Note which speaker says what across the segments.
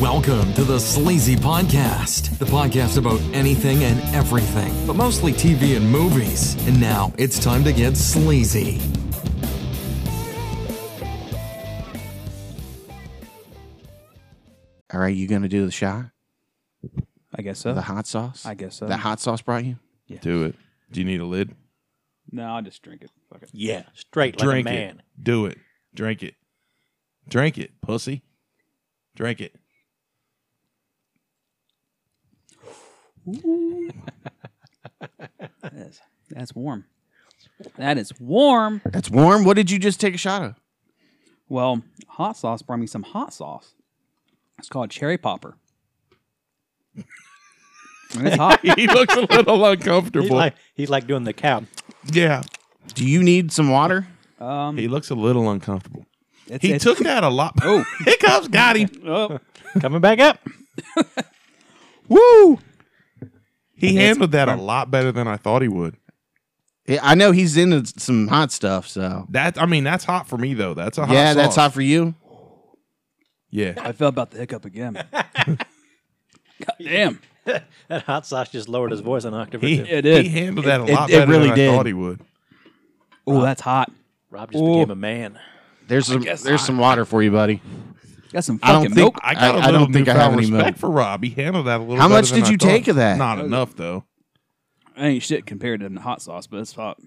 Speaker 1: Welcome to the Sleazy Podcast, the podcast about anything and everything, but mostly TV and movies. And now it's time to get sleazy.
Speaker 2: All right, you gonna do the shot,
Speaker 3: I guess so.
Speaker 2: the hot sauce?
Speaker 3: I guess so.
Speaker 2: The hot sauce brought you.
Speaker 4: Do it. Do you need a lid?
Speaker 3: no, I'll just drink it. Fuck it.
Speaker 5: Yeah, straight like
Speaker 4: Drink
Speaker 5: a man.
Speaker 4: it. Do it. Drink it. Drink it, pussy. Drink it.
Speaker 3: That's, that's warm. That is warm.
Speaker 2: That's warm. What did you just take a shot of?
Speaker 3: Well, hot sauce brought me some hot sauce. It's called cherry popper. And it's hot.
Speaker 4: He looks a little
Speaker 5: He's
Speaker 4: uncomfortable.
Speaker 5: like he's like doing the cow.
Speaker 4: yeah.
Speaker 2: Do you need some water?
Speaker 3: Um,
Speaker 4: He looks a little uncomfortable.
Speaker 3: it's,
Speaker 4: He
Speaker 3: it's-
Speaker 4: took that a lot. Oh, hiccups got him.
Speaker 3: Oh,
Speaker 5: Coming back up.
Speaker 4: Woo! He handled that a lot better than I thought he would.
Speaker 2: Yeah, I know he's into some hot stuff, so
Speaker 4: That I mean, that's hot for me though. That's a hot
Speaker 2: yeah,
Speaker 4: sauce.
Speaker 2: that's hot for you.
Speaker 4: Yeah,
Speaker 3: I feel about the hiccup again. God damn.
Speaker 5: That hot sauce just lowered his voice an octave. or
Speaker 4: he,
Speaker 5: two.
Speaker 3: It did.
Speaker 4: he handled that a
Speaker 2: It-
Speaker 4: lot
Speaker 2: it
Speaker 4: better
Speaker 2: really
Speaker 4: than
Speaker 2: did.
Speaker 4: I thought he would.
Speaker 3: Oh, that's hot.
Speaker 5: Rob just
Speaker 3: Ooh.
Speaker 5: became a man.
Speaker 2: There's some there's some water for you, buddy.
Speaker 3: Got some
Speaker 2: I don't
Speaker 3: fucking
Speaker 2: think-
Speaker 3: milk.
Speaker 4: I got a
Speaker 2: I- I
Speaker 4: little
Speaker 2: don't think I
Speaker 4: newfound
Speaker 2: have any
Speaker 4: respect
Speaker 2: milk.
Speaker 4: for Rob. He handled that a little.
Speaker 2: How
Speaker 4: better
Speaker 2: much
Speaker 4: than
Speaker 2: did
Speaker 4: I
Speaker 2: you
Speaker 4: thought.
Speaker 2: take of that?
Speaker 4: Not enough though.
Speaker 3: I ain't shit compared to the hot sauce, but it's hot.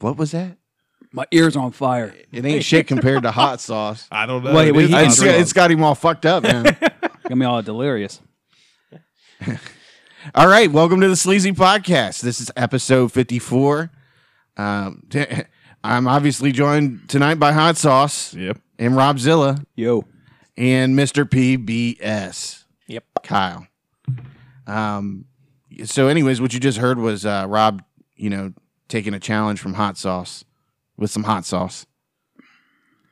Speaker 2: What was that?
Speaker 3: My ears are on fire.
Speaker 2: It ain't shit compared to hot sauce.
Speaker 4: I don't know.
Speaker 3: Wait,
Speaker 4: It
Speaker 3: wait,
Speaker 4: is
Speaker 3: he-
Speaker 4: hot
Speaker 2: It's,
Speaker 4: sauce.
Speaker 2: it's got him all fucked up, man.
Speaker 3: Got me all delirious.
Speaker 2: all right, welcome to the Sleazy Podcast. This is episode 54. Um, I'm obviously joined tonight by Hot Sauce
Speaker 4: Yep.
Speaker 2: and Rob Zilla.
Speaker 3: Yo.
Speaker 2: and Mr. PBS.
Speaker 5: Yep.
Speaker 2: Kyle. Um, so, anyways, what you just heard was uh, Rob, you know, taking a challenge from hot sauce with some hot sauce.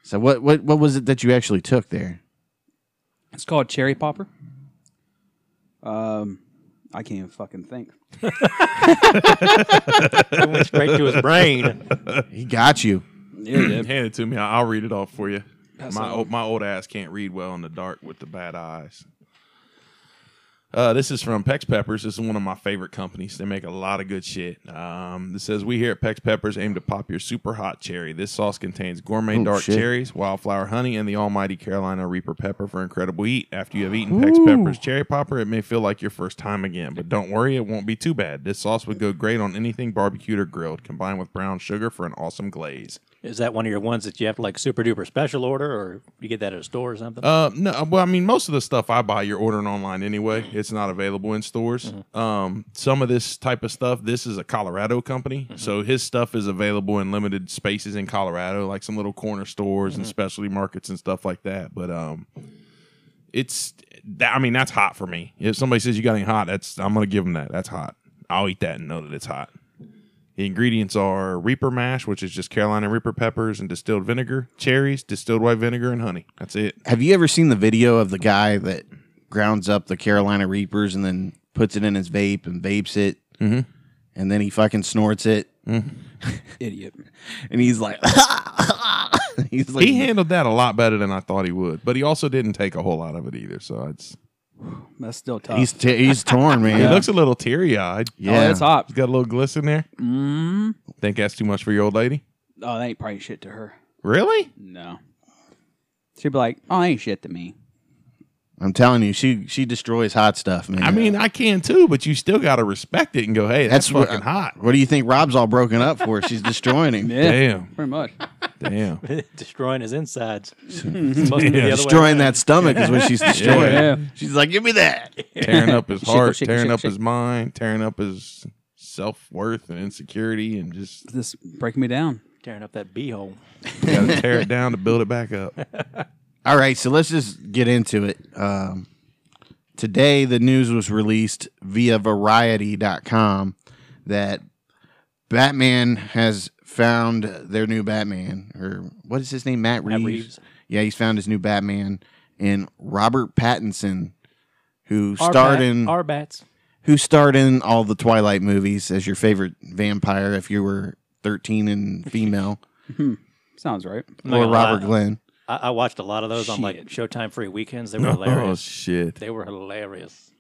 Speaker 2: So, what what what was it that you actually took there?
Speaker 3: It's called Cherry Popper. Um, I can't even fucking think.
Speaker 5: It went straight to his brain.
Speaker 2: He got you.
Speaker 4: Hand it to me. I- I'll read it off for you.
Speaker 3: Pass
Speaker 4: my
Speaker 3: it on.
Speaker 4: old, my old ass can't read well in the dark with the bad eyes. Uh, this is from Pex Peppers. This is one of my favorite companies. They make a lot of good shit. Um, this says we here at Pex Peppers aim to pop your super hot cherry. This sauce contains gourmet
Speaker 2: Oh,
Speaker 4: dark
Speaker 2: shit.
Speaker 4: cherries, wildflower honey, and the almighty Carolina Reaper pepper for incredible heat. After you have eaten Pex Peppers cherry popper, it may feel like your first time again, but don't worry, it won't be too bad. This sauce would go great on anything barbecued or grilled, combined with brown sugar for an awesome glaze.
Speaker 5: Is that one of your ones that you have to like super duper special order, or you get that at a store or something?
Speaker 4: Uh, no. Well, I mean, most of the stuff I buy, you're ordering online anyway. It's not available in stores. Um, some of this type of stuff, this is a Colorado company, so his stuff is available in limited spaces in Colorado, like some little corner stores and specialty markets and stuff like that. But um, it's that. I mean, that's hot for me. If somebody says you got any hot, that's I'm gonna give them that. That's hot. I'll eat that and know that it's hot. The ingredients are Reaper mash, which is just Carolina Reaper peppers and distilled vinegar, cherries, distilled white vinegar, and honey. That's it.
Speaker 2: Have you ever seen the video of the guy that grounds up the Carolina Reapers and then puts it in his vape and vapes it,
Speaker 4: Mhm.
Speaker 2: and then he fucking snorts it,
Speaker 3: Idiot.
Speaker 2: and he's like, he's like,
Speaker 4: he handled that a lot better than I thought he would, but he also didn't take a whole lot of it either. So it's
Speaker 3: That's still tough.
Speaker 2: he's t- he's torn, man.
Speaker 4: he looks a little teary eyed.
Speaker 3: oh, that's hot.
Speaker 4: He's got a little glisten there.
Speaker 3: Mm.
Speaker 4: Think that's too much for your old lady?
Speaker 3: Oh, that ain't probably shit to her.
Speaker 4: Really?
Speaker 3: No. She'd be like, oh, that ain't shit to me.
Speaker 2: I'm telling you, she she destroys hot stuff, man.
Speaker 4: I mean, I can too, but you still got to respect it and go, hey, that's,
Speaker 2: That's what-
Speaker 4: fucking hot.
Speaker 2: What do you think Rob's all broken up for? She's destroying him.
Speaker 3: Yeah.
Speaker 4: Damn,
Speaker 3: Pretty much.
Speaker 4: damn.
Speaker 5: Uh, Destroying his insides. Supposed to be the other way
Speaker 2: Destroying
Speaker 5: around.
Speaker 2: that stomach is what she's destroying.
Speaker 3: Yeah.
Speaker 2: She's like, give me that.
Speaker 4: tearing up his
Speaker 3: Shake it,
Speaker 4: heart,
Speaker 3: shake it,
Speaker 4: tearing
Speaker 3: shake it,
Speaker 4: up
Speaker 3: shake
Speaker 4: his mind, tearing up his self worth and insecurity, and just
Speaker 3: This breaking me down.
Speaker 5: Tearing up that beehole.
Speaker 4: got to tear it down to build it back up.
Speaker 2: All right, so let's just get into it. Um, today, the news was released via Variety.com that Batman has found their new Batman, or what is his name? Matt Reeves.
Speaker 5: Reeves.
Speaker 2: Yeah, he's found his new Batman in Robert Pattinson, who
Speaker 5: Our
Speaker 2: starred
Speaker 5: bat-
Speaker 2: in
Speaker 5: our bats.
Speaker 2: who starred in all the Twilight movies as your favorite vampire if you were 13 and female,
Speaker 3: Sounds right.
Speaker 5: not
Speaker 2: or
Speaker 5: gonna
Speaker 2: Robert
Speaker 5: lie.
Speaker 2: Glenn.
Speaker 5: I, I watched a lot of those on like Showtime free weekends. They were hilarious.
Speaker 4: Oh, shit.
Speaker 5: They were hilarious.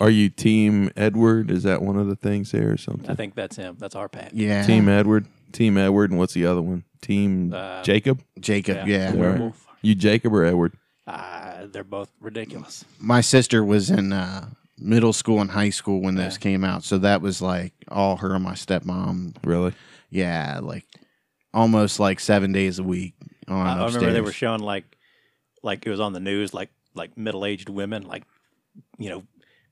Speaker 4: Are you Team Edward? Is that one of the things there or
Speaker 5: I
Speaker 4: something?
Speaker 5: think that's him. That's our pack.
Speaker 2: Yeah.
Speaker 4: Team Edward. Team Edward. And what's the other one? Team
Speaker 5: Uh,
Speaker 4: Jacob.
Speaker 2: Jacob,
Speaker 5: Yeah.
Speaker 2: yeah.
Speaker 4: All right. You Jacob or Edward?
Speaker 5: Ah, they're both ridiculous.
Speaker 2: My sister was in uh, middle school and high school when this came out, so that was like all her and my stepmom.
Speaker 4: Really?
Speaker 2: Yeah, like almost like seven days a week on
Speaker 5: I, I
Speaker 2: upstairs.
Speaker 5: remember they were showing like, like it was on the news, like like middle aged women, like you know,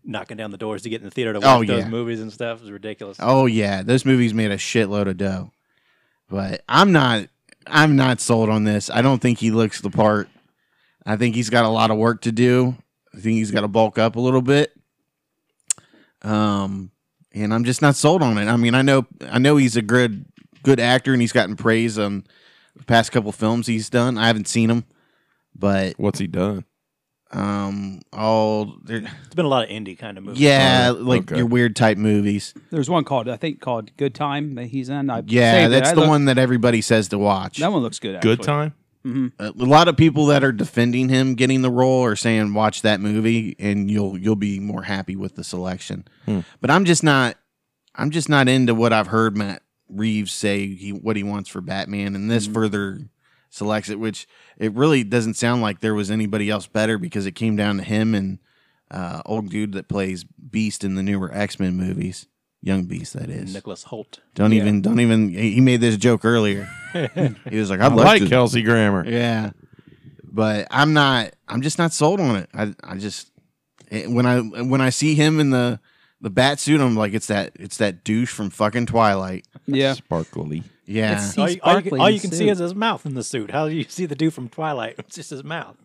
Speaker 5: knocking down the doors to get in the theater to watch
Speaker 2: Oh,
Speaker 5: those
Speaker 2: yeah.
Speaker 5: movies and stuff. It was ridiculous.
Speaker 2: Oh yeah, those movies made a shitload of dough. But I'm not I'm not sold on this. I don't think he looks the part. I think he's got a lot of work to do. I think he's got to bulk up a little bit. Um and I'm just not sold on it. I mean, I know I know he's a good good actor and he's gotten praise on the past couple films he's done. I haven't seen him, but
Speaker 4: What's he done?
Speaker 2: um all there
Speaker 5: It's been a lot of indie kind of movies.
Speaker 2: yeah,
Speaker 4: Oh,
Speaker 2: like
Speaker 4: okay.
Speaker 2: your weird type movies.
Speaker 3: There's one called I think called Good Time that he's in. I
Speaker 2: Yeah,
Speaker 3: saved it.
Speaker 2: that's
Speaker 3: I
Speaker 2: the
Speaker 3: look-
Speaker 2: one that everybody says to watch.
Speaker 3: That one looks good. Actually.
Speaker 4: Good time.
Speaker 2: a lot of people that are defending him getting the role are saying watch that movie and you'll you'll be more happy with the selection. But I'm just not I'm just not into what I've heard Matt Reeves say he what he wants for Batman and this further selects it, which it really doesn't sound like there was anybody else better because it came down to him and uh, old dude that plays Beast in the newer X Men movies. Young Beast, that is.
Speaker 5: Nicholas Holt.
Speaker 2: Don't even, don't even. He he made this joke earlier. he was like, "I'd
Speaker 4: I
Speaker 2: like,
Speaker 4: like
Speaker 2: to
Speaker 4: Kelsey Grammer.
Speaker 2: yeah, but I'm not. I'm just not sold on it. I I just eh, when I when I see him in the the bat suit, I'm like, it's that it's that douche from fucking Twilight.
Speaker 3: Yeah.
Speaker 4: Sparkly.
Speaker 2: Yeah,
Speaker 3: It's-
Speaker 5: All
Speaker 3: He's
Speaker 5: you, all you,
Speaker 3: sparkly
Speaker 5: all
Speaker 3: in
Speaker 5: you
Speaker 3: the
Speaker 5: can
Speaker 3: suit.
Speaker 5: see is his mouth in the suit. How do you see the dude from Twilight? It's just his mouth.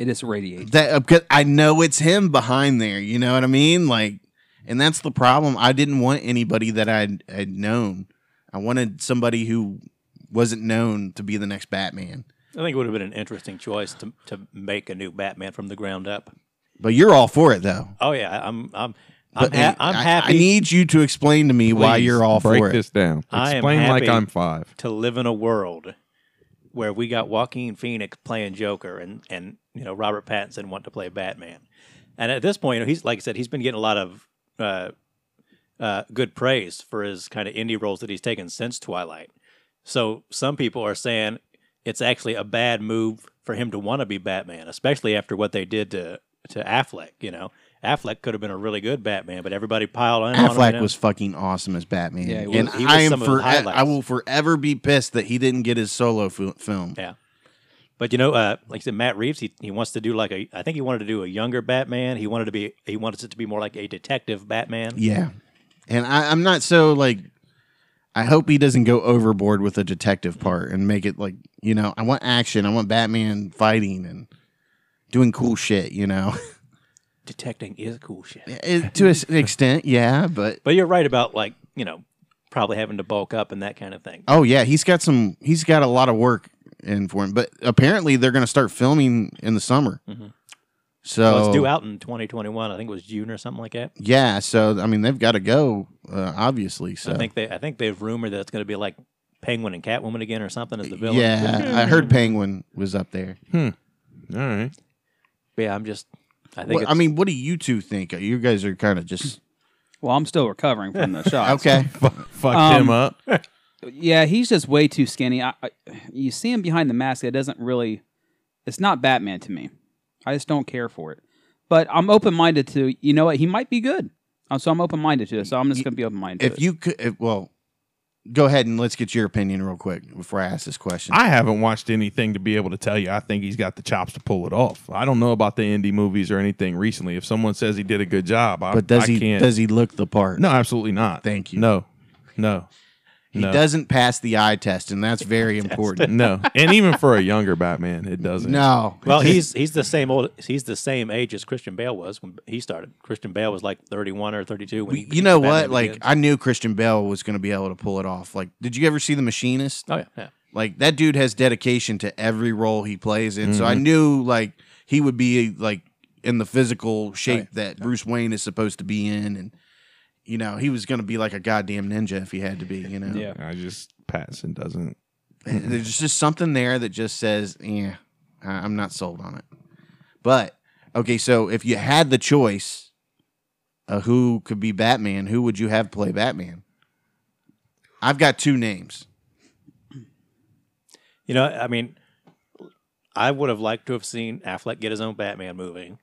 Speaker 3: It is radiates.
Speaker 2: that uh, 'cause I know it's him behind there. You know what I mean? Like, and that's the problem. I didn't want anybody that I'd, I'd known. I wanted somebody who wasn't known to be the next Batman.
Speaker 5: I think it would have been an interesting choice to to make a new Batman from the ground up.
Speaker 2: But you're all for it though.
Speaker 5: Oh yeah, I'm I'm I'm,
Speaker 2: But
Speaker 5: ha- I'm
Speaker 2: I-
Speaker 5: happy
Speaker 2: I need you to explain to me why
Speaker 4: Please,
Speaker 2: you're all
Speaker 4: break
Speaker 2: for it.
Speaker 4: this down.
Speaker 5: I am
Speaker 4: Explain like
Speaker 5: happy.
Speaker 4: I'm five.
Speaker 5: to live in a world where we got Joaquin Phoenix playing Joker and and you know Robert Pattinson want to play Batman. And at this point, you know, he's like I said, he's been getting a lot of uh, uh, good praise for his kind of indie roles that he's taken since Twilight. So some people are saying it's actually a bad move for him to want to be Batman, especially after what they did to to Affleck. You know, Affleck could have been a really good Batman, but everybody piled on. on him, you
Speaker 2: Affleck
Speaker 5: know?
Speaker 2: was fucking awesome as Batman.
Speaker 3: Yeah, he was.
Speaker 2: and
Speaker 5: He was
Speaker 2: I am
Speaker 5: some of the
Speaker 2: for I,
Speaker 5: highlights.
Speaker 2: I will forever be pissed that he didn't get his solo fu- film.
Speaker 5: Yeah. But you know, uh, like I said, Matt Reeves, he, he wants to do like a. I think he wanted to do a younger Batman. He wanted to be. He wants it to be more like a detective Batman.
Speaker 2: Yeah, and I, I'm not so like. I hope he doesn't go overboard with the detective part and make it like you know I want action. I want Batman fighting and doing cool shit. You know,
Speaker 5: Detecting is cool shit.
Speaker 2: It- to an extent, yeah, but.
Speaker 5: But you're right about like you know, probably having to bulk up and that kind of thing.
Speaker 2: Oh yeah, he's got some. He's got a lot of work in for him, but apparently they're going to start filming in the summer. So
Speaker 5: Mm-hmm. Well, it's due out in 2021. I think it was June or something like that.
Speaker 2: Yeah, so I mean they've got to go, uh, obviously. So
Speaker 5: I think they. I think they've rumored that it's going to be like Penguin and Catwoman again or something as the villain.
Speaker 2: yeah, I heard Penguin was up there.
Speaker 4: All right.
Speaker 5: But yeah. I'm just. I think.
Speaker 2: Well,
Speaker 5: it's,
Speaker 2: I mean, what do you two think? You guys are kind of just
Speaker 3: Well, I'm still recovering from the shock.
Speaker 2: okay.
Speaker 4: Fucked him up.
Speaker 3: Yeah, he's just way too skinny. I, I, you see him behind the mask. It doesn't really. It's not Batman to me. I just don't care for it. But I'm open minded to. You know what? He might be good. Uh, So I'm open minded to it. So I'm just gonna be open minded.
Speaker 2: if you could, if, well, go ahead and let's get your opinion real quick before I ask this question.
Speaker 4: I haven't watched anything to be able to tell you. I think he's got the chops to pull it off. I don't know about the indie movies or anything recently. If someone says he did a good job, I,
Speaker 2: but does
Speaker 4: I
Speaker 2: he
Speaker 4: can't.
Speaker 2: does he look the part?
Speaker 4: no, absolutely not.
Speaker 2: Thank you.
Speaker 4: No, no,
Speaker 2: he
Speaker 4: no.
Speaker 2: doesn't pass the eye test, and that's very important.
Speaker 4: no. And even for a younger Batman, it doesn't.
Speaker 2: No,
Speaker 5: Well, he's he's the same old. He's the same age as Christian Bale was when he started. Christian Bale was like 31 or 32 when he.
Speaker 2: you know
Speaker 5: Batman
Speaker 2: what? Like
Speaker 5: Begins.
Speaker 2: I knew Christian Bale was going to be able to pull it off. Like, did you ever see The Machinist?
Speaker 5: Oh yeah, yeah.
Speaker 2: Like that dude has dedication to every role he plays in. So I knew like he would be like in the physical shape that Bruce Wayne is supposed to be in and you know, he was going to be like a goddamn ninja if he had to be, you know.
Speaker 3: yeah,
Speaker 4: I just Patson doesn't.
Speaker 2: There's just something there that just says, "Yeah, I- I'm not sold on it." But okay, so if you had the choice of who could be Batman, who would you have play Batman? I've got two names.
Speaker 5: You know, I mean, I would have liked to have seen Affleck get his own Batman movie.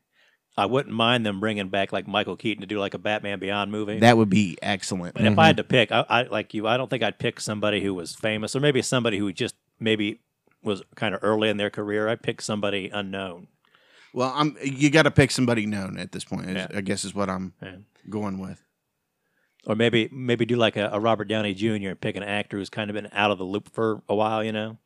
Speaker 5: I wouldn't mind them bringing back like Michael Keaton to do like a Batman Beyond movie.
Speaker 2: That would be excellent.
Speaker 5: but if I had to pick, I, I like you. I don't think I'd pick somebody who was famous, or maybe somebody who just maybe was kind of early in their career. I pick somebody unknown.
Speaker 2: Well, I'm you got to pick somebody known at this point. is-
Speaker 5: Yeah.
Speaker 2: I guess is what I'm
Speaker 5: Yeah.
Speaker 2: going with.
Speaker 5: Or maybe maybe do like a, a Robert Downey Jr. and pick an actor who's kind of been out of the loop for a while, you know?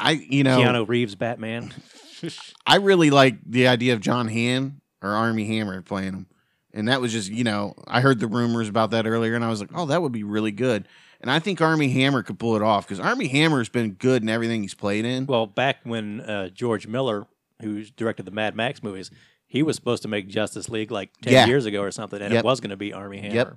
Speaker 2: I you know
Speaker 5: Keanu Reeves Batman.
Speaker 2: I really like the idea of John Hamm or Army Hammer playing him. And that was just, you know, I heard the rumors about that earlier and I was like, oh, that would be really good. And I think Army Hammer could pull it off because Army Hammer's been good in everything he's played in.
Speaker 5: Well, back when uh, George Miller, who directed the Mad Max movies, he was supposed to make Justice League like ten
Speaker 2: Yeah.
Speaker 5: years ago or something, and
Speaker 2: Yep.
Speaker 5: it was going to be Army Hammer.
Speaker 2: Yep.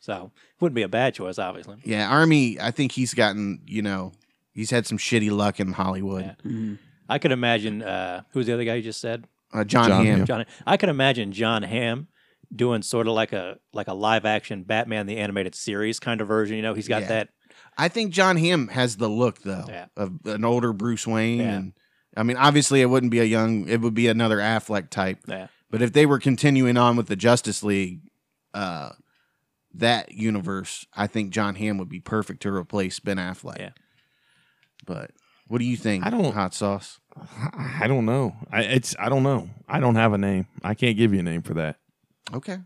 Speaker 5: So wouldn't be a bad choice, obviously.
Speaker 2: yeah, Army, I think he's gotten, you know, he's had some shitty luck in Hollywood.
Speaker 5: Yeah.
Speaker 3: Mm-hmm.
Speaker 5: I could imagine uh, who was the other guy you just said,
Speaker 2: Uh, John,
Speaker 4: John
Speaker 2: Hamm.
Speaker 4: Hamm.
Speaker 5: John. I could imagine John Hamm doing sort of like a like a live action Batman the animated series kind of version. You know, he's got
Speaker 2: Yeah.
Speaker 5: that.
Speaker 2: I think John Hamm has the look, though,
Speaker 5: Yeah.
Speaker 2: of an older Bruce Wayne.
Speaker 5: Yeah.
Speaker 2: And I mean, obviously, it wouldn't be a young, it would be another Affleck type.
Speaker 5: Yeah.
Speaker 2: But if they were continuing on with the Justice League, uh, that universe, I think John Hamm would be perfect to replace Ben Affleck.
Speaker 5: Yeah.
Speaker 2: But what do you think?
Speaker 4: I don't-
Speaker 2: hot sauce.
Speaker 4: I I don't know. I it's I don't know. I don't have a name. I can't give you a name for that.
Speaker 2: Okay.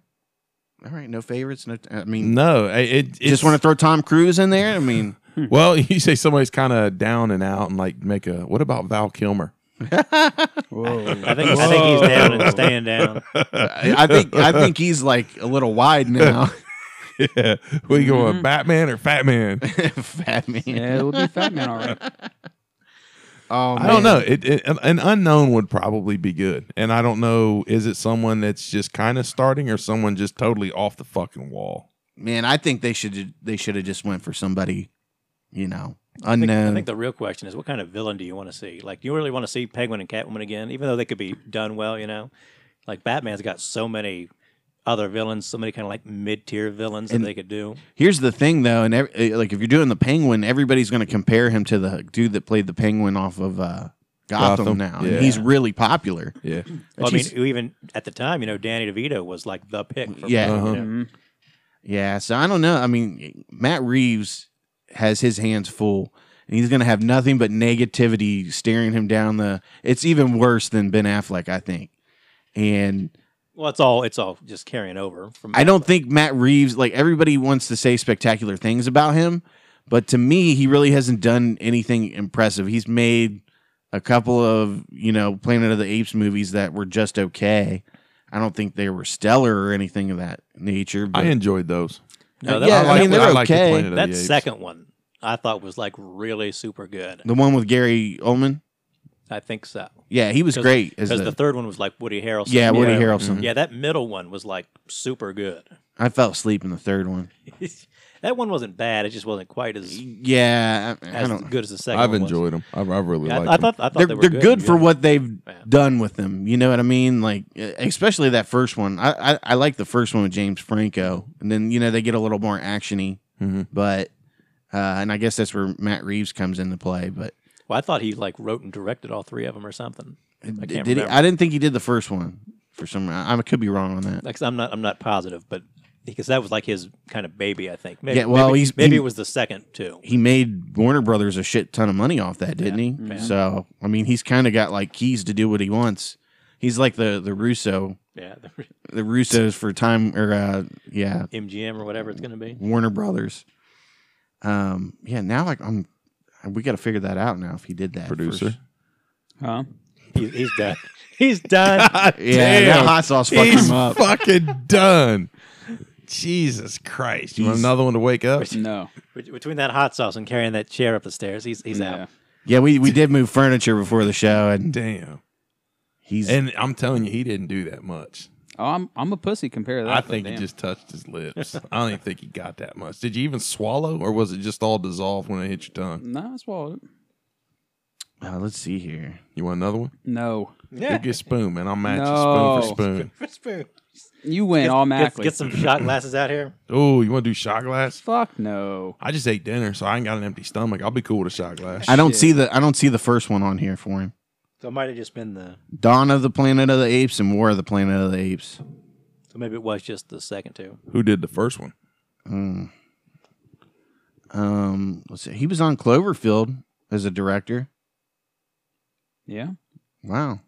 Speaker 2: All right. No favorites. No. I mean,
Speaker 4: No, I- it, it's
Speaker 2: you just want to throw Tom Cruise in there. I mean,
Speaker 4: Well, you say somebody's kind of down and out, and like make a. What about Val Kilmer?
Speaker 5: I think I think he's down and staying down.
Speaker 2: I, I think I think he's like a little wide now.
Speaker 4: yeah, what you
Speaker 5: Mm-hmm.
Speaker 4: going, Batman or Fat Man?
Speaker 2: Fat man.
Speaker 3: Yeah, it would be Fat Man, all right.
Speaker 2: Oh,
Speaker 4: I
Speaker 2: man.
Speaker 4: don't know. It, it an- an unknown would probably be good, and I don't know. Is it someone that's just kind of starting, or someone just totally off the fucking wall?
Speaker 2: man. I think they should they should have just went for somebody, you know,
Speaker 5: I
Speaker 2: unknown.
Speaker 5: think, I think the real question is, what kind of villain do you want to see? Like, do you really want to see Penguin and Catwoman again? Even though they could be done well, you know. Like Batman's got so many other villains, so many kind of like mid-tier villains
Speaker 2: And-
Speaker 5: that they could do.
Speaker 2: Here's the thing, though, and ev- eh, like if you're doing the Penguin, everybody's going to compare him to the dude that played the Penguin off of uh, Gotham,
Speaker 4: Gotham,
Speaker 2: now,
Speaker 4: yeah.
Speaker 2: and he's really popular.
Speaker 4: Yeah,
Speaker 5: Well, I mean,
Speaker 2: She's-
Speaker 5: even at the time, you know, Danny DeVito was like the pick. For
Speaker 2: Yeah.
Speaker 5: Penguin, you
Speaker 4: Uh-huh.
Speaker 3: Mm-hmm.
Speaker 5: know?
Speaker 2: yeah, so I don't know. I mean, Matt Reeves has his hands full, and he's going to have nothing but negativity staring him down. The it's even worse than Ben Affleck, I think, and.
Speaker 5: Well, it's all it's all just carrying over from.
Speaker 2: I don't think Matt Reeves, like everybody wants to say spectacular things about him, but to me, he really hasn't done anything impressive. He's made a couple of, you know, Planet of the Apes movies that were just okay. I don't think they were stellar or anything of that nature.
Speaker 4: I
Speaker 2: But
Speaker 4: enjoyed those.
Speaker 5: No, that,
Speaker 2: Yeah,
Speaker 5: I
Speaker 2: I
Speaker 5: like
Speaker 2: mean,
Speaker 5: that,
Speaker 2: they're
Speaker 4: liked
Speaker 2: okay.
Speaker 4: Planet of the
Speaker 5: that
Speaker 4: Apes.
Speaker 5: second one. I thought was like really super good.
Speaker 2: the one with Gary Oldman,
Speaker 5: I think so
Speaker 2: yeah, he was great. As
Speaker 5: because
Speaker 2: the,
Speaker 5: the third one was like Woody Harrelson.
Speaker 2: yeah, Woody
Speaker 5: Yeah.
Speaker 2: Harrelson.
Speaker 5: Yeah, that middle one was like super good.
Speaker 2: I fell asleep in the third one.
Speaker 5: that one wasn't bad. It just wasn't quite as
Speaker 2: Yeah, I, I
Speaker 5: as
Speaker 2: don't.
Speaker 5: good as the second.
Speaker 4: I've
Speaker 5: one was.
Speaker 4: enjoyed them. I've, I've really
Speaker 5: Yeah, I,
Speaker 4: liked
Speaker 5: I
Speaker 4: them.
Speaker 5: thought I thought
Speaker 2: they're
Speaker 5: they
Speaker 2: they
Speaker 5: were
Speaker 2: are
Speaker 5: good,
Speaker 2: good, for
Speaker 5: yeah.
Speaker 2: what they've
Speaker 5: Yeah.
Speaker 2: done with them. You know what I mean? Like uh, especially that first one. I, I I like the first one with James Franco, and then you know they get a little more actiony.
Speaker 4: Mhm.
Speaker 2: But uh, and I guess that's where Matt Reeves comes into play. But
Speaker 5: Well, I thought he like wrote and directed all three of them or something. I
Speaker 2: did
Speaker 5: can't
Speaker 2: he,
Speaker 5: remember.
Speaker 2: I didn't think he did the first one for some. I, I could be wrong on that.
Speaker 5: Like, I'm not I'm not positive, but because that was like his kind of baby, I think. Maybe,
Speaker 2: Yeah, well,
Speaker 5: maybe,
Speaker 2: he's-
Speaker 5: maybe
Speaker 2: he-
Speaker 5: it was the second too.
Speaker 2: He made Warner Brothers a shit ton of money off that, didn't he? So I mean, he's kind of got like keys to do what he wants. He's like the the Russo,
Speaker 5: Yeah, the
Speaker 2: the Russos for time or uh, yeah,
Speaker 5: MGM or whatever it's going to be.
Speaker 2: Warner Brothers. Um, yeah, now like I'm, we got to figure that out now. If he did that,
Speaker 4: Producer.
Speaker 3: Huh?
Speaker 5: He, he's done. he's done.
Speaker 2: first. yeah,
Speaker 4: Damn.
Speaker 2: now hot sauce fucked
Speaker 4: He's
Speaker 2: him up.
Speaker 4: fucking done. Jesus Christ! You want
Speaker 2: He's-
Speaker 4: another one to wake up?
Speaker 3: No.
Speaker 5: Bet- Between that hot sauce and carrying that chair up the stairs, he's he's
Speaker 3: Yeah.
Speaker 5: out.
Speaker 2: Yeah, we we did move furniture before the show, and
Speaker 4: Damn.
Speaker 2: he's
Speaker 4: And I'm telling you, he didn't do that much.
Speaker 3: Oh, I'm I'm a pussy compared to that.
Speaker 4: I
Speaker 3: but
Speaker 4: think he
Speaker 3: damn.
Speaker 4: just touched his lips. I don't even think he got that much. Did you even swallow, or was it just all dissolved when it hit your tongue?
Speaker 3: no, I swallowed it.
Speaker 2: Uh, let's see here.
Speaker 4: You want another one?
Speaker 3: No,
Speaker 5: Yeah.
Speaker 4: Pick your spoon, man. I'll match it
Speaker 3: No.
Speaker 4: spoon for spoon.
Speaker 3: you win
Speaker 5: Get,
Speaker 3: automatically.
Speaker 5: get some shot glasses out here.
Speaker 4: Oh, you want to do shot glass?
Speaker 3: Fuck no.
Speaker 4: I just ate dinner, so I ain't got an empty stomach. I'll be cool with a shot glass.
Speaker 2: I don't
Speaker 3: Shit.
Speaker 2: see the I don't see the first one on here for him.
Speaker 5: So it might have just been the.
Speaker 2: Dawn of the Planet of the Apes and War of the Planet of the Apes.
Speaker 5: So maybe it was just the second two.
Speaker 4: Who did the first one?
Speaker 2: Um, let's see. He was on Cloverfield as a director.
Speaker 3: Yeah.
Speaker 2: Wow.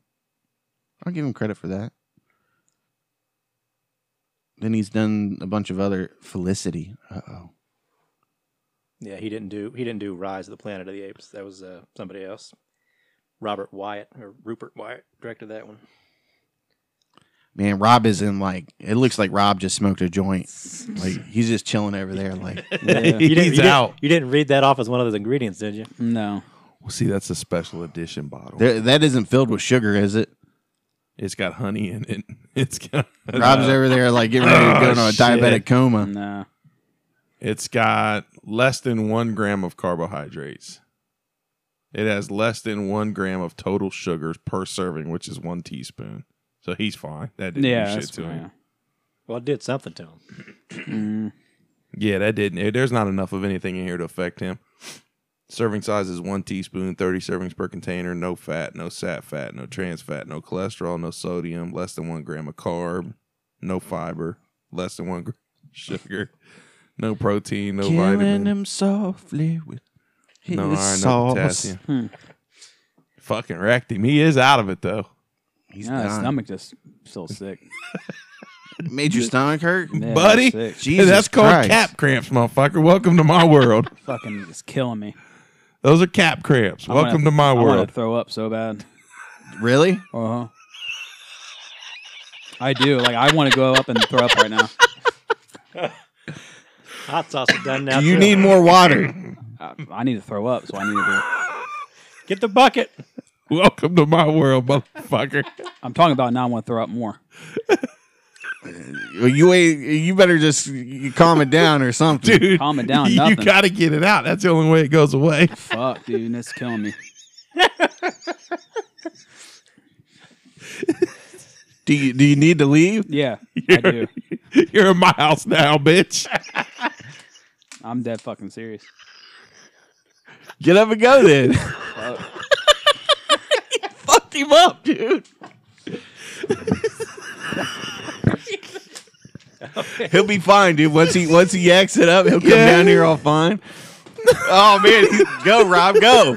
Speaker 2: I'll give him credit for that. Then he's done a bunch of other Felicity. Uh oh.
Speaker 5: Yeah, he didn't do he didn't do Rise of the Planet of the Apes. That was uh, somebody else. Robert Wyatt or Rupert Wyatt directed that one.
Speaker 2: Man, Rob is in like it looks like Rob just smoked a joint. Like he's just chilling over there. Like
Speaker 3: Yeah.
Speaker 5: You didn't,
Speaker 4: He's
Speaker 5: you didn't-
Speaker 4: out.
Speaker 5: you didn't read that off as one of those ingredients, did you?
Speaker 3: No.
Speaker 4: Well, see, that's a special edition bottle.
Speaker 2: there, that isn't filled with sugar, is it?
Speaker 4: It's got honey in it. It's got
Speaker 2: Rob's over there like getting ready to go into a diabetic coma.
Speaker 3: No.
Speaker 4: It's got less than one gram of carbohydrates. It has less than one gram of total sugars per serving, which is one teaspoon. So he's fine. That didn't
Speaker 3: Yeah.
Speaker 4: do shit
Speaker 3: That's
Speaker 4: to him.
Speaker 3: fine.
Speaker 5: Well, it did something to him.
Speaker 4: Yeah, that didn't. There's not enough of anything in here to affect him. Serving size is one teaspoon, 30 servings per container, no fat, no sat fat, no trans fat, no cholesterol, no sodium, less than one gram of carb, no fiber, less than one gram of sugar, no protein, no vitamin.
Speaker 2: him softly with his
Speaker 4: No iron, no potassium.
Speaker 3: Hmm.
Speaker 4: Fucking wrecked him. He is out of it though.
Speaker 2: He's
Speaker 3: No, his
Speaker 2: done.
Speaker 3: stomach just still sick.
Speaker 2: Made your stomach hurt?
Speaker 3: Yeah,
Speaker 4: Buddy,
Speaker 3: sick.
Speaker 2: Jesus
Speaker 4: that's called
Speaker 2: Christ.
Speaker 4: cap cramps, motherfucker. Welcome to my world.
Speaker 3: Fucking is killing me.
Speaker 4: Those are cap cramps.
Speaker 3: I wanna-
Speaker 4: Welcome to my
Speaker 3: I want
Speaker 4: world.
Speaker 3: to throw up so bad.
Speaker 2: Really?
Speaker 3: Uh huh. I do. Like I want to go up and throw up right now.
Speaker 5: Hot sauce is done now.
Speaker 2: Do you
Speaker 5: too.
Speaker 2: need more water?
Speaker 3: I, Uh, I need to throw up, so I need to. Do
Speaker 5: get the bucket?
Speaker 4: Welcome to my world, motherfucker.
Speaker 3: I'm talking about now. I want to throw up more.
Speaker 2: you wait, you better just calm it down or something.
Speaker 4: Dude,
Speaker 3: Calm it down,
Speaker 4: You
Speaker 3: nothing.
Speaker 4: got to get it out. That's the only way it goes away.
Speaker 3: Fuck, dude, that's killing me.
Speaker 2: Do you do you need to leave?
Speaker 3: Yeah, I do.
Speaker 4: You're in my house now, bitch.
Speaker 3: I'm dead fucking serious.
Speaker 2: Get up and go then.
Speaker 3: Fuck.
Speaker 2: Fucked him up, dude. he'll be fine, dude. Once he once he acts it up, he'll come
Speaker 4: Yeah.
Speaker 2: down here all fine. Oh man, he- go Rob, go.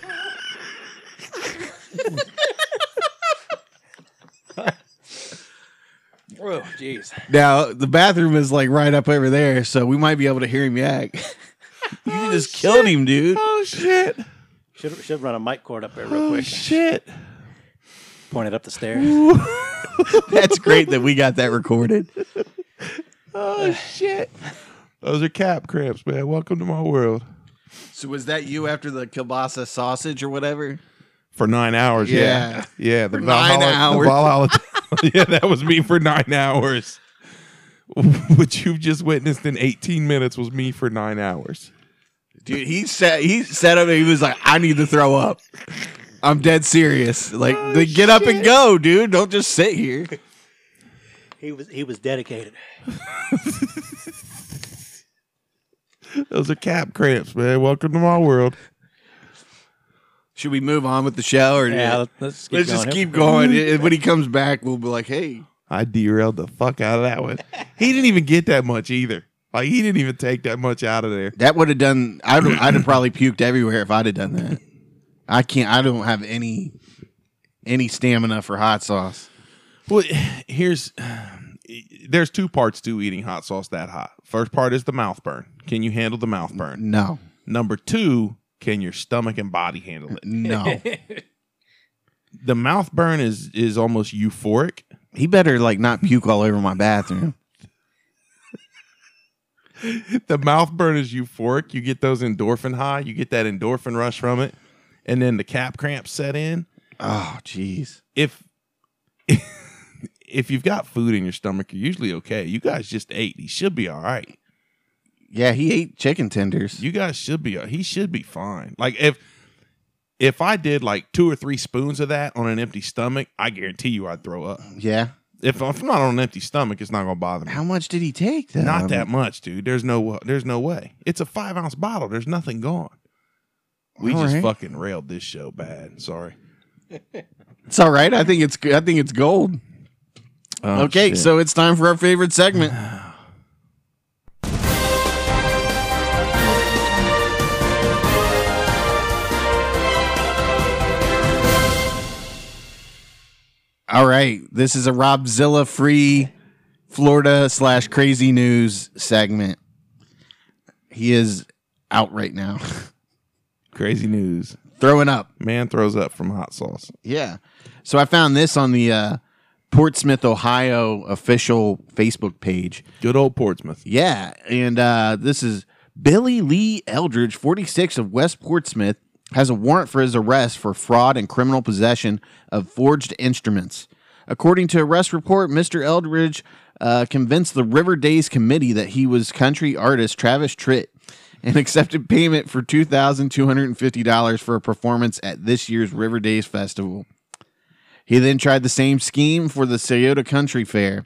Speaker 5: Oh, jeez.
Speaker 2: Now the bathroom is like right up over there, so we might be able to hear him yak. you just killed him, dude.
Speaker 4: Oh shit.
Speaker 5: Should should run a mic cord up there real
Speaker 4: Oh
Speaker 5: quick.
Speaker 4: shit.
Speaker 5: Point it up the stairs.
Speaker 2: That's great that we got that recorded.
Speaker 4: Oh shit. Those are cap cramps, man. Welcome to my world.
Speaker 2: So was that you after the kielbasa sausage or whatever?
Speaker 4: For nine hours, yeah.
Speaker 2: Yeah.
Speaker 4: Yeah, the
Speaker 2: For nine hours.
Speaker 4: the Valhalla- yeah, that was me for nine hours. what you've just witnessed in 18 minutes was me for nine hours.
Speaker 2: Dude, he sat he sat up and he was like, I need to throw up. I'm dead serious. Like then get up and go, dude. Don't just sit here.
Speaker 5: he was he was dedicated.
Speaker 4: Those are cap cramps, man. Welcome to my world.
Speaker 2: Should we move on with the show or
Speaker 5: Yeah, let's, let's, keep
Speaker 2: Let's
Speaker 5: going
Speaker 2: just
Speaker 5: here.
Speaker 2: keep going. And when he comes back, we'll be like, hey.
Speaker 4: I derailed the fuck out of that one. He didn't even get that much either. Like he didn't even take that much out of there.
Speaker 2: That would have done I'd I'd have probably puked everywhere if I'd have done that. I can't I don't have any any stamina for hot sauce.
Speaker 4: Well, here's there's two parts to eating hot sauce that hot. First part is the mouth burn. Can you handle the mouth burn?
Speaker 2: No.
Speaker 4: Number two, can your stomach and body handle it?
Speaker 2: No.
Speaker 4: The mouth burn is is almost euphoric.
Speaker 2: he better like not puke all over my bathroom.
Speaker 4: The mouth burn is euphoric. You get those endorphin high. You get that endorphin rush from it, and then the cap cramps set in.
Speaker 2: Oh, jeez.
Speaker 4: If if you've got food in your stomach, you're usually okay. You guys just ate. He should be all right.
Speaker 2: Yeah, he ate chicken tenders.
Speaker 4: You guys should be. He should be fine. Like if if I did like two or three spoons of that on an empty stomach, I guarantee you I'd throw up.
Speaker 2: yeah.
Speaker 4: If, if I'm not on an empty stomach, it's not gonna bother me.
Speaker 2: How much did he take? Though?
Speaker 4: Not that much, dude. There's no there's no way. It's a five ounce bottle. There's nothing gone. We
Speaker 2: All
Speaker 4: just
Speaker 2: right.
Speaker 4: fucking railed this show bad. Sorry.
Speaker 2: It's all right. I think it's. I think it's gold. Oh,
Speaker 4: Oh,
Speaker 2: okay, so it's time for our favorite segment. All right, this is a Robzilla free Florida slash crazy news segment. He is out right now,
Speaker 4: Crazy news.
Speaker 2: throwing up.
Speaker 4: Man throws up from hot sauce.
Speaker 2: Yeah. So I found this on the uh, Portsmouth, Ohio official Facebook page.
Speaker 4: Good old Portsmouth.
Speaker 2: Yeah. And uh, this is Billy Lee Eldridge, 46 of West Portsmouth, has a warrant for his arrest for fraud and criminal possession of forged instruments. According to arrest report, Mr. Eldridge uh, convinced the River Days Committee that he was country artist Travis Tritt and accepted payment for $2,250 for a performance at this year's River Days Festival. He then tried the same scheme for the Toyota Country Fair,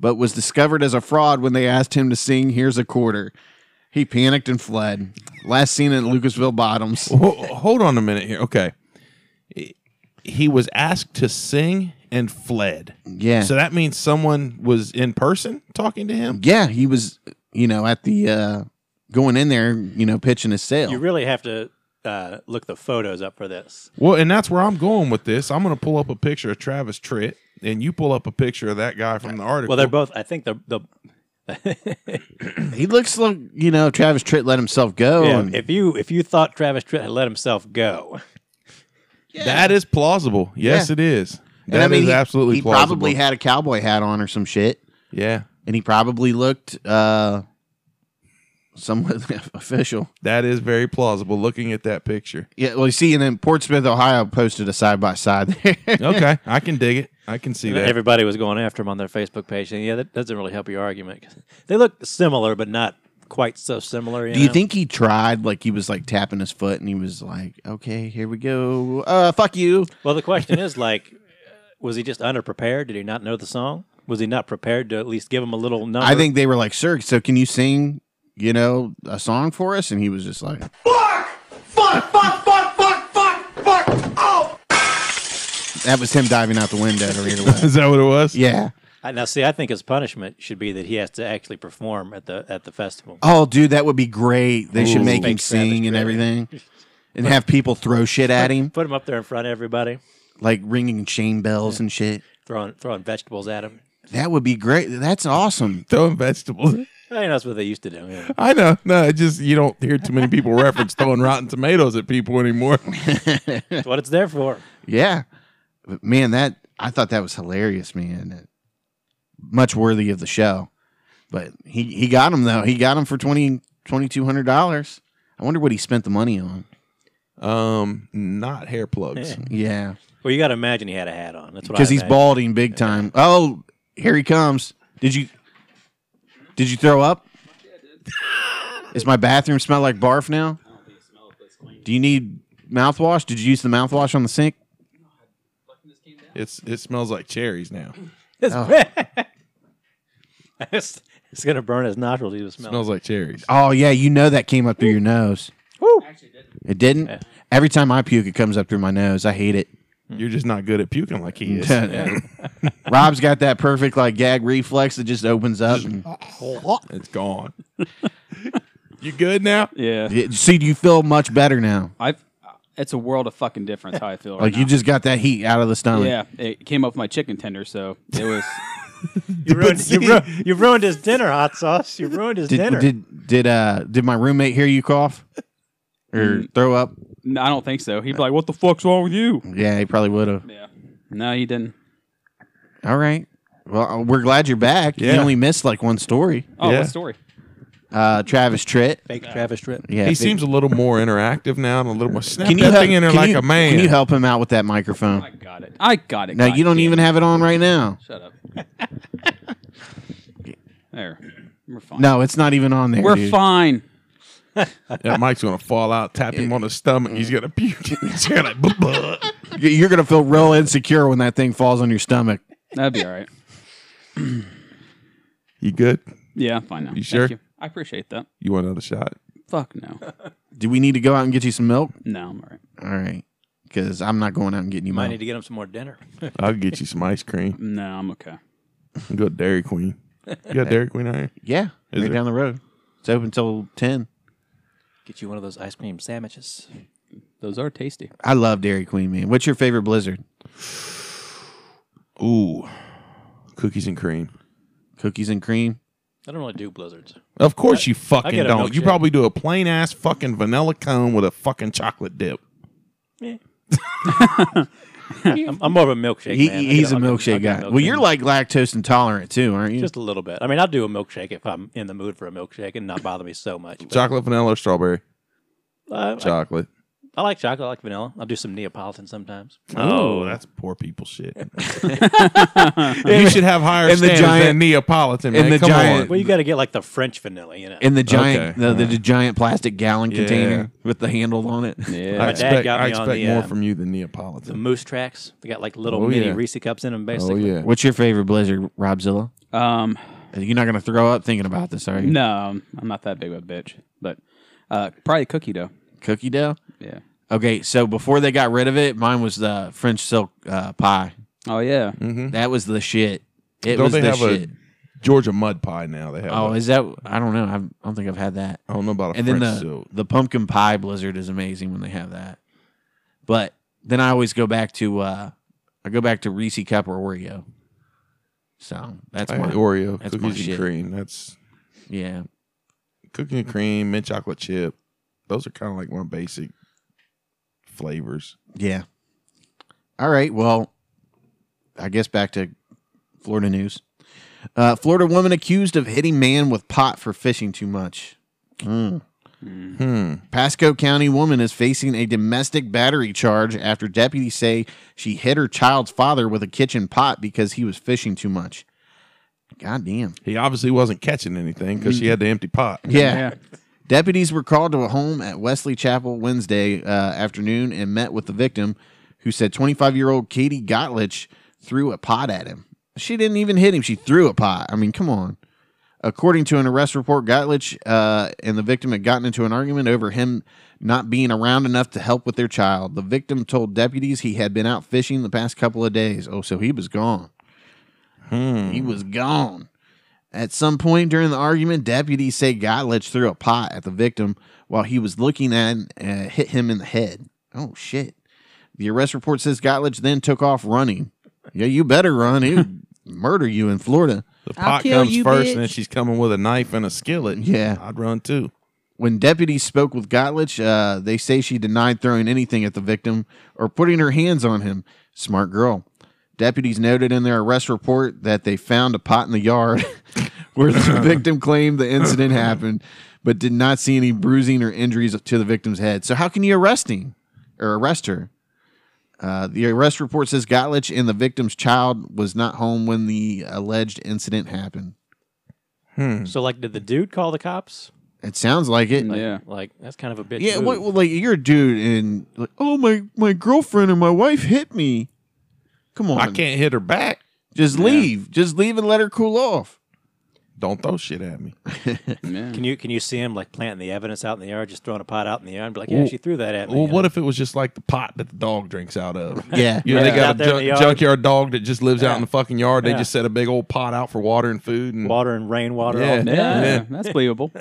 Speaker 2: but was discovered as a fraud when they asked him to sing Here's a Quarter. He panicked and fled. Last seen at Lucasville Bottoms.
Speaker 4: Ho- hold on a minute here. Okay. He was asked to sing and fled.
Speaker 2: Yeah.
Speaker 4: So that means someone was in person talking to him?
Speaker 2: yeah, he was, you know, at the uh going in there, you know, pitching his sale.
Speaker 5: You really have to uh, look the photos up for this.
Speaker 4: Well, and that's where I'm going with this. I'm going to pull up a picture of Travis Tritt, and you pull up a picture of that guy from the article.
Speaker 5: Well, they're both. I think the the
Speaker 2: he looks like, you know, Travis Tritt let himself go.
Speaker 5: yeah,
Speaker 2: and
Speaker 5: if you if you thought Travis Tritt had let himself go,
Speaker 4: That is plausible. Yes,
Speaker 2: Yeah.
Speaker 4: it is. That
Speaker 2: and
Speaker 4: is
Speaker 2: I mean, he-
Speaker 4: absolutely
Speaker 2: he
Speaker 4: plausible.
Speaker 2: probably had a cowboy hat on or some shit.
Speaker 4: yeah,
Speaker 2: And he probably looked uh somewhat official.
Speaker 4: that is very plausible looking at that picture.
Speaker 2: Yeah, well, you see, and then Portsmouth, Ohio posted a side by side there.
Speaker 4: Okay, I can dig it. I can see that.
Speaker 5: everybody was going after him on their Facebook page. And yeah, that doesn't really help your argument. They look similar, but not quite so similar. You
Speaker 2: Do you
Speaker 5: know?
Speaker 2: think he tried? Like he was like tapping his foot, and he was like, "Okay, here we go. Uh, fuck you."
Speaker 5: Well, the question is like, was he just underprepared? Did he not know the song? Was he not prepared to at least give him a little number?
Speaker 2: I think they were like, "Sir, so can you sing, you know, a song for us?" And he was just like,
Speaker 6: Fuck! Fuck, fuck, fuck, fuck, fuck, fuck! Oh!
Speaker 2: "That was him diving out the window." To read away.
Speaker 4: Is that what it was?
Speaker 2: yeah.
Speaker 5: I- now, see, I think his punishment should be that he has to actually perform at the at the festival.
Speaker 2: Oh, dude, that would be great. They should
Speaker 4: Ooh.
Speaker 2: make him
Speaker 5: Fake Savage
Speaker 2: sing and
Speaker 5: Granny.
Speaker 2: everything, and have people throw shit at him,
Speaker 5: Put him up there in front of everybody,
Speaker 2: like ringing chain bells and shit.
Speaker 5: throwing throwing vegetables at him.
Speaker 2: That would be great. That's awesome.
Speaker 4: Throwing vegetables.
Speaker 5: I think that's what they used to do. yeah.
Speaker 4: I know. No, it just you don't hear too many people reference throwing rotten tomatoes at people anymore.
Speaker 5: That's what it's there for.
Speaker 2: Yeah. But man, that I thought that was hilarious, man. Much worthy of the show. But he, he got him though. He got him for twenty twenty two hundred dollars. I wonder what he spent the money on.
Speaker 4: Um, not hair plugs.
Speaker 2: Yeah.
Speaker 5: Well, you got to imagine he had a hat on. That's what I
Speaker 2: Because he's
Speaker 5: imagine.
Speaker 2: balding big time. Oh, here he comes. Did you did you throw up? Is my bathroom smell like barf now? Do you need mouthwash? Did you use the mouthwash on the sink?
Speaker 4: It's it smells like cherries now.
Speaker 5: it's, it's gonna burn his nostrils. You smell.
Speaker 4: smells like cherries.
Speaker 2: Oh yeah, you know that came up through your nose. It didn't. Every time I puke, it comes up through my nose. I hate it.
Speaker 5: Mm.
Speaker 4: You're just not good at puking like he is.
Speaker 2: Rob's got that perfect like gag reflex that just opens up. and-
Speaker 4: it's gone. you good now?
Speaker 3: Yeah,
Speaker 2: Yeah, see, do you feel much better now?
Speaker 3: I. It's a world of fucking difference how I
Speaker 4: Oh,
Speaker 3: feel. Right
Speaker 2: Like
Speaker 3: now.
Speaker 2: you just got that heat out of the stomach.
Speaker 3: yeah, it came up with my chicken tender, so it was.
Speaker 5: You ruined, you, ru- you ruined his dinner, hot sauce. You ruined his
Speaker 2: Did
Speaker 5: dinner.
Speaker 2: did did uh did my roommate hear you cough or throw up?
Speaker 3: no, I don't think so. He'd be like, "What the fuck's wrong with you?"
Speaker 2: Yeah, he probably would have.
Speaker 3: Yeah. No, he didn't.
Speaker 2: All right. Well, uh, we're glad you're back. You
Speaker 4: Yeah.
Speaker 2: only missed like one story.
Speaker 3: Oh,
Speaker 4: Yeah.
Speaker 3: what story?
Speaker 2: Uh, Travis Tritt.
Speaker 5: Fake Travis Tritt.
Speaker 2: Yeah,
Speaker 4: he
Speaker 2: big-
Speaker 4: seems a little more interactive now and a little more. Snap
Speaker 2: Can you
Speaker 4: that
Speaker 2: help,
Speaker 4: thing in there
Speaker 2: can
Speaker 4: like
Speaker 2: you-
Speaker 4: a man.
Speaker 2: Can you help him out with that microphone?
Speaker 3: I got it. I got it.
Speaker 2: Now
Speaker 3: God
Speaker 2: you don't
Speaker 3: damn
Speaker 2: even
Speaker 3: it.
Speaker 2: have it on right now.
Speaker 3: Shut up. There, we're fine.
Speaker 2: No, it's not even on there.
Speaker 3: we're
Speaker 2: dude.
Speaker 3: fine.
Speaker 4: Yeah, Mike's gonna fall out, tap him on the stomach.
Speaker 5: Mm.
Speaker 4: He's gonna puke. He's gonna like, "Buh, buh."
Speaker 2: Y- You're gonna feel real insecure when that thing falls on your stomach.
Speaker 3: That'd be all right.
Speaker 4: You good?
Speaker 3: Yeah, I'm fine now. Thank
Speaker 4: sure?
Speaker 3: I appreciate that.
Speaker 4: You want another shot?
Speaker 3: Fuck no.
Speaker 2: Do we need to go out and get you some milk?
Speaker 3: No, I'm all right.
Speaker 2: All right, because I'm not going out and getting you
Speaker 5: Might
Speaker 2: milk.
Speaker 5: need to get him some more dinner.
Speaker 4: I'll get you some ice cream.
Speaker 3: No, I'm okay.
Speaker 4: Go to Dairy Queen. You got Dairy Queen out here?
Speaker 2: yeah,
Speaker 4: Is
Speaker 2: right
Speaker 4: it-
Speaker 2: down the road. It's open till ten.
Speaker 5: Get you one of those ice cream sandwiches.
Speaker 3: Those are tasty.
Speaker 2: I love Dairy Queen, man. What's your favorite Blizzard?
Speaker 4: Ooh, cookies and cream.
Speaker 2: Cookies and cream.
Speaker 5: I don't really do blizzards.
Speaker 4: Of course you fucking
Speaker 5: get a
Speaker 4: don't. You
Speaker 5: milkshake.
Speaker 4: probably do a plain ass fucking vanilla cone with a fucking chocolate dip.
Speaker 5: I'm, I'm more of a milkshake.
Speaker 2: He,
Speaker 5: man. I
Speaker 2: he's a
Speaker 5: get- I'll get- I'll
Speaker 2: milkshake
Speaker 5: get a
Speaker 2: guy. Well, you're like lactose intolerant too, aren't you?
Speaker 5: just a little bit. I mean, I'll do a milkshake if I'm in the mood for a milkshake and not bother me so much. But,
Speaker 4: Chocolate, vanilla, or strawberry?
Speaker 5: uh, I,
Speaker 4: Chocolate.
Speaker 5: I like chocolate. I like vanilla. I'll do some Neapolitan sometimes.
Speaker 4: Oh, that's poor people shit. you should have higher
Speaker 2: And the
Speaker 4: standards
Speaker 2: giant-
Speaker 4: than Neapolitan.
Speaker 2: and
Speaker 4: man.
Speaker 2: the
Speaker 4: Come
Speaker 2: giant-
Speaker 4: on.
Speaker 5: Well, you got to get like the French vanilla, you know.
Speaker 2: in the giant,
Speaker 4: Okay.
Speaker 2: the, the, giant plastic gallon
Speaker 4: Yeah.
Speaker 2: container with the handle on it.
Speaker 4: I
Speaker 5: My
Speaker 4: expect,
Speaker 5: dad got
Speaker 4: I
Speaker 5: me on
Speaker 4: expect
Speaker 5: the,
Speaker 4: more
Speaker 5: uh,
Speaker 2: um,
Speaker 4: from you than
Speaker 5: the
Speaker 4: Neapolitan.
Speaker 5: moose tracks. They got like little
Speaker 4: Oh,
Speaker 5: mini
Speaker 4: yeah.
Speaker 5: Reese cups in them,
Speaker 4: Oh
Speaker 5: basically.
Speaker 4: yeah.
Speaker 2: What's your favorite Blizzard, Robzilla?
Speaker 3: Um,
Speaker 2: You're not gonna throw up thinking about this, are you?
Speaker 3: no, I'm- I'm not that big of a bitch, but uh, probably cookie dough.
Speaker 2: Cookie dough.
Speaker 3: Yeah.
Speaker 2: Okay, so before they got rid of it, mine was the French silk uh, pie.
Speaker 3: Oh yeah.
Speaker 4: Mm-hmm.
Speaker 2: That was the shit. It
Speaker 4: Don't
Speaker 2: was
Speaker 4: they
Speaker 2: the
Speaker 4: have
Speaker 2: shit.
Speaker 4: a Georgia mud pie now? They have.
Speaker 2: oh,
Speaker 4: a-
Speaker 2: is that? I don't know. I've, I don't think I've had that.
Speaker 4: I don't know about a
Speaker 2: and then
Speaker 4: French
Speaker 2: the
Speaker 4: silk.
Speaker 2: the pumpkin pie blizzard is amazing when they have that. But then I always go back to uh, I go back to Reese cup or Oreo. So that's
Speaker 4: I
Speaker 2: my
Speaker 4: had Oreo
Speaker 2: that's my
Speaker 4: cookies
Speaker 2: shit.
Speaker 4: and cream. That's
Speaker 2: yeah.
Speaker 4: cookie and cream, mint chocolate chip. Those are kind of like my basic flavors.
Speaker 2: Yeah. All right. Well, I guess back to Florida news. Uh, Florida woman accused of hitting man with pot for fishing too much. Mm. Pasco County woman is facing a domestic battery charge after deputies say she hit her child's father with a kitchen pot because he was fishing too much. God damn.
Speaker 4: He obviously wasn't catching anything because she had the empty pot.
Speaker 2: Yeah.
Speaker 3: Yeah.
Speaker 2: Deputies were called to a home at Wesley Chapel Wednesday uh, afternoon and met with the victim, who said 25 year old Katie Gottlich threw a pot at him. She didn't even hit him, she threw a pot. I mean, come on. According to an arrest report, Gottlich uh, and the victim had gotten into an argument over him not being around enough to help with their child. The victim told deputies he had been out fishing the past couple of days. Oh, so he was gone. He was gone. At some point during the argument, deputies say Gottlich threw a pot at the victim while he was looking at and uh, hit him in the head. Oh, shit. The arrest report says Gottlich then took off running. Yeah, you better run. He'll murder you in Florida.
Speaker 4: The pot comes first, and then she's coming with a knife and a skillet.
Speaker 2: Yeah.
Speaker 4: I'd run too.
Speaker 2: When deputies spoke with Gottlich, uh, they say she denied throwing anything at the victim or putting her hands on him. Smart girl. Deputies noted in their arrest report that they found a pot in the yard where the victim claimed the incident happened, but did not see any bruising or injuries to the victim's head. So, how can you arrest him or arrest her? Uh, the arrest report says Gottlich and the victim's child was not home when the alleged incident happened.
Speaker 5: So, like, did the dude call the cops?
Speaker 2: It sounds like it.
Speaker 3: Yeah.
Speaker 5: Like, that's kind of a bitch.
Speaker 2: Yeah,
Speaker 5: move.
Speaker 2: what, well, like you're a dude, and like, oh my, my girlfriend and my wife hit me. Come on,
Speaker 4: I can't hit her back.
Speaker 2: Just leave, just leave and let her cool off.
Speaker 4: Don't throw shit at me.
Speaker 5: Can you can you see him like planting the evidence out in the yard, just throwing a pot out in the yard, and be like, yeah, she threw that at me.
Speaker 4: Well,
Speaker 5: you
Speaker 4: what
Speaker 5: know?
Speaker 4: if it was just like the pot that the dog drinks out of?
Speaker 2: Yeah,
Speaker 4: You know,
Speaker 5: Yeah.
Speaker 4: they
Speaker 5: Out
Speaker 4: got a
Speaker 5: there in
Speaker 4: junk,
Speaker 5: the yard.
Speaker 4: junkyard dog that just lives out in the fucking yard. They
Speaker 5: Yeah.
Speaker 4: just set a big old pot out for water and food, and
Speaker 5: water and rainwater?
Speaker 4: Yeah.
Speaker 5: all day.
Speaker 3: Yeah,
Speaker 4: Yeah.
Speaker 3: that's believable.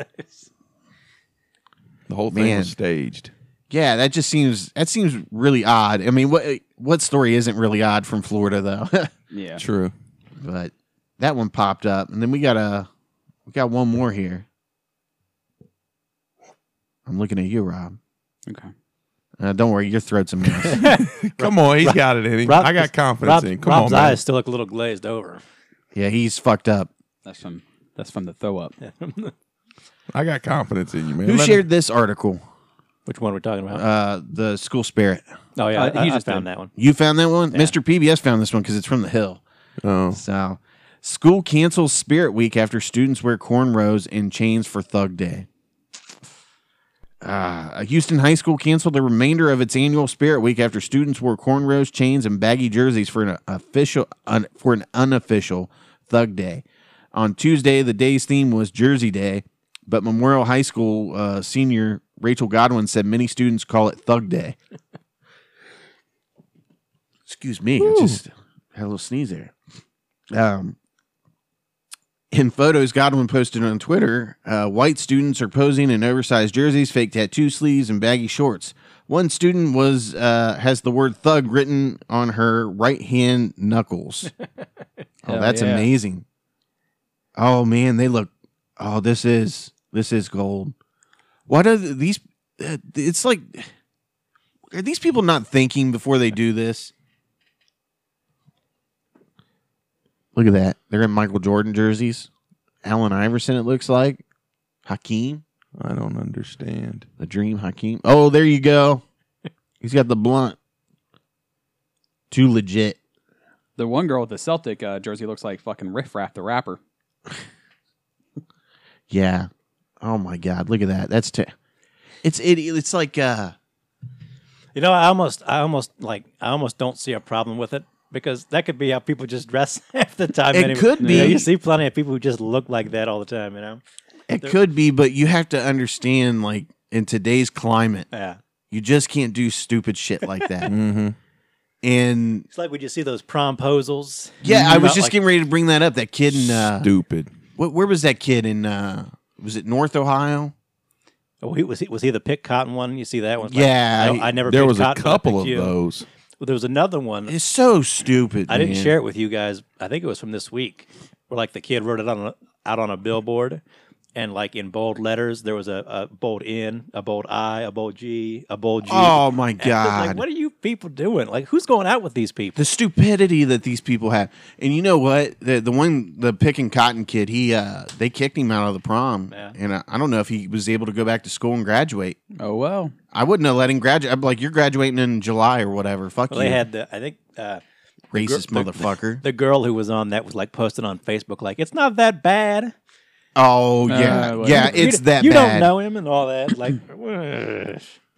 Speaker 4: the whole thing
Speaker 2: Man.
Speaker 4: was staged.
Speaker 2: yeah. That just seems that seems really odd. I mean, what what story isn't really odd from Florida though?
Speaker 3: Yeah.
Speaker 4: True.
Speaker 2: but that one popped up, and then we got a we got one more here. I'm looking at you, Rob.
Speaker 3: Okay.
Speaker 2: Uh, don't worry, your throat's a mess.
Speaker 4: Come on, he's got it in him.
Speaker 5: Rob-
Speaker 4: I got confidence
Speaker 5: Rob,
Speaker 4: in him. Come
Speaker 5: Rob's
Speaker 4: on, man.
Speaker 5: eyes still look a little glazed over.
Speaker 2: yeah, he's fucked up.
Speaker 3: That's from that's from the throw up.
Speaker 4: I got confidence in you, man.
Speaker 2: Who
Speaker 4: Let
Speaker 2: shared this article?
Speaker 5: Which one we're talking about?
Speaker 2: Uh, the school spirit.
Speaker 5: oh yeah,
Speaker 3: uh,
Speaker 5: I,
Speaker 3: he
Speaker 5: I
Speaker 3: just
Speaker 5: found
Speaker 3: did.
Speaker 5: that one.
Speaker 2: You found that one? Mr. PBS found this one because it's from the hill.
Speaker 4: him- Oh.
Speaker 2: So School cancels Spirit Week after students wear cornrows and chains for Thug Day. Ah, a Houston high school canceled the remainder of its annual Spirit Week after students wore cornrows, chains, and baggy jerseys for an official un, for an unofficial Thug Day. On Tuesday, the day's theme was Jersey Day, but Memorial High School uh, senior Rachel Godwin said many students call it Thug Day. Excuse me, I just had a little sneeze there. Um, in photos Godwin posted on Twitter, uh, white students are posing in oversized jerseys, fake tattoo sleeves, and baggy shorts. One student was uh, has the word "thug" written on her right hand knuckles. oh,
Speaker 5: Hell
Speaker 2: that's
Speaker 5: yeah.
Speaker 2: amazing! Oh man, they look. Oh, this is this is gold. Why do these? uh, It's like are these people not thinking before they do this? Look at that. They're in Michael Jordan jerseys. Allen Iverson, it looks like. Hakeem,
Speaker 4: I don't understand.
Speaker 2: the dream Hakeem. Oh, there you go. He's got the blunt. Too legit.
Speaker 3: The one girl with the Celtic uh, jersey looks like fucking Riff Raff the rapper.
Speaker 2: Yeah. Oh my God. Look at that. That's t- it's it, it's like uh
Speaker 5: You know, I almost, I almost like, I almost don't see a problem with it because that could be how people just dress half the time.
Speaker 2: It
Speaker 5: anyway.
Speaker 2: could
Speaker 5: You know,
Speaker 2: be.
Speaker 5: You see plenty of people who just look like that all the time. You know.
Speaker 2: it could be, but you have to understand like in today's climate,
Speaker 5: Yeah.
Speaker 2: you just can't do stupid shit like that.
Speaker 4: Mm-hmm.
Speaker 2: and
Speaker 5: It's like we just see those promposals.
Speaker 2: Yeah, I was
Speaker 5: About,
Speaker 2: just
Speaker 5: like,
Speaker 2: getting ready to bring that up. That kid in uh,
Speaker 4: Stupid.
Speaker 2: wh- where was that kid in uh, was it North Ohio?
Speaker 5: Oh, he was he was he the pick cotton one? You see that one? It's
Speaker 2: Yeah,
Speaker 5: Like, no, I, never.
Speaker 4: There
Speaker 5: picked
Speaker 4: was a
Speaker 5: cotton, but I
Speaker 4: couple
Speaker 5: picked
Speaker 4: of
Speaker 5: you.
Speaker 4: those.
Speaker 5: Well, there was another one.
Speaker 2: It's so stupid.
Speaker 5: I didn't
Speaker 2: man.
Speaker 5: share it with you guys. I think it was from this week, where like the kid wrote it on a, out on a billboard, and like in bold letters, there was a, a bold N, a bold I, a bold G, a bold G.
Speaker 2: Oh my
Speaker 5: And I was
Speaker 2: god,
Speaker 5: Like, what are you people doing? Like, who's going out with these people?
Speaker 2: the stupidity that these people have. And you know what? The the one the picking cotton kid, he uh, they kicked him out of the prom,
Speaker 5: Yeah.
Speaker 2: and I, I don't know if he was able to go back to school and graduate.
Speaker 3: Oh well.
Speaker 2: I wouldn't have let him graduate. I'm like, you're graduating in July or whatever. Fuck
Speaker 5: Well,
Speaker 2: you,
Speaker 5: they had the. I think uh,
Speaker 2: racist
Speaker 5: the-
Speaker 2: motherfucker.
Speaker 5: the girl who was on that was like posted on Facebook, like, it's not that bad.
Speaker 2: oh yeah,
Speaker 3: well,
Speaker 2: yeah.
Speaker 5: Uh, You
Speaker 2: It's
Speaker 5: d-
Speaker 2: that
Speaker 5: you
Speaker 2: bad.
Speaker 5: don't know him and all that. Like,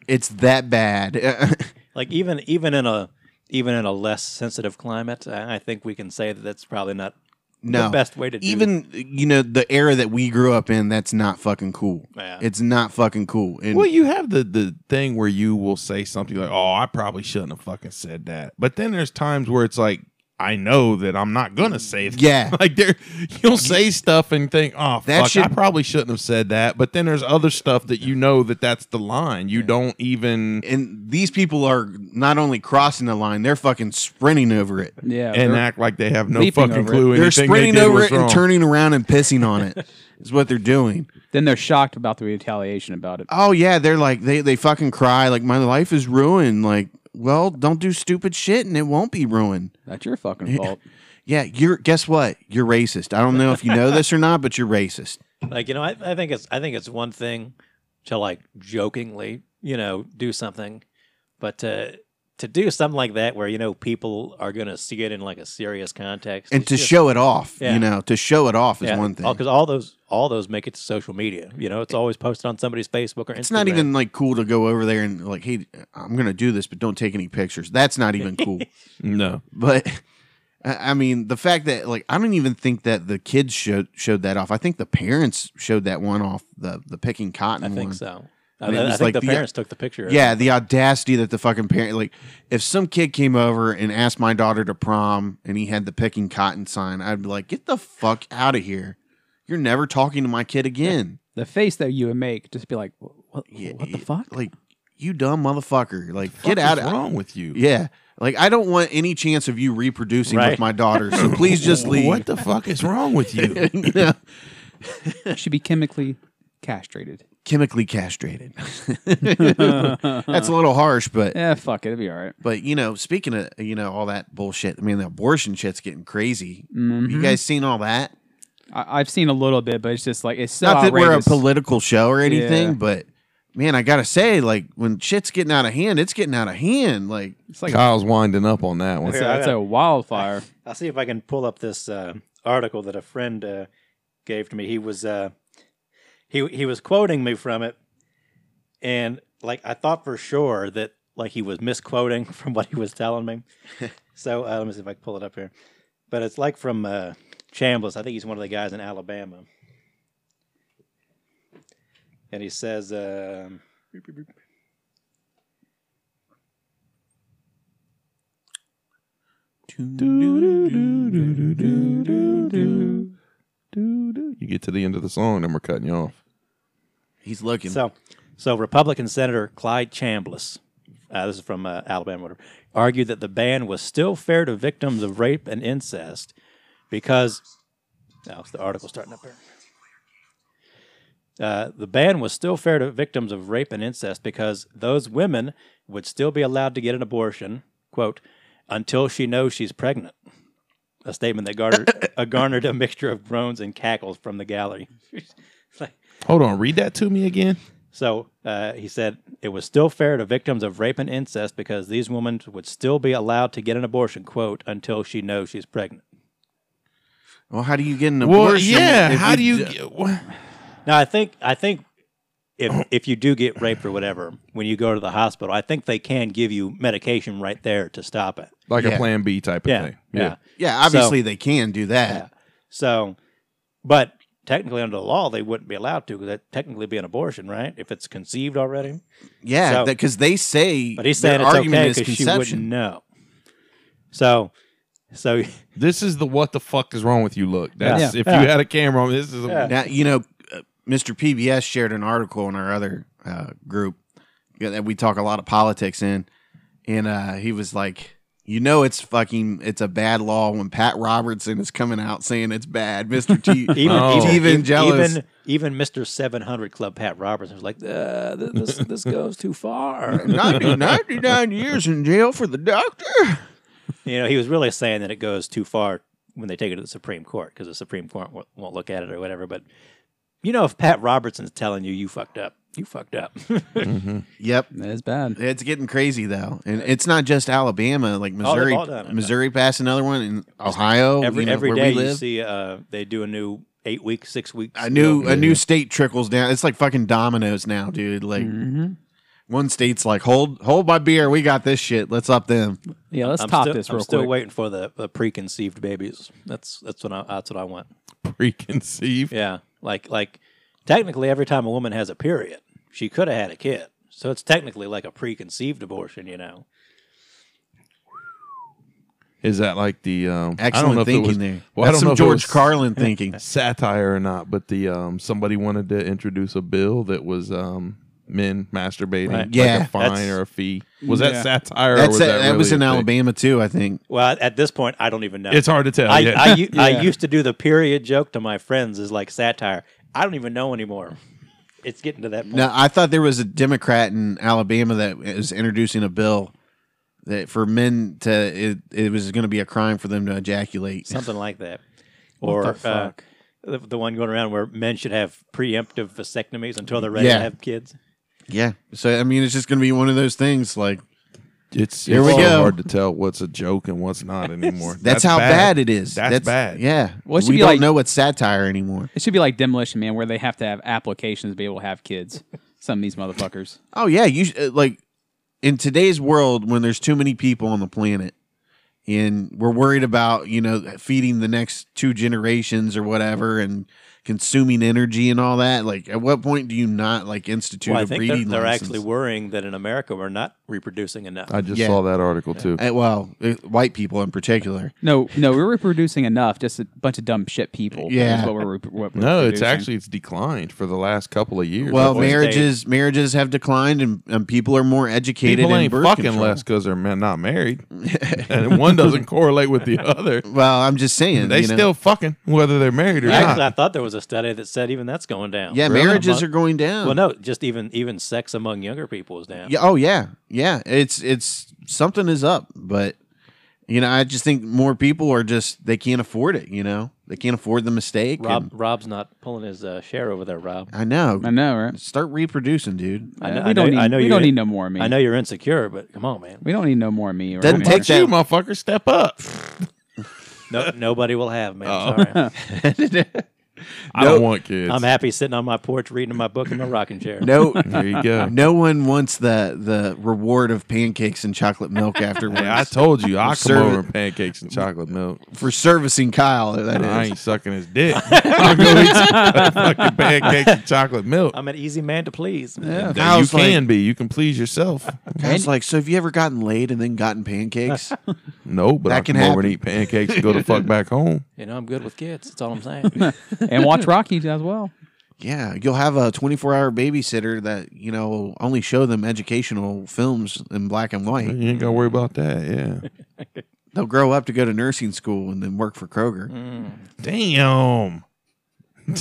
Speaker 2: It's that bad.
Speaker 5: like even even in a even in a less sensitive climate, I I think we can say that that's probably not
Speaker 2: no
Speaker 5: the best way to do
Speaker 2: even you know the era that we grew up in that's not fucking cool
Speaker 5: Yeah.
Speaker 2: it's not fucking cool and
Speaker 4: Well, you have the the thing where you will say something like, "Oh, I probably shouldn't have fucking said that," but then there's times where it's like, "I know that I'm not gonna say that."
Speaker 2: Mm, Yeah.
Speaker 4: like there, you'll say stuff and think, "Oh,
Speaker 2: That
Speaker 4: fuck, I
Speaker 2: should-
Speaker 4: probably shouldn't have said that," but then there's other stuff that you know that that's the line. You don't even,
Speaker 2: and these people are not only crossing the line they're fucking sprinting over it
Speaker 3: Yeah.
Speaker 4: and
Speaker 3: they're-
Speaker 4: act like they have no
Speaker 3: leaping
Speaker 4: fucking
Speaker 3: over it.
Speaker 4: clue.
Speaker 2: they're
Speaker 4: anything they
Speaker 2: sprinting
Speaker 4: did
Speaker 2: over
Speaker 4: was
Speaker 2: it
Speaker 4: wrong.
Speaker 2: and turning around and pissing on it is what they're doing
Speaker 3: then they're shocked about the retaliation about it.
Speaker 2: oh yeah they're like they, they fucking cry like my life is ruined like well don't do stupid shit and it won't be ruined
Speaker 3: That's your fucking fault.
Speaker 2: yeah you're guess what you're racist i don't know if you know this or not but you're racist
Speaker 5: like you know I, I think it's i think it's one thing to like jokingly you know do something but to to do something like that where you know people are going to see it in like a serious context
Speaker 2: and to show it off
Speaker 5: Yeah.
Speaker 2: you know to show it off is one thing
Speaker 5: because all those all those make it to social media you know it's always posted on somebody's facebook or
Speaker 2: It's not even like cool to go over there and like, hey, I'm gonna do this, but don't take any pictures. That's not even cool.
Speaker 4: No,
Speaker 2: but I I mean, the fact that like I don't even think that the kids showed showed that off. I think the parents showed that one off the the picking cotton.
Speaker 5: i think
Speaker 2: one.
Speaker 5: so i,
Speaker 2: And it
Speaker 5: I
Speaker 2: was
Speaker 5: think
Speaker 2: like
Speaker 5: the
Speaker 2: the-
Speaker 5: parents took the picture of
Speaker 2: Yeah,
Speaker 5: it.
Speaker 2: the audacity that the fucking parent like, if some kid came over and asked my daughter to prom and he had the picking cotton sign, I'd be like, get the fuck out of here. You're never talking to my kid again.
Speaker 3: The face that you would make, just be like, what, what the fuck?
Speaker 2: Like, you dumb motherfucker. Like,
Speaker 4: Fuck
Speaker 2: get out
Speaker 4: is
Speaker 2: of
Speaker 4: wrong with you.
Speaker 2: Yeah. Like I don't want any chance of you reproducing
Speaker 5: Right.
Speaker 2: with my daughter. So please just leave.
Speaker 4: What the fuck is wrong with you?
Speaker 2: Yeah.
Speaker 3: should be chemically castrated.
Speaker 2: Chemically castrated. That's a little harsh, but
Speaker 3: Yeah, Eh, fuck it. It'll be all right.
Speaker 2: but you know, speaking of you know all that bullshit, I mean the abortion shit's getting crazy.
Speaker 4: Mm-hmm.
Speaker 2: You guys seen all that?
Speaker 3: I, I've seen a little bit, but it's just like, it's so
Speaker 2: Not that we're a
Speaker 3: outrageous.
Speaker 2: political show or anything,
Speaker 3: Yeah.
Speaker 2: but man, I gotta say, like when shit's getting out of hand, it's getting out of hand. Like
Speaker 3: it's like,
Speaker 4: Kyle's winding up on that one.
Speaker 3: it's a, it's a wildfire.
Speaker 5: i'll see if i can pull up this uh, article that a friend uh, gave to me. He was uh, he he was quoting me from it, and like I thought for sure that like he was misquoting from what he was telling me. so uh, let me see if I can pull it up here. But it's like from uh, Chambliss. I think he's one of the guys in Alabama, and he says. um
Speaker 4: You get to the end of the song, then we're cutting you off.
Speaker 2: He's looking.
Speaker 5: So, so Republican Senator Clyde Chambliss, uh, this is from uh, Alabama, whatever, argued that the ban was still fair to victims of rape and incest because. Oh, it's the article starting up here. Uh, the ban was still fair to victims of rape and incest because those women would still be allowed to get an abortion, quote, until she knows she's pregnant. A statement that garnered, uh, garnered a mixture of groans and cackles from the gallery.
Speaker 4: Hold on, read that to me again.
Speaker 5: So uh, he said it was still fair to victims of rape and incest because these women would still be allowed to get an abortion, quote, until she knows she's pregnant.
Speaker 2: well, how do you get an abortion?
Speaker 4: Well, yeah.
Speaker 2: if
Speaker 4: How do you?
Speaker 2: d-
Speaker 4: Get, wha-
Speaker 5: Now I think I think if if you do get raped or whatever when you go to the hospital, I think they can give you medication right there to stop it.
Speaker 4: like
Speaker 2: Yeah.
Speaker 4: a Plan B type of
Speaker 5: Yeah,
Speaker 4: thing.
Speaker 5: yeah.
Speaker 2: Yeah, obviously they can do that.
Speaker 5: So, but technically under the law they wouldn't be allowed to because that technically be an abortion, right? If it's conceived already.
Speaker 2: Yeah,
Speaker 5: So-
Speaker 2: because they say
Speaker 5: But he's
Speaker 2: their
Speaker 5: saying it's
Speaker 2: argument
Speaker 5: okay
Speaker 2: is
Speaker 5: because she wouldn't
Speaker 2: conception.
Speaker 5: know. So, so
Speaker 4: This is the what the fuck is wrong with you look. That's if you had a camera on. This is a,
Speaker 2: Now you know, uh, Mr. PBS shared an article in our other uh, group yeah, that we talk a lot of politics in, and uh, he was like, "You know, it's fucking, it's a bad law when Pat Robertson is coming out saying it's bad." Mr. T,
Speaker 5: even
Speaker 4: Oh.
Speaker 5: even,
Speaker 2: Even
Speaker 5: even
Speaker 2: jealous.
Speaker 5: even even Mr. Seven Hundred Club Pat Robertson was like, uh, th- this this goes too far.
Speaker 2: 90 99 years in jail for the doctor.
Speaker 5: you know, he was really saying that it goes too far when they take it to the Supreme Court because the Supreme Court w- won't look at it or whatever. But you know, if Pat Robertson's telling you you fucked up, you fucked up.
Speaker 2: Yep.
Speaker 3: That is bad.
Speaker 2: It's getting crazy though, and it's not just Alabama. Like
Speaker 5: all
Speaker 2: Missouri,
Speaker 5: done it.
Speaker 2: Missouri passed another one, and Ohio.
Speaker 5: every
Speaker 2: you know,
Speaker 5: every
Speaker 2: where we
Speaker 5: day you
Speaker 2: live.
Speaker 5: see uh, they do a new eight week, six week.
Speaker 2: a new a new state trickles down. It's like fucking dominoes now, dude. Like one state's like, hold hold my beer, we got this shit. Let's up them.
Speaker 3: Yeah, let's
Speaker 5: I'm
Speaker 3: top
Speaker 5: still,
Speaker 3: this
Speaker 5: I'm
Speaker 3: real
Speaker 5: still
Speaker 3: quick.
Speaker 5: waiting for the, the preconceived babies. That's that's what I, that's what I want.
Speaker 4: preconceived.
Speaker 5: Yeah, like like technically, every time a woman has a period, she could have had a kid. So it's technically like a preconceived abortion, you know.
Speaker 4: Is that like the um,
Speaker 2: Excellent
Speaker 4: I don't know if it
Speaker 2: thinking
Speaker 4: was-
Speaker 2: there.
Speaker 4: Well, I
Speaker 2: That's
Speaker 4: don't
Speaker 2: some
Speaker 4: know if it
Speaker 2: George
Speaker 4: was
Speaker 2: Carlin thinking.
Speaker 4: satire or not, but the um, somebody wanted to introduce a bill that was um, men masturbating,
Speaker 5: Right.
Speaker 4: like
Speaker 2: Yeah.
Speaker 4: a fine
Speaker 5: That's-
Speaker 4: or a fee. Was that
Speaker 3: Yeah.
Speaker 4: satire? or
Speaker 2: That's
Speaker 4: was
Speaker 2: that,
Speaker 4: that,
Speaker 2: that was
Speaker 4: really
Speaker 2: in
Speaker 4: a thing?
Speaker 2: Alabama too, I think.
Speaker 5: Well, at this point, I don't even know.
Speaker 4: It's hard to tell.
Speaker 5: I,
Speaker 4: yeah.
Speaker 5: I, u- I
Speaker 3: Yeah.
Speaker 5: used to do the period joke to my friends is like satire. I don't even know anymore. It's getting to that point.
Speaker 2: No, I thought there was a Democrat in Alabama that was introducing a bill that for men to it, it was going to be a crime for them to ejaculate.
Speaker 5: Something like that. Or
Speaker 3: the fuck?
Speaker 5: Uh, the, the one going around where men should have preemptive vasectomies until they're ready
Speaker 2: Yeah.
Speaker 5: to have kids.
Speaker 2: Yeah. So I mean, it's just going to be one of those things. Like
Speaker 4: it's
Speaker 2: Here
Speaker 4: it's
Speaker 2: we
Speaker 4: so
Speaker 2: go.
Speaker 4: hard to tell what's a joke and what's not anymore.
Speaker 2: that's, how bad. it is.
Speaker 4: That's bad.
Speaker 2: Yeah.
Speaker 3: Well, it should
Speaker 2: we
Speaker 3: be
Speaker 2: don't
Speaker 3: like-
Speaker 2: know what's satire anymore.
Speaker 3: It should be like Demolition Man, where they have to have applications to be able to have kids. Some of these motherfuckers.
Speaker 2: Oh yeah, you sh- uh, like in today's world when there's too many people on the planet and we're worried about, you know, feeding the next two generations or whatever and consuming energy and all that, like at what point do you not like institute
Speaker 5: Well, I
Speaker 2: a
Speaker 5: think they're,
Speaker 2: breeding
Speaker 5: they're
Speaker 2: license?
Speaker 5: actually worrying that in America we're not reproducing enough.
Speaker 4: I just
Speaker 2: Yeah.
Speaker 4: saw that article too.
Speaker 2: Uh, well, uh, white people in particular.
Speaker 3: No, no, we're reproducing enough. Just a bunch of dumb shit people. is
Speaker 2: Yeah.
Speaker 3: what we're, rep- what we're
Speaker 4: No, it's
Speaker 3: producing.
Speaker 4: actually it's declined for the last couple of years.
Speaker 2: Well,
Speaker 4: Boy,
Speaker 2: marriages marriages have declined and, and people are more educated
Speaker 4: people
Speaker 2: in
Speaker 4: ain't
Speaker 2: birth
Speaker 4: fucking
Speaker 2: control.
Speaker 4: less because they're ma- not married, and one doesn't correlate with the other.
Speaker 2: Well, I'm just saying
Speaker 4: They
Speaker 2: you know.
Speaker 4: still fucking whether they're married or not.
Speaker 5: Actually, I thought there was a study that said even that's going down.
Speaker 2: Yeah,
Speaker 5: Really?
Speaker 2: marriages
Speaker 5: Among-
Speaker 2: are going down.
Speaker 5: Well, no, just even even sex among younger people is down.
Speaker 2: Yeah. Oh yeah. Yeah. It's it's something is up, but you know, I just think more people are just they can't afford it. You know, they can't afford the mistake.
Speaker 5: Rob
Speaker 2: and-
Speaker 5: Rob's not pulling his uh, share over there, Rob.
Speaker 2: I know.
Speaker 3: I know, right?
Speaker 2: Start reproducing, dude.
Speaker 5: I know,
Speaker 3: we
Speaker 5: I
Speaker 3: don't
Speaker 5: know,
Speaker 3: need.
Speaker 5: I know
Speaker 3: we
Speaker 5: you
Speaker 3: don't need no more of me.
Speaker 5: I know you're insecure, but come on, man.
Speaker 3: We don't need no more of me. around
Speaker 2: Doesn't
Speaker 3: here.
Speaker 2: take
Speaker 4: you
Speaker 2: that.
Speaker 4: motherfucker, step up.
Speaker 5: No, nobody will have me.
Speaker 2: Oh.
Speaker 5: I'm sorry.
Speaker 4: I don't want kids.
Speaker 5: I'm happy sitting on my porch reading my book in my rocking chair.
Speaker 2: No,
Speaker 4: There you go.
Speaker 2: no one wants the the reward of pancakes and chocolate milk afterwards
Speaker 4: Hey, I told you, I come
Speaker 2: Serve
Speaker 4: over
Speaker 2: it.
Speaker 4: and pancakes and chocolate milk.
Speaker 2: for servicing Kyle. That
Speaker 4: I
Speaker 2: is.
Speaker 4: ain't sucking his dick. I'm gonna eat some fucking pancakes and chocolate milk.
Speaker 5: I'm an easy man to please.
Speaker 2: Yeah.
Speaker 4: Now you
Speaker 2: Kyle's like-
Speaker 4: can be. You can please yourself.
Speaker 2: Kyle's like, so have you ever gotten laid and then gotten pancakes?
Speaker 4: No, but
Speaker 2: That
Speaker 4: I
Speaker 2: can
Speaker 4: can come over
Speaker 2: happen.
Speaker 4: and eat pancakes and go the fuck back home.
Speaker 5: You know, I'm good with kids. That's all I'm saying.
Speaker 3: and watch Rocky as well.
Speaker 2: yeah, you'll have a 24 hour babysitter that you know will only show them educational films in black and white.
Speaker 4: You ain't gotta worry about that. Yeah.
Speaker 2: They'll grow up to go to nursing school and then work for Kroger.
Speaker 4: Damn.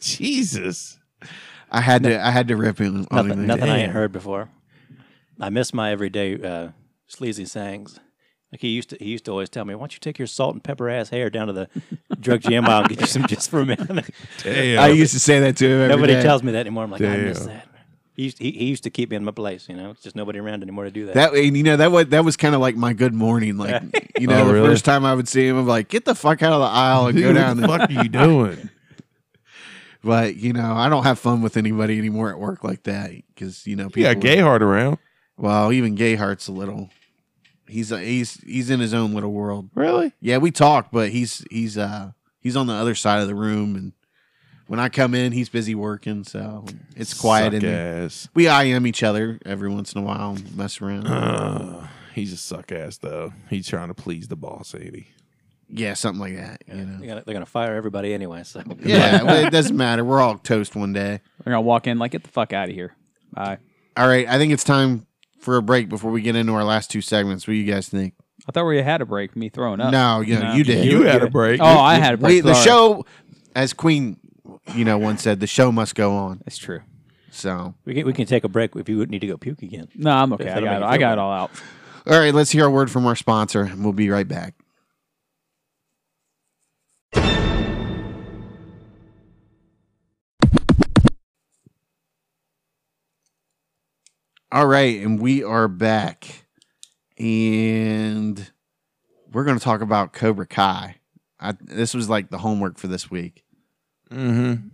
Speaker 4: Jesus.
Speaker 2: I had to I had to rip him. on
Speaker 5: nothing
Speaker 2: him.
Speaker 5: nothing I ain't
Speaker 4: Damn.
Speaker 5: heard before. I miss my everyday uh, sleazy sayings. Like he used to, he used to always tell me, "Why don't you take your salt and pepper ass hair down to the drug GM? I'll get you some just for a minute."
Speaker 4: Damn.
Speaker 2: I used to say that to him. every
Speaker 5: nobody
Speaker 2: day.
Speaker 5: tells me that anymore. I'm like, I miss
Speaker 4: Damn.
Speaker 5: that. He used, he, he used to keep me in my place. You know, it's just nobody around anymore to do that.
Speaker 2: That and you know that was that was kind of like my good morning. Like you know,
Speaker 4: Oh,
Speaker 2: the
Speaker 4: really?
Speaker 2: first time I would see him, I'm like, get the fuck out of the aisle and
Speaker 4: Dude,
Speaker 2: go down.
Speaker 4: What the
Speaker 2: The
Speaker 4: fuck are you doing?
Speaker 2: but you know, I don't have fun with anybody anymore at work like that because you know, people.
Speaker 4: You got gay heart around.
Speaker 2: Well, even Gayhart's a little. He's a, he's he's in his own little world.
Speaker 4: Really?
Speaker 2: Yeah, we talk, but he's he's uh he's on the other side of the room, and when I come in, he's busy working, so it's quiet
Speaker 4: Suck
Speaker 2: in there.
Speaker 4: ass.
Speaker 2: We IM each other every once in a while, and mess around.
Speaker 4: Uh, he's a suck ass though. He's trying to please the boss, ain't he?
Speaker 2: yeah, something like that. You know.
Speaker 5: They're gonna, they're gonna fire everybody anyway. So
Speaker 2: Yeah, well, it doesn't matter. We're all toast one day.
Speaker 3: They're gonna walk in like, get the fuck out of here. Bye.
Speaker 2: All right, I think it's time for a break before we get into our last two segments. What do you guys think?
Speaker 3: I thought we had a break. Me throwing up.
Speaker 2: no, you know, you did.
Speaker 4: You had a break.
Speaker 3: Oh, I had a break.
Speaker 2: we, the
Speaker 3: Sorry.
Speaker 2: show, as Queen, you know, once said, the show must go on.
Speaker 3: That's true.
Speaker 2: So,
Speaker 5: we can, we can take a break if you would need to go puke again.
Speaker 3: No, I'm okay. I
Speaker 5: That'll
Speaker 3: got
Speaker 5: make
Speaker 3: it.
Speaker 5: you
Speaker 3: I
Speaker 5: feel
Speaker 3: got it
Speaker 5: better.
Speaker 3: all out.
Speaker 2: all right, let's hear a word from our sponsor, and we'll be right back. All right, and we are back. And we're going to talk about Cobra Kai. I, this was like the homework for this week.
Speaker 4: Mm-hmm.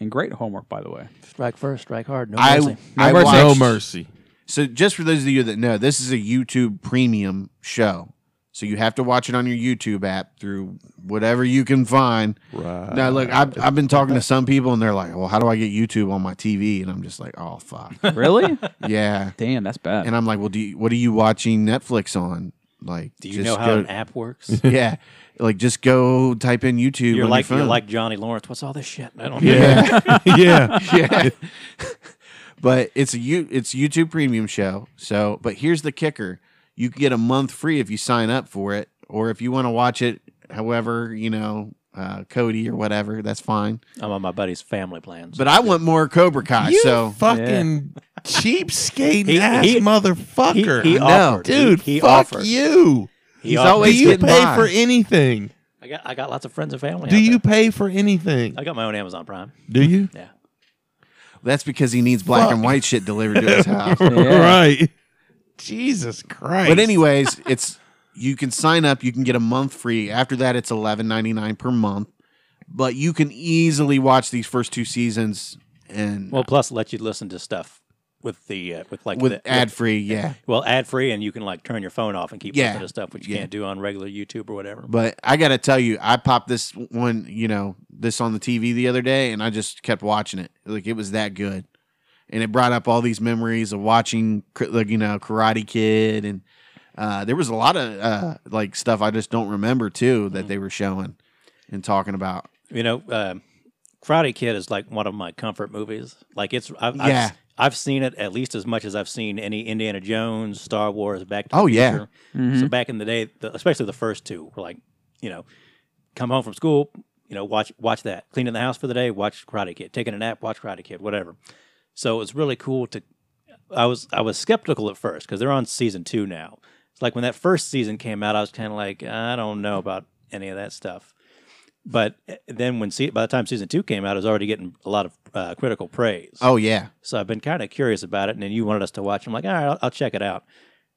Speaker 3: And great homework, by the way.
Speaker 5: Strike first, strike hard. No
Speaker 2: I,
Speaker 5: mercy.
Speaker 2: I
Speaker 3: mercy.
Speaker 2: watched-
Speaker 4: No mercy.
Speaker 2: So, just for those of you that know, this is a YouTube premium show. So, you have to watch it on your YouTube app through whatever you can find.
Speaker 4: Right.
Speaker 2: Now, look, I've, I've been talking to some people and they're like, well, how do I get YouTube on my TV? And I'm just like, oh, fuck.
Speaker 3: Really?
Speaker 2: yeah.
Speaker 3: Damn, that's bad.
Speaker 2: And I'm like, well, do you, what are you watching Netflix on? Like,
Speaker 5: Do you
Speaker 2: just
Speaker 5: know how
Speaker 2: go-
Speaker 5: an app works?
Speaker 2: yeah. Like, just go type in YouTube.
Speaker 5: You're
Speaker 2: on
Speaker 5: like
Speaker 2: your
Speaker 5: you're
Speaker 2: phone.
Speaker 5: like Johnny Lawrence. What's all this shit? I don't.
Speaker 4: yeah. yeah.
Speaker 2: yeah. but it's a you it's a YouTube premium show. So, but here's the kicker: you can get a month free if you sign up for it, or if you want to watch it, however you know. Uh, Cody or whatever, that's fine.
Speaker 5: I'm on my buddy's family plans.
Speaker 2: But I want more Cobra Kai,
Speaker 4: You
Speaker 2: so
Speaker 4: fucking cheapskate
Speaker 5: He-
Speaker 4: ass
Speaker 5: he-
Speaker 4: motherfucker.
Speaker 5: he, he
Speaker 2: No.
Speaker 5: offered,
Speaker 4: Dude,
Speaker 5: He, he
Speaker 4: fuck
Speaker 5: offered.
Speaker 4: you.
Speaker 5: He
Speaker 2: he's
Speaker 5: offered.
Speaker 4: Do
Speaker 2: always
Speaker 4: you
Speaker 2: getting
Speaker 4: pay
Speaker 2: by.
Speaker 4: for anything?
Speaker 5: I got I got lots of friends and family.
Speaker 4: Do
Speaker 5: out
Speaker 4: you
Speaker 5: there.
Speaker 4: pay for anything?
Speaker 5: I got my own Amazon Prime.
Speaker 4: Do you?
Speaker 5: Yeah.
Speaker 2: that's because he needs black and white shit delivered to his house.
Speaker 4: right. Jesus Christ.
Speaker 2: But anyways, it's you can sign up, you can get a month free. After that, it's eleven ninety nine per month. But you can easily watch these first two seasons and
Speaker 5: Well, plus let you listen to stuff with the uh, with like
Speaker 2: with
Speaker 5: the,
Speaker 2: ad free, yeah.
Speaker 5: Well, ad free, and you can like turn your phone off and keep
Speaker 2: Yeah.
Speaker 5: listening to stuff, which you
Speaker 2: Yeah.
Speaker 5: can't do on regular YouTube or whatever.
Speaker 2: But I gotta tell you, I popped this one, you know, this on the TV the other day, and I just kept watching it. Like it was that good, and it brought up all these memories of watching, cr- like you know, Karate Kid, and uh, there was a lot of uh, like stuff I just don't remember too
Speaker 5: Mm-hmm.
Speaker 2: that they were showing and talking about.
Speaker 5: You know, um Karate Kid is like one of my comfort movies. Like it's I've,
Speaker 2: Yeah.
Speaker 5: I've I've seen it at least as much as I've seen any Indiana Jones, Star Wars, Back to the
Speaker 2: Oh, yeah.
Speaker 5: Future. So back in the day, the, especially the first two were like, you know, come home from school, you know, watch watch that, cleaning the house for the day, watch Karate Kid, taking a nap, watch Karate Kid, whatever. So it's really cool to. I was I was skeptical at first because they're on season two now. It's like when that first season came out, I was kind of like, I don't know about any of that stuff. But eh, then when se- by the time season two came out, it was already getting a lot of uh, critical praise.
Speaker 2: Oh yeah,
Speaker 5: So I've been kind of curious about it, and then you wanted us to watch. it. I'm like, all right, I'll, I'll check it out.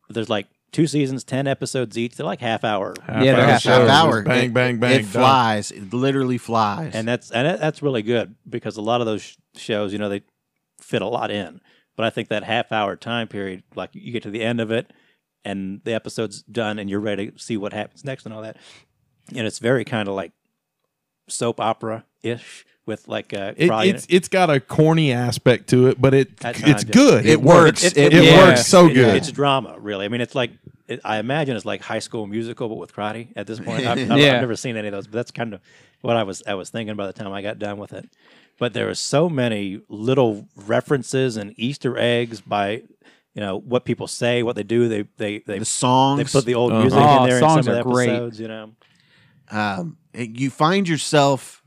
Speaker 5: But there's like two seasons, ten episodes each. They're like half hour,
Speaker 3: Yeah, they're half
Speaker 2: half
Speaker 3: hour.
Speaker 2: hour.
Speaker 4: Bang,
Speaker 2: Uh, It-
Speaker 4: bang, bang,
Speaker 2: It
Speaker 4: done.
Speaker 2: flies. It literally flies.
Speaker 5: and that's and that- that's really good because a lot of those sh- shows, you know, they fit a lot in. But I think that half hour time period, like you get to the end of it, and the episode's done, and you're ready to see what happens next and all that. And it's very kind of like soap opera ish with like uh,
Speaker 4: It,
Speaker 5: probably-
Speaker 4: it's it's got a corny aspect to it, but it
Speaker 5: At
Speaker 4: it's
Speaker 5: times, yeah.
Speaker 4: good. It,
Speaker 2: It
Speaker 4: works.
Speaker 2: works.
Speaker 4: It,
Speaker 2: It
Speaker 3: works.
Speaker 4: works so
Speaker 2: Oh,
Speaker 5: It-
Speaker 4: good.
Speaker 5: It's drama, really. I mean, it's like it, I imagine it's like High School Musical, but with karate. At this point, I've, I've,
Speaker 3: Yeah.
Speaker 5: I've never seen any of those, but that's kind of what I was I was thinking by the time I got done with it. But there are so many little references and Easter eggs by you know what people say, what they do. They they they
Speaker 2: the
Speaker 5: they
Speaker 2: songs.
Speaker 5: put the old music
Speaker 3: Uh-huh.
Speaker 5: in there.
Speaker 3: Oh, songs
Speaker 5: in some
Speaker 3: are
Speaker 5: of the
Speaker 3: great.
Speaker 5: episodes, You know,
Speaker 2: um, it- you find yourself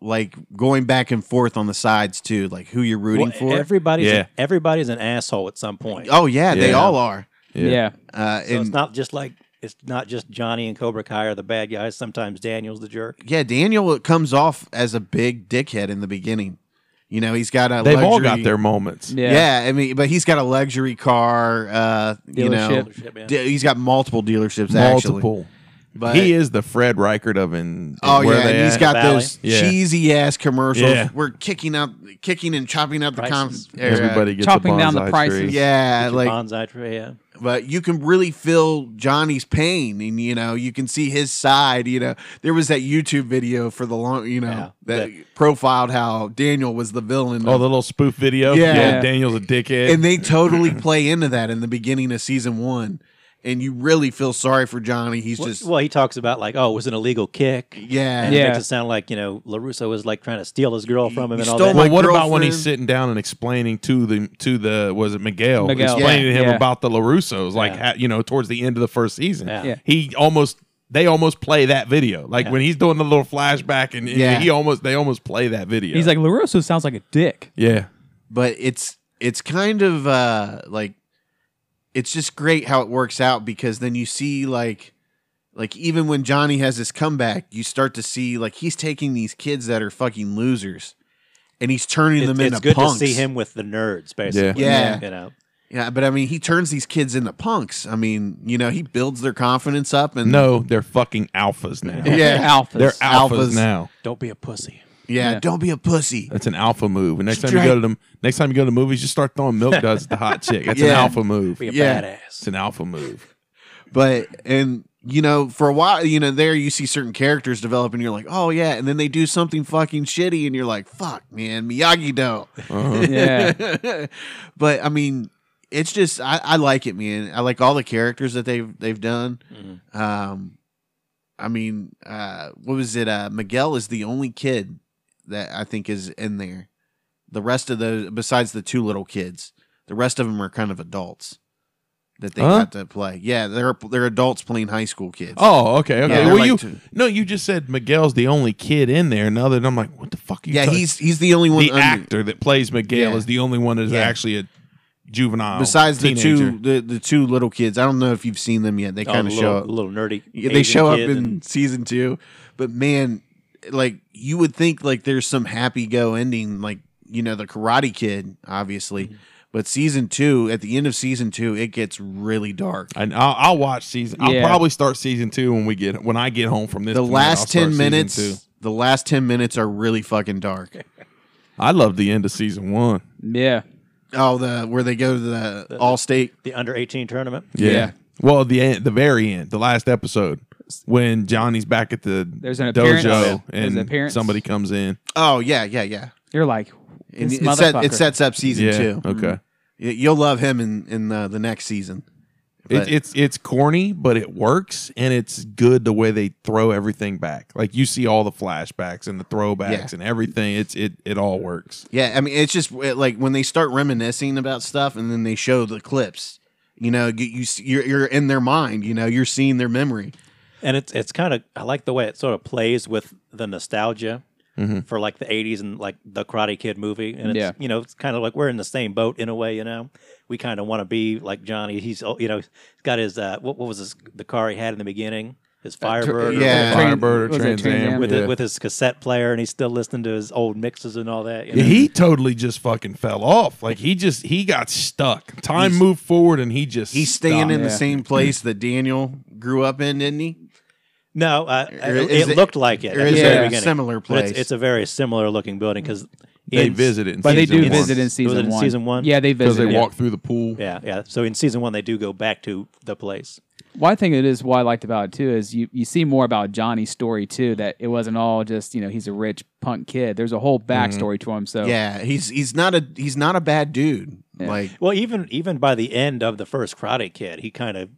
Speaker 2: like going back and forth on the sides too, like who you're rooting
Speaker 5: Well,
Speaker 2: for.
Speaker 5: everybody's
Speaker 4: Yeah.
Speaker 5: everybody's an asshole at some point.
Speaker 2: oh yeah, they
Speaker 4: Yeah.
Speaker 2: all are.
Speaker 3: Yeah.
Speaker 2: Uh,
Speaker 5: so
Speaker 2: and
Speaker 5: it's not just like it's not just Johnny and Cobra Kai are the bad guys. Sometimes Daniel's the jerk.
Speaker 2: yeah, Daniel comes off as a big dickhead in the beginning. You know, he's got a.
Speaker 4: They've all
Speaker 2: luxury-
Speaker 4: got their moments.
Speaker 3: Yeah.
Speaker 2: Yeah. I mean, but he's got a luxury car. Uh, you know,
Speaker 3: Dealership.
Speaker 5: Shit, man.
Speaker 2: d- he's got multiple dealerships. Actually,
Speaker 4: Multiple.
Speaker 2: but
Speaker 4: he is the Fred Reichert of in.
Speaker 2: Oh
Speaker 4: where
Speaker 2: yeah,
Speaker 4: they
Speaker 2: and he's
Speaker 4: at.
Speaker 2: got
Speaker 5: Valley.
Speaker 2: those
Speaker 4: Yeah.
Speaker 2: cheesy ass commercials.
Speaker 4: Yeah.
Speaker 2: We're kicking out, kicking and chopping up the
Speaker 5: Prices.
Speaker 2: comps.
Speaker 4: everybody gets
Speaker 3: Chopping
Speaker 4: a
Speaker 3: down the
Speaker 4: bonsai
Speaker 3: prices.
Speaker 4: tree.
Speaker 2: uh, Yeah,
Speaker 5: like,
Speaker 2: like
Speaker 5: bonsai tree, yeah.
Speaker 2: but you can really feel Johnny's pain, and you know you can see his side. You know there was that YouTube video for the long, you know,
Speaker 5: Yeah.
Speaker 2: that profiled how Daniel was the villain.
Speaker 4: Oh, the little spoof video.
Speaker 2: Yeah.
Speaker 4: Daniel's a dickhead.
Speaker 2: and they totally play into that in the beginning of season one, and you really feel sorry for Johnny. He's
Speaker 5: Well,
Speaker 2: just
Speaker 5: well, he talks about like, oh, it was an illegal kick.
Speaker 2: yeah,
Speaker 5: And
Speaker 3: Yeah.
Speaker 5: it makes it sound like you know Larusso was like trying to steal his girl from him
Speaker 2: He
Speaker 5: and all
Speaker 2: stole
Speaker 5: that.
Speaker 2: my
Speaker 4: well, what about when
Speaker 2: girlfriend-
Speaker 4: he's sitting down and explaining to the to the was it Miguel,
Speaker 3: Miguel.
Speaker 4: explaining to him
Speaker 3: Yeah.
Speaker 4: about the Larussos, like
Speaker 5: Yeah.
Speaker 4: ha- you know towards the end of the first season,
Speaker 5: Yeah.
Speaker 3: Yeah.
Speaker 4: he almost they almost play that video, like when he's doing the little flashback, and and
Speaker 2: Yeah.
Speaker 4: he almost they almost play that video.
Speaker 3: He's like Larusso sounds like a dick.
Speaker 4: yeah,
Speaker 2: but it's it's kind of uh like it's just great how it works out because then you see like like even when Johnny has his comeback, you start to see like he's taking these kids that are fucking losers and he's turning
Speaker 5: It-
Speaker 2: them
Speaker 5: it's
Speaker 2: into
Speaker 5: good
Speaker 2: punks.
Speaker 5: to see him with the nerds, basically.
Speaker 2: Yeah.
Speaker 5: you know,
Speaker 2: Yeah, but I mean he turns these kids into punks. I mean, you know, he builds their confidence up and
Speaker 4: no, they're fucking alphas now.
Speaker 2: Yeah.
Speaker 3: alphas.
Speaker 4: they're alphas,
Speaker 2: Alphas.
Speaker 4: now.
Speaker 5: don't be a pussy.
Speaker 2: yeah,
Speaker 3: Yeah.
Speaker 2: don't be a pussy.
Speaker 4: That's an alpha move. And next time you go to the next time you go to the movies, just start throwing milk duds at the hot chick. That's an
Speaker 2: Yeah.
Speaker 4: alpha move.
Speaker 5: Be a
Speaker 2: Yeah.
Speaker 4: It's
Speaker 5: badass.
Speaker 4: an alpha move.
Speaker 2: But and you know, for a while, you know, there you see certain characters develop, and you're like, oh yeah, and then they do something fucking shitty, and you're like, fuck, man, Miyagi Do.
Speaker 4: Uh-huh.
Speaker 3: yeah.
Speaker 2: but I mean, it's just I, I like it, man. I like all the characters that they've they've done.
Speaker 5: Mm-hmm.
Speaker 2: Um, I mean, uh, what was it? Uh, Miguel is the only kid that I think is in there. The rest of those, besides the two little kids, the rest of them are kind of adults that they
Speaker 4: Huh?
Speaker 2: got to play. Yeah, they're they're adults playing high school kids.
Speaker 4: Oh, okay, okay.
Speaker 2: they're
Speaker 4: well,
Speaker 2: like
Speaker 4: you
Speaker 2: two.
Speaker 4: no, you just said Miguel's the only kid in there. Now that I'm like, what the fuck? Are you
Speaker 2: yeah,
Speaker 4: talking-
Speaker 2: he's he's the only one
Speaker 4: the
Speaker 2: under-
Speaker 4: actor that plays Miguel
Speaker 2: Yeah.
Speaker 4: is the only one that's
Speaker 2: Yeah.
Speaker 4: actually a juvenile.
Speaker 2: besides the
Speaker 4: teenager.
Speaker 2: two the, the two little kids. I don't know if you've seen them yet. They
Speaker 5: Oh,
Speaker 2: kind of
Speaker 5: little,
Speaker 2: show up.
Speaker 5: little nerdy.
Speaker 2: Yeah, they
Speaker 5: Asian
Speaker 2: show up
Speaker 5: kid
Speaker 2: in
Speaker 5: and-
Speaker 2: season two, but man, like you would think like there's some happy go ending, like you know the Karate Kid, obviously. But season two, at the end of season two, it gets really dark.
Speaker 4: and I'll, I'll watch season. I'll
Speaker 3: Yeah.
Speaker 4: probably start season two when we get when I get home from this.
Speaker 2: The
Speaker 4: tonight, I'll
Speaker 2: last
Speaker 4: start
Speaker 2: ten
Speaker 4: season two.
Speaker 2: minutes, the last ten minutes are really fucking dark.
Speaker 4: I love the end of season one.
Speaker 3: Yeah.
Speaker 2: Oh, the where they go to the, All State.
Speaker 5: the under eighteen tournament.
Speaker 4: Yeah.
Speaker 3: Yeah.
Speaker 4: Well, the end, the very end, the last episode when Johnny's back at the
Speaker 3: There's an appearance.
Speaker 4: dojo
Speaker 3: There's an
Speaker 4: and
Speaker 3: appearance.
Speaker 4: somebody comes in.
Speaker 2: Oh yeah, yeah, yeah.
Speaker 3: You're like
Speaker 2: And
Speaker 3: this
Speaker 2: it, set,
Speaker 3: motherfucker.
Speaker 2: it sets up season
Speaker 4: yeah.
Speaker 2: two.
Speaker 4: Okay.
Speaker 2: Y- You'll love him in in the, the next season. But-
Speaker 4: It, it's it's corny, but it works, and it's good the way they throw everything back. Like you see all the flashbacks and the throwbacks
Speaker 2: Yeah.
Speaker 4: and everything. It's it it all works.
Speaker 2: Yeah, I mean, it's just it, like when they start reminiscing about stuff, and then they show the clips. You know, you, you s- you're, you're in their mind. You know, you're seeing their memory.
Speaker 5: and it's it's kind of I like the way it sort of plays with the nostalgia for like the '80s and like the Karate Kid movie, and it's
Speaker 3: Yeah.
Speaker 5: you know it's kind of like we're in the same boat in a way, you know. We kind of want to be like Johnny. He's oh, you know he's got his uh, what what was his, the car he had in the beginning? his Firebird, or
Speaker 2: yeah.
Speaker 5: whatever,
Speaker 4: Firebird or
Speaker 3: was it
Speaker 4: Trans
Speaker 3: Trans
Speaker 4: Am.
Speaker 3: Am?
Speaker 5: with
Speaker 4: yeah.
Speaker 5: it, with his cassette player, and he's still listening to his old mixes and all that. you
Speaker 4: Yeah,
Speaker 5: know?
Speaker 2: Mm-hmm.
Speaker 4: he totally just fucking fell off. Like he just he got stuck. Time moved forward and he just
Speaker 2: He's staying
Speaker 4: stopped.
Speaker 2: in the
Speaker 3: Yeah.
Speaker 2: same place that Daniel grew up in, didn't he?
Speaker 5: no, uh,
Speaker 2: Or
Speaker 5: it,
Speaker 2: is it-
Speaker 5: looked like it.
Speaker 2: or
Speaker 5: at
Speaker 2: is
Speaker 5: the
Speaker 3: it
Speaker 5: very
Speaker 3: a
Speaker 5: beginning.
Speaker 2: similar
Speaker 5: But it's-
Speaker 2: place?
Speaker 5: It's, a very similar looking building because
Speaker 4: They visited, in
Speaker 3: But they
Speaker 4: season
Speaker 3: do
Speaker 4: one.
Speaker 3: visit in season
Speaker 5: in
Speaker 3: one.
Speaker 5: season one?
Speaker 3: Yeah, they
Speaker 4: because
Speaker 3: visit.
Speaker 4: they
Speaker 3: yeah.
Speaker 4: walk through the pool.
Speaker 5: Yeah, yeah. So in season one, they do go back to the place.
Speaker 3: Well, I think it is what I liked about it too is you, you see more about Johnny's story too that it wasn't all just you know he's a rich punk kid. There's a whole backstory to him. So
Speaker 2: Yeah, he's he's not a he's not a bad dude. Like
Speaker 5: Well, even even by the end of the first Karate Kid, he kind of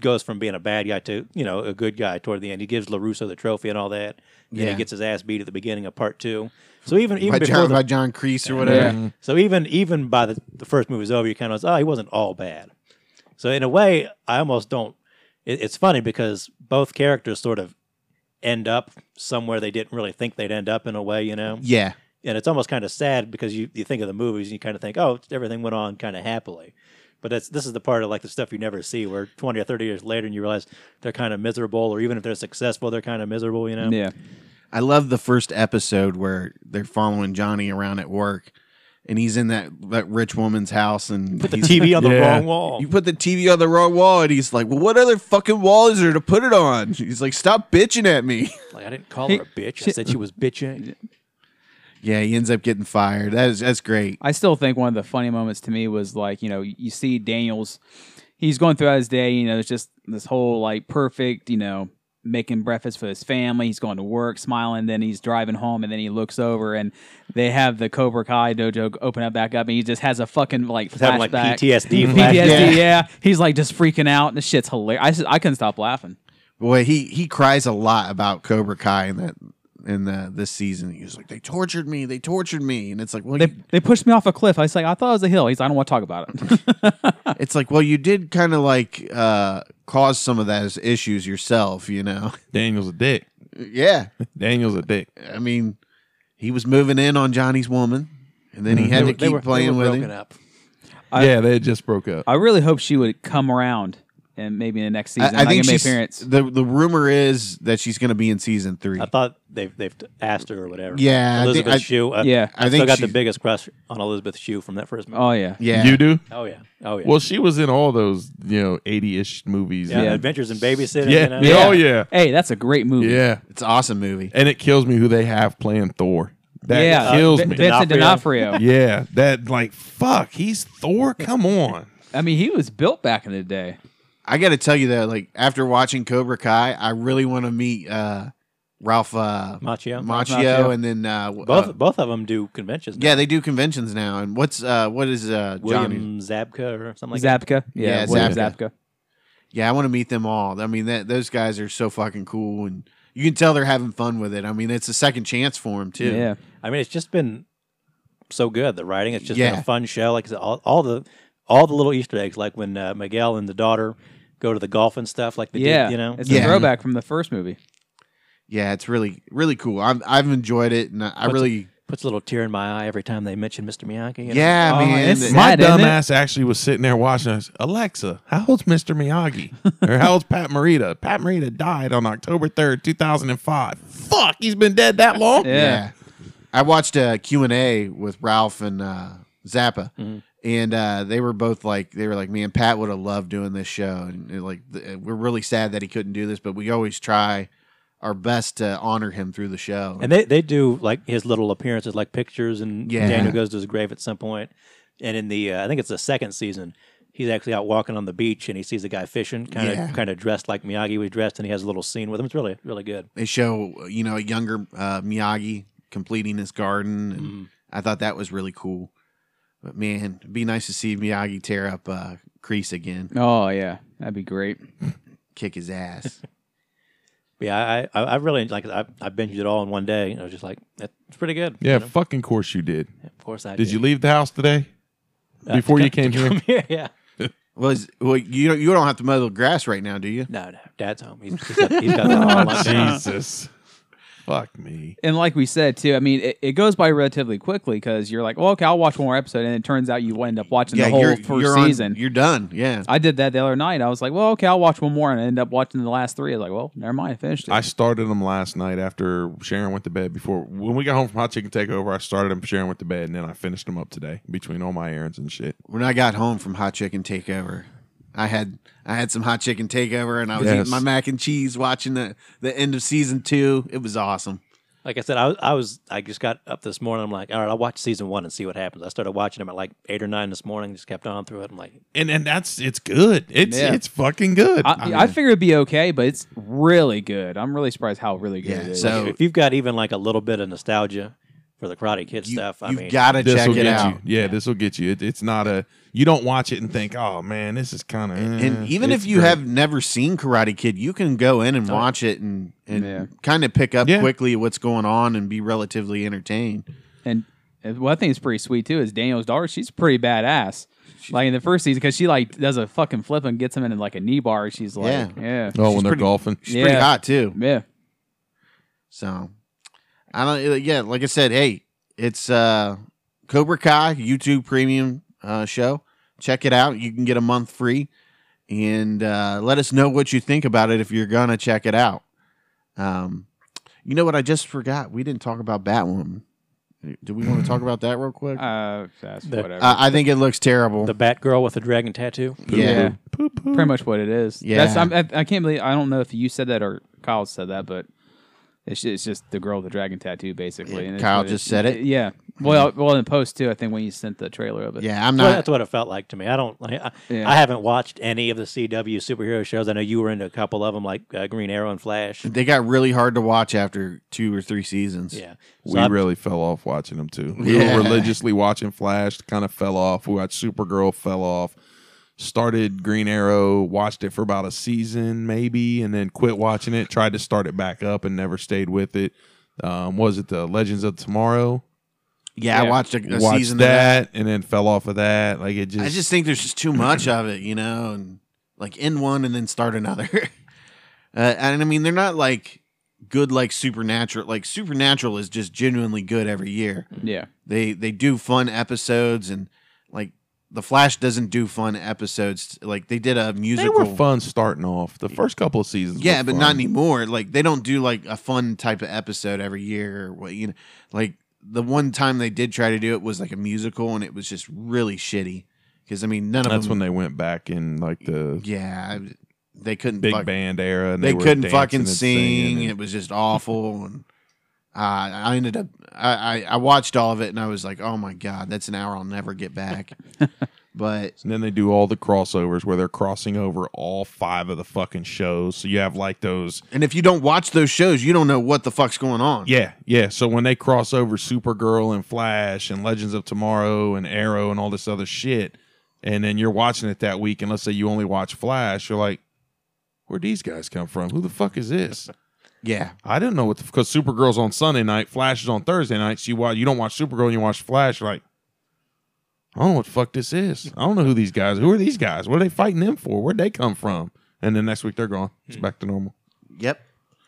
Speaker 5: goes from being a bad guy to you know a good guy toward the end. He gives Larusso the trophy and all that. Yeah,
Speaker 2: Yeah.
Speaker 5: he gets his ass beat at the beginning of part two. So even even
Speaker 2: by
Speaker 5: before
Speaker 2: John,
Speaker 5: the,
Speaker 2: by John Creese or whatever.
Speaker 3: Yeah.
Speaker 5: so even even by the, the first movie's over, you kind of was oh he wasn't all bad. So in a way, I almost don't. It, it's funny because both characters sort of end up somewhere they didn't really think they'd end up in a way, you know.
Speaker 2: Yeah.
Speaker 5: and it's almost kind of sad because you, you think of the movies and you kind of think, oh, everything went on kind of happily. But that's this is the part of like the stuff you never see where 20 or 30 years later and you realize they're kind of miserable or even if they're successful, they're kind of miserable, you know?
Speaker 3: yeah.
Speaker 2: I love the first episode where they're following Johnny around at work and he's in that, that rich woman's house and
Speaker 5: Put the
Speaker 2: he's-
Speaker 5: TV on the
Speaker 4: Yeah.
Speaker 5: wrong wall.
Speaker 2: You put the TV on the wrong wall and he's like, Well, what other fucking wall is there to put it on? He's like, Stop bitching at me.
Speaker 5: like, I didn't call her a bitch. I said she was bitching.
Speaker 2: Yeah, he ends up getting fired. That is that's great.
Speaker 3: I still think one of the funny moments to me was like, you know, you see Daniel's, he's going throughout his day, you know, it's just this whole like perfect, you know, making breakfast for his family. He's going to work, smiling, then he's driving home, and then he looks over and they have the Cobra Kai dojo open up back up, and he just has a fucking like flashback.
Speaker 5: having, like,
Speaker 3: PTSD,
Speaker 5: PTSD flashback.
Speaker 3: yeah.
Speaker 2: Yeah.
Speaker 3: He's like just freaking out, and the shit's hilarious. I, just- I couldn't stop laughing.
Speaker 2: Boy, he he cries a lot about Cobra Kai in that in the this season. He was like, They tortured me, they tortured me. And it's like, Well
Speaker 3: They,
Speaker 2: you-
Speaker 3: they pushed me off a cliff. I was like, I thought it was a hill. He's, I don't want to talk about it.
Speaker 2: it's like, well, you did kind of like uh cause some of those issues yourself, you know.
Speaker 4: Daniel's a dick.
Speaker 2: yeah.
Speaker 4: Daniel's a dick.
Speaker 2: I mean, he was moving in on Johnny's woman, and then he had
Speaker 5: Mm-hmm. They were-
Speaker 2: to
Speaker 5: they
Speaker 2: keep
Speaker 5: were- they
Speaker 2: playing
Speaker 5: were
Speaker 2: with
Speaker 5: broken
Speaker 2: him.
Speaker 5: up.
Speaker 4: yeah, they had just broke up.
Speaker 3: I really hope she would come around and maybe in the next season.
Speaker 2: I, I think
Speaker 3: give me
Speaker 2: she's,
Speaker 3: appearance.
Speaker 2: the the rumor is that she's going to be in season three.
Speaker 5: I thought they've, they've asked her or whatever.
Speaker 2: Yeah, I think-
Speaker 5: Elizabeth
Speaker 2: I-
Speaker 5: Shue. I,
Speaker 3: Yeah.
Speaker 5: I,
Speaker 2: I
Speaker 5: still
Speaker 2: think
Speaker 5: got
Speaker 2: she-
Speaker 5: the biggest crush on Elizabeth Shue from that first movie.
Speaker 3: Oh yeah.
Speaker 2: yeah,
Speaker 4: You do?
Speaker 5: Oh, yeah. Oh, yeah.
Speaker 4: Well, she was in all those, you know, 80 ish movies.
Speaker 5: yeah,
Speaker 4: Yeah.
Speaker 5: Adventures in Babysitting.
Speaker 4: Yeah.
Speaker 5: You know?
Speaker 4: Yeah. Oh, yeah.
Speaker 3: Hey, that's a great movie.
Speaker 4: Yeah.
Speaker 2: it's an awesome movie.
Speaker 4: And it kills me who they have playing Thor. That
Speaker 3: yeah.
Speaker 4: kills
Speaker 3: Uh,
Speaker 4: me.
Speaker 3: Vincent
Speaker 5: D'Onofrio.
Speaker 3: D'Onofrio.
Speaker 4: yeah. That, like, fuck, he's Thor? Come on.
Speaker 3: I mean, he was built back in the day.
Speaker 2: I got to tell you that, like after watching Cobra Kai, I really want to meet uh, Ralph uh,
Speaker 5: Macchio.
Speaker 2: Macchio,
Speaker 3: Macchio.
Speaker 2: and then uh, w-
Speaker 5: Both
Speaker 2: uh,
Speaker 5: both of them do conventions. now.
Speaker 2: yeah, they do conventions now. And what's uh, what is uh, Johnny?
Speaker 5: William Zabka or something like that.
Speaker 3: Zabka.
Speaker 2: Yeah,
Speaker 3: William
Speaker 2: Zabka. Yeah, I want to meet them all. I mean, that those guys are so fucking cool, and you can tell they're having fun with it. I mean, it's a second chance for him too.
Speaker 3: Yeah.
Speaker 5: I mean, it's just been so good. The writing, it's just been
Speaker 2: Yeah.
Speaker 5: a fun show. Like I said, all, all the all the little Easter eggs, like when uh, Miguel and the daughter go to the golf and stuff, like the
Speaker 3: Yeah.
Speaker 5: you know.
Speaker 3: It's
Speaker 2: Yeah.
Speaker 3: a throwback from the first movie.
Speaker 2: Yeah, it's really really cool. I've I've enjoyed it, and I, I really
Speaker 5: Puts a little tear in my eye every time they mention Mr. Miyagi. you know?
Speaker 2: yeah,
Speaker 3: Oh,
Speaker 2: man.
Speaker 3: it's-
Speaker 2: My-
Speaker 4: My
Speaker 3: Sad, isn't it?
Speaker 4: dumbass actually was sitting there watching us. Alexa, how old's Mr. Miyagi? or how old's Pat Morita? Pat Morita died on October 3rd, 2005. Fuck, he's been dead that long?
Speaker 3: Yeah.
Speaker 2: yeah. I watched a Q and A with Ralph and uh, Zappa, and uh, they were both like they were like, man, Pat would have loved doing this show, and uh, like th- we're really sad that he couldn't do this, but we always try our best to honor him through the show.
Speaker 5: And they, they do like his little appearances, like pictures, and
Speaker 2: Yeah.
Speaker 5: Daniel goes to his grave at some point. And in the, uh, I think it's the second season, he's actually out walking on the beach and he sees a guy fishing, kind of
Speaker 2: Yeah.
Speaker 5: kind of dressed like Miyagi was dressed, and he has a little scene with him. It's really really good.
Speaker 2: they show you know a younger uh, Miyagi completing his garden, and I thought that was really cool. But man, it'd be nice to see Miyagi tear up uh, Crease again,
Speaker 3: Oh yeah, that'd be great.
Speaker 2: kick his ass.
Speaker 5: Yeah, I I, I really like I, I binged it all in one day. And I was just like, that's pretty good.
Speaker 4: Yeah,
Speaker 5: you know?
Speaker 4: fucking course you did.
Speaker 5: of course I
Speaker 4: Did you leave the house today? Before you came here?
Speaker 5: here? yeah.
Speaker 2: well, is, well, you don't you don't have to mow the grass right now, do you?
Speaker 5: No, no, Dad's home. He's, he's got, he's got the whole lunch.
Speaker 4: Jesus. Fuck me.
Speaker 3: And like we said too, I mean, it, it goes by relatively quickly because you're like, well, okay, I'll watch one more episode, and it turns out you end up watching the whole 1st
Speaker 2: you're on-
Speaker 3: season.
Speaker 2: you're done. Yeah.
Speaker 3: I did that the other night. I was like, well, okay, I'll watch one more, and I end up watching the last three. I was like, well, never mind, I finished it.
Speaker 4: I started them last night after Sharon went to bed. Before when we got home from Hot Chicken Takeover, I started them. Sharon went to bed, and then I finished them up today between all my errands and shit.
Speaker 2: when I got home from Hot Chicken Takeover, I had I had some Hot Chicken Takeover and I was
Speaker 4: Yes.
Speaker 2: eating my mac and cheese, watching the the end of season two. It was awesome.
Speaker 5: Like I said, I was, I was I just got up this morning. I'm like, all right, I'll watch season one and see what happens. I started watching them at like eight or nine this morning. Just kept on through it. I'm like,
Speaker 4: And and that's it's good. It's
Speaker 3: Yeah.
Speaker 4: it's fucking good.
Speaker 3: I, I figured it'd be okay, but it's really good. I'm really surprised how really good
Speaker 2: Yeah,
Speaker 3: it is.
Speaker 2: so-
Speaker 5: if you've got even like a little bit of nostalgia for the Karate Kid
Speaker 2: You,
Speaker 5: stuff, I
Speaker 2: have
Speaker 5: mean,
Speaker 2: got to
Speaker 4: This
Speaker 2: check
Speaker 4: will
Speaker 2: it
Speaker 4: get
Speaker 2: out.
Speaker 4: you. Yeah, this will get you. It, it's not a. You don't watch it and think, oh man, this is eh, kind of.
Speaker 2: And even if you have never seen Karate Kid, you can go in
Speaker 5: Oh,
Speaker 2: and watch it and, and
Speaker 3: Yeah.
Speaker 2: kind of pick up
Speaker 4: Yeah.
Speaker 2: quickly what's going on and be relatively entertained.
Speaker 3: And and one thing that's pretty sweet too is Daniel's daughter. She's pretty badass. like in the first season, because she like does a fucking flip and gets him into like a knee bar. She's like, yeah,
Speaker 4: oh, when they're
Speaker 2: pretty-
Speaker 4: golfing,
Speaker 2: She's pretty
Speaker 3: Yeah.
Speaker 2: hot too.
Speaker 3: yeah.
Speaker 2: So I don't. uh, Yeah, like I said, hey, it's uh, Cobra Kai YouTube Premium uh, show. Check it out. You can get a month free, and uh, let us know what you think about it if you're gonna check it out. Um, you know what? I just forgot. We didn't talk about Batwoman. Do we want to talk about that real quick? Uh,
Speaker 3: Uh, that's
Speaker 5: The-
Speaker 3: whatever.
Speaker 2: I think it looks terrible.
Speaker 5: the Batgirl with the dragon tattoo.
Speaker 2: yeah,
Speaker 3: pretty much what it is.
Speaker 2: Yeah.
Speaker 3: That's, I'm, I, I can't believe I don't know if you said that or Kyle said that, but it's ju- it's just, the girl with the dragon tattoo basically.
Speaker 2: Yeah,
Speaker 3: and it's
Speaker 2: Kyle
Speaker 3: what
Speaker 2: just said it.
Speaker 3: Yeah. Well, well, in post too. I think when you sent the trailer of it.
Speaker 2: yeah. I'm
Speaker 5: Well,
Speaker 2: not.
Speaker 5: that's what it felt like to me. I don't. I, I-
Speaker 3: Yeah.
Speaker 5: I haven't watched any of the CW superhero shows. I know you were into a couple of them, like uh, Green Arrow and Flash.
Speaker 2: They got really hard to watch after two or three seasons.
Speaker 5: Yeah,
Speaker 4: we
Speaker 5: So I'm-
Speaker 4: really fell off watching them too. We
Speaker 2: Yeah.
Speaker 4: were religiously watching Flash, kind of fell off. We watched Supergirl, fell off. Started Green Arrow, watched it for about a season maybe, and then quit watching it. Tried to start it back up and never stayed with it. Um, was it the Legends of Tomorrow?
Speaker 2: Yeah, I
Speaker 3: Yeah.
Speaker 2: watched a, a
Speaker 4: watched
Speaker 2: season of that.
Speaker 4: that, and then fell off of that. Like it just,
Speaker 2: I just think there's just too much of it, you know, and like end one and then start another. uh, and I mean, they're not like good like Supernatural. Like Supernatural is just genuinely good every year.
Speaker 3: Yeah.
Speaker 2: They they do fun episodes and like the Flash doesn't do fun episodes. Like they did a
Speaker 4: they
Speaker 2: musical.
Speaker 4: were fun starting off. The first couple of seasons,
Speaker 2: Yeah,
Speaker 4: were
Speaker 2: but
Speaker 4: fun.
Speaker 2: not anymore. Like they don't do like a fun type of episode every year or what you know. Like the one time they did try to do it was like a musical and it was just really shitty. Because I mean, none of
Speaker 4: That's
Speaker 2: them
Speaker 4: when they went back in like the
Speaker 2: Yeah, I- they couldn't.
Speaker 4: big
Speaker 2: fuck-
Speaker 4: band era. And
Speaker 2: They,
Speaker 4: were
Speaker 2: couldn't
Speaker 4: dancing
Speaker 2: fucking
Speaker 4: and
Speaker 2: sing.
Speaker 4: singing and-
Speaker 2: It was just awful, and uh, I ended up. I, I I watched all of it, and I was like, "Oh my god, that's an hour I'll never get back." but
Speaker 4: And then they do all the crossovers where they're crossing over all five of the fucking shows. So you have like those.
Speaker 2: and if you don't watch those shows, you don't know what the fuck's going on.
Speaker 4: Yeah, yeah. So when they cross over Supergirl and Flash and Legends of Tomorrow and Arrow and all this other shit, and then you're watching it that week, and let's say you only watch Flash, you're like, where'd these guys come from? Who the fuck is this?
Speaker 2: yeah,
Speaker 4: I didn't know what the because Supergirl's on Sunday night, Flash is on Thursday night. So you watch, you don't watch Supergirl, and you watch Flash. You're like, I don't know what the fuck this is. I don't know who these guys. Who are these guys? What are they fighting them for? Where'd they come from? And then next week they're gone. It's back to normal.
Speaker 2: yep.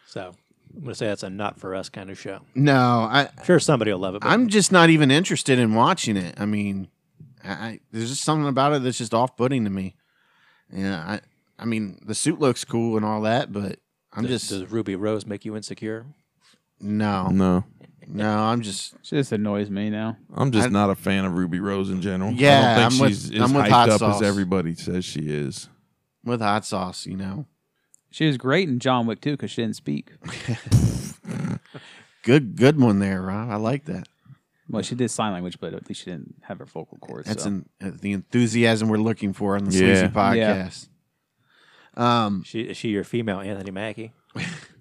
Speaker 5: so I'm gonna say that's a not for us kind of show.
Speaker 2: No, I
Speaker 5: Sure, somebody will love it. But
Speaker 2: I'm just not even interested in watching it. I mean, I, I there's just something about it that's just off-putting to me. Yeah, I I mean the suit looks cool and all that, but I'm just
Speaker 5: does, does Ruby Rose make you insecure?
Speaker 2: no.
Speaker 4: No,
Speaker 2: No, I'm just
Speaker 3: It just annoys me now.
Speaker 4: I'm just
Speaker 2: I-
Speaker 4: not a fan of Ruby Rose in general.
Speaker 2: Yeah,
Speaker 4: I don't
Speaker 2: I'm
Speaker 4: think
Speaker 2: with-
Speaker 4: she's as
Speaker 2: I'm with
Speaker 4: hyped
Speaker 2: hot
Speaker 4: up
Speaker 2: sauce.
Speaker 4: as everybody says she is.
Speaker 2: with hot sauce, you know.
Speaker 3: She was great in John Wick too because she didn't speak.
Speaker 2: Good good one there, Rob. I like that.
Speaker 3: Well, she did sign language, but at least she didn't have her vocal cords.
Speaker 2: That's
Speaker 3: so.
Speaker 2: an, uh, the enthusiasm we're looking for on the Sleazy
Speaker 4: Yeah.
Speaker 2: podcast. Um
Speaker 5: She is she your female Anthony Mackie?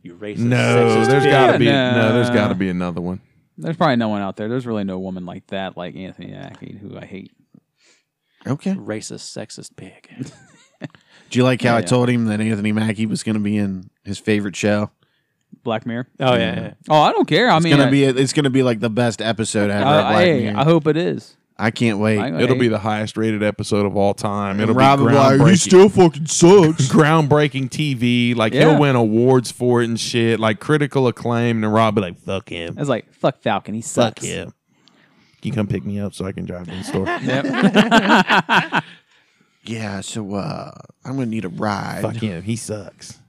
Speaker 5: You racist.
Speaker 4: No,
Speaker 5: sexist
Speaker 4: there's
Speaker 5: pig.
Speaker 4: got to be
Speaker 3: No.
Speaker 4: no, there's got to be another one.
Speaker 3: There's probably no one out there. There's really no woman like that, like Anthony Mackie, who I hate.
Speaker 2: okay.
Speaker 5: racist sexist pig.
Speaker 2: Do you like how I
Speaker 3: Yeah.
Speaker 2: told him that Anthony Mackie was going to be in his favorite show?
Speaker 3: Black Mirror.
Speaker 5: Oh
Speaker 2: Mm-hmm.
Speaker 5: yeah, yeah.
Speaker 3: Oh, I don't care. I
Speaker 2: It's
Speaker 3: mean,
Speaker 2: going
Speaker 3: I-
Speaker 2: to be it's going to be like the best episode ever.
Speaker 3: I,
Speaker 2: of Black
Speaker 3: Uh, hey,
Speaker 2: Mirror.
Speaker 3: I hope it is.
Speaker 2: I can't wait.
Speaker 3: I-
Speaker 4: It'll be
Speaker 3: hey,
Speaker 4: the highest rated episode of all time. It'll
Speaker 2: and Rob
Speaker 4: be
Speaker 2: will be like,
Speaker 4: groundbreaking.
Speaker 2: he still fucking sucks.
Speaker 4: groundbreaking TV. Like
Speaker 3: Yeah.
Speaker 4: he'll win awards for it and shit. Like critical acclaim. And Rob be like, "Fuck him,
Speaker 3: I was like, fuck Falcon. He
Speaker 4: fuck
Speaker 3: sucks.
Speaker 4: him." Can you come pick me up so I can drive to the store?
Speaker 2: yeah, so uh, I'm gonna need a ride.
Speaker 4: fuck him. He sucks.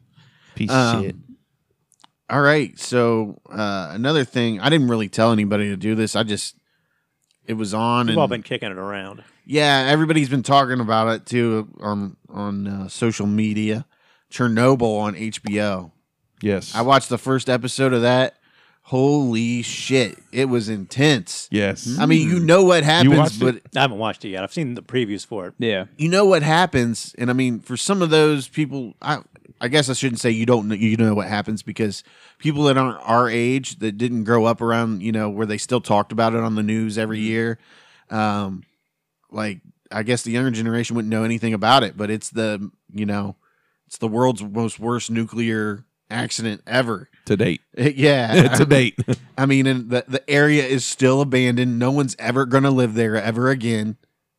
Speaker 4: Piece
Speaker 2: Um,
Speaker 4: of shit.
Speaker 2: All right. So uh, another thing, I didn't really tell anybody to do this. I just it was on,
Speaker 5: We've
Speaker 2: and
Speaker 5: all been kicking it around.
Speaker 2: yeah, everybody's been talking about it too on on uh, social media. Chernobyl on HBO.
Speaker 4: Yes.
Speaker 2: I watched the first episode of that. Holy shit! It was intense.
Speaker 4: yes.
Speaker 2: I mean, you know what happens,
Speaker 4: watched it?
Speaker 2: but
Speaker 5: I haven't watched it yet. I've seen the previews for it.
Speaker 3: Yeah.
Speaker 2: you know what happens and i mean for some of those people i i guess i shouldn't say you don't know you know what happens because people that aren't our age that didn't grow up around you know where they still talked about it on the news every year um like i guess the younger generation wouldn't know anything about it but it's the you know it's the world's most worst nuclear accident ever
Speaker 4: to date.
Speaker 2: yeah
Speaker 4: to date.
Speaker 2: I mean, and the, the area is still abandoned. No one's ever going to live there ever again.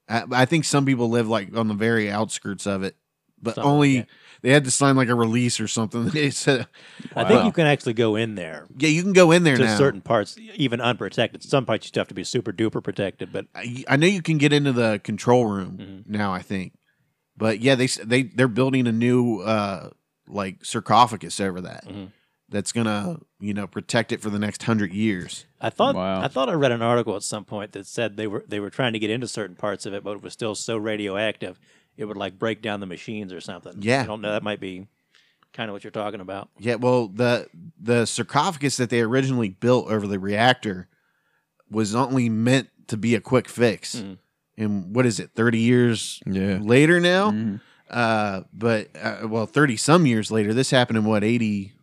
Speaker 2: I, I think some people live like on the very outskirts of it, but
Speaker 5: Something
Speaker 2: only
Speaker 5: like
Speaker 2: they had to sign like a release or something. They said,
Speaker 5: I think you can actually go in there
Speaker 2: yeah, you can go in there
Speaker 5: to
Speaker 2: now.
Speaker 5: certain parts, even unprotected. Some parts you have to be super duper protected, but
Speaker 2: I, I know you can get into the control room
Speaker 5: Mm-hmm.
Speaker 2: now, I think. But yeah, they s- they they're building a new uh like sarcophagus over that.
Speaker 5: Mm-hmm.
Speaker 2: That's going to, you know, protect it for the next 100 years.
Speaker 5: I thought
Speaker 3: Wow.
Speaker 5: I thought I read an article at some point that said they were they were trying to get into certain parts of it, but it was still so radioactive it would like break down the machines or something.
Speaker 2: Yeah.
Speaker 5: I don't know. That might be kind of what you're talking about.
Speaker 2: Yeah, well, the the sarcophagus that they originally built over the reactor was only meant to be a quick fix.
Speaker 4: Hmm.
Speaker 2: And what is it, 30 years
Speaker 4: Yeah.
Speaker 2: later now?
Speaker 4: Hmm.
Speaker 3: Mm-hmm.
Speaker 2: Uh, but, uh, well, 30 some years later, this happened in what, 80,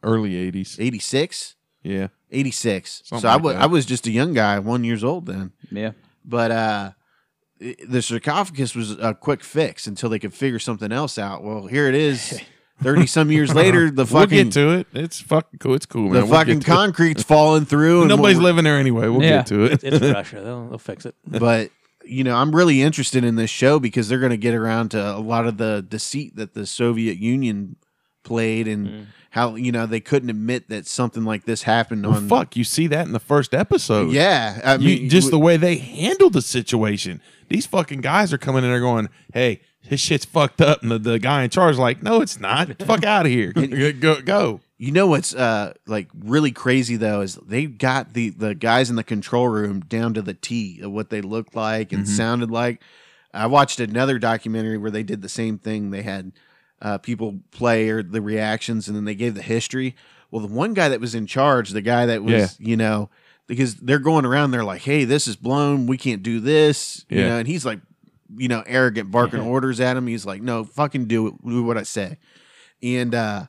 Speaker 4: Early eighties.
Speaker 2: 86?
Speaker 4: Yeah.
Speaker 2: 86.
Speaker 4: Something
Speaker 2: so I
Speaker 4: like
Speaker 2: wa-
Speaker 4: that.
Speaker 2: I was just a young guy, one years old then.
Speaker 3: Yeah.
Speaker 2: But uh, i- the sarcophagus was a quick fix until they could figure something else out. Well, here it is. 30 some years later, the
Speaker 4: We'll
Speaker 2: fucking
Speaker 4: get to it. It's fucking cool. It's cool, man.
Speaker 2: the
Speaker 4: We'll
Speaker 2: fucking
Speaker 4: get to it.
Speaker 2: concrete's falling through. And
Speaker 4: Nobody's
Speaker 2: we're-
Speaker 4: living there anyway. We'll
Speaker 3: Yeah.
Speaker 4: get to it.
Speaker 5: It's Russia. They'll, they'll fix it.
Speaker 2: But you know, I'm really interested in this show because they're going to get around to a lot of the deceit that the Soviet Union played and
Speaker 4: Mm.
Speaker 2: how you know they couldn't admit that something like this happened
Speaker 4: Well,
Speaker 2: on.
Speaker 4: fuck, you see that in the first episode.
Speaker 2: Yeah, I
Speaker 4: You-
Speaker 2: mean,
Speaker 4: just the way they handled the situation. These fucking guys are coming in there going, hey, this shit's fucked up. And the, the guy in charge is like, no, it's not. Fuck out of here. go, go.
Speaker 2: you know what's uh like really crazy though is they got the the guys in the control room down to the T of what they looked like
Speaker 4: Mm-hmm.
Speaker 2: and sounded like. I watched another documentary where they did the same thing. They had uh, people play or the reactions, and then they gave the history. Well, the one guy that was in charge, the guy that was,
Speaker 4: Yeah.
Speaker 2: you know, because they're going around, they're like, "Hey, this is blown. We can't do this," you
Speaker 4: Yeah.
Speaker 2: know, and he's like, you know, arrogant, barking orders at him. He's like, "No, fucking do it. Do what I say." And uh,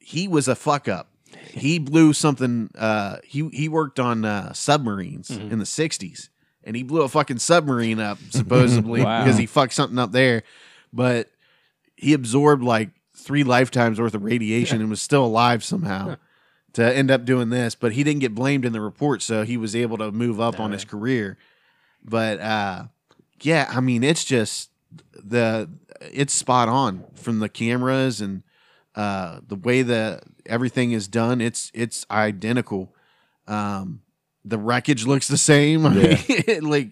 Speaker 2: he was a fuck up. He blew something. Uh, he he worked on uh, submarines in the '60s, and he blew a fucking submarine up supposedly
Speaker 3: Wow.
Speaker 2: because he fucked something up there. But he absorbed like three lifetimes worth of radiation and was still alive somehow to end up doing this. But he didn't get blamed in the report, so he was able to move up on his career. But uh, yeah, I mean, it's just the it's spot on from the cameras and uh, the way the everything is done. It's it's identical. Um, the wreckage looks the same. I mean, like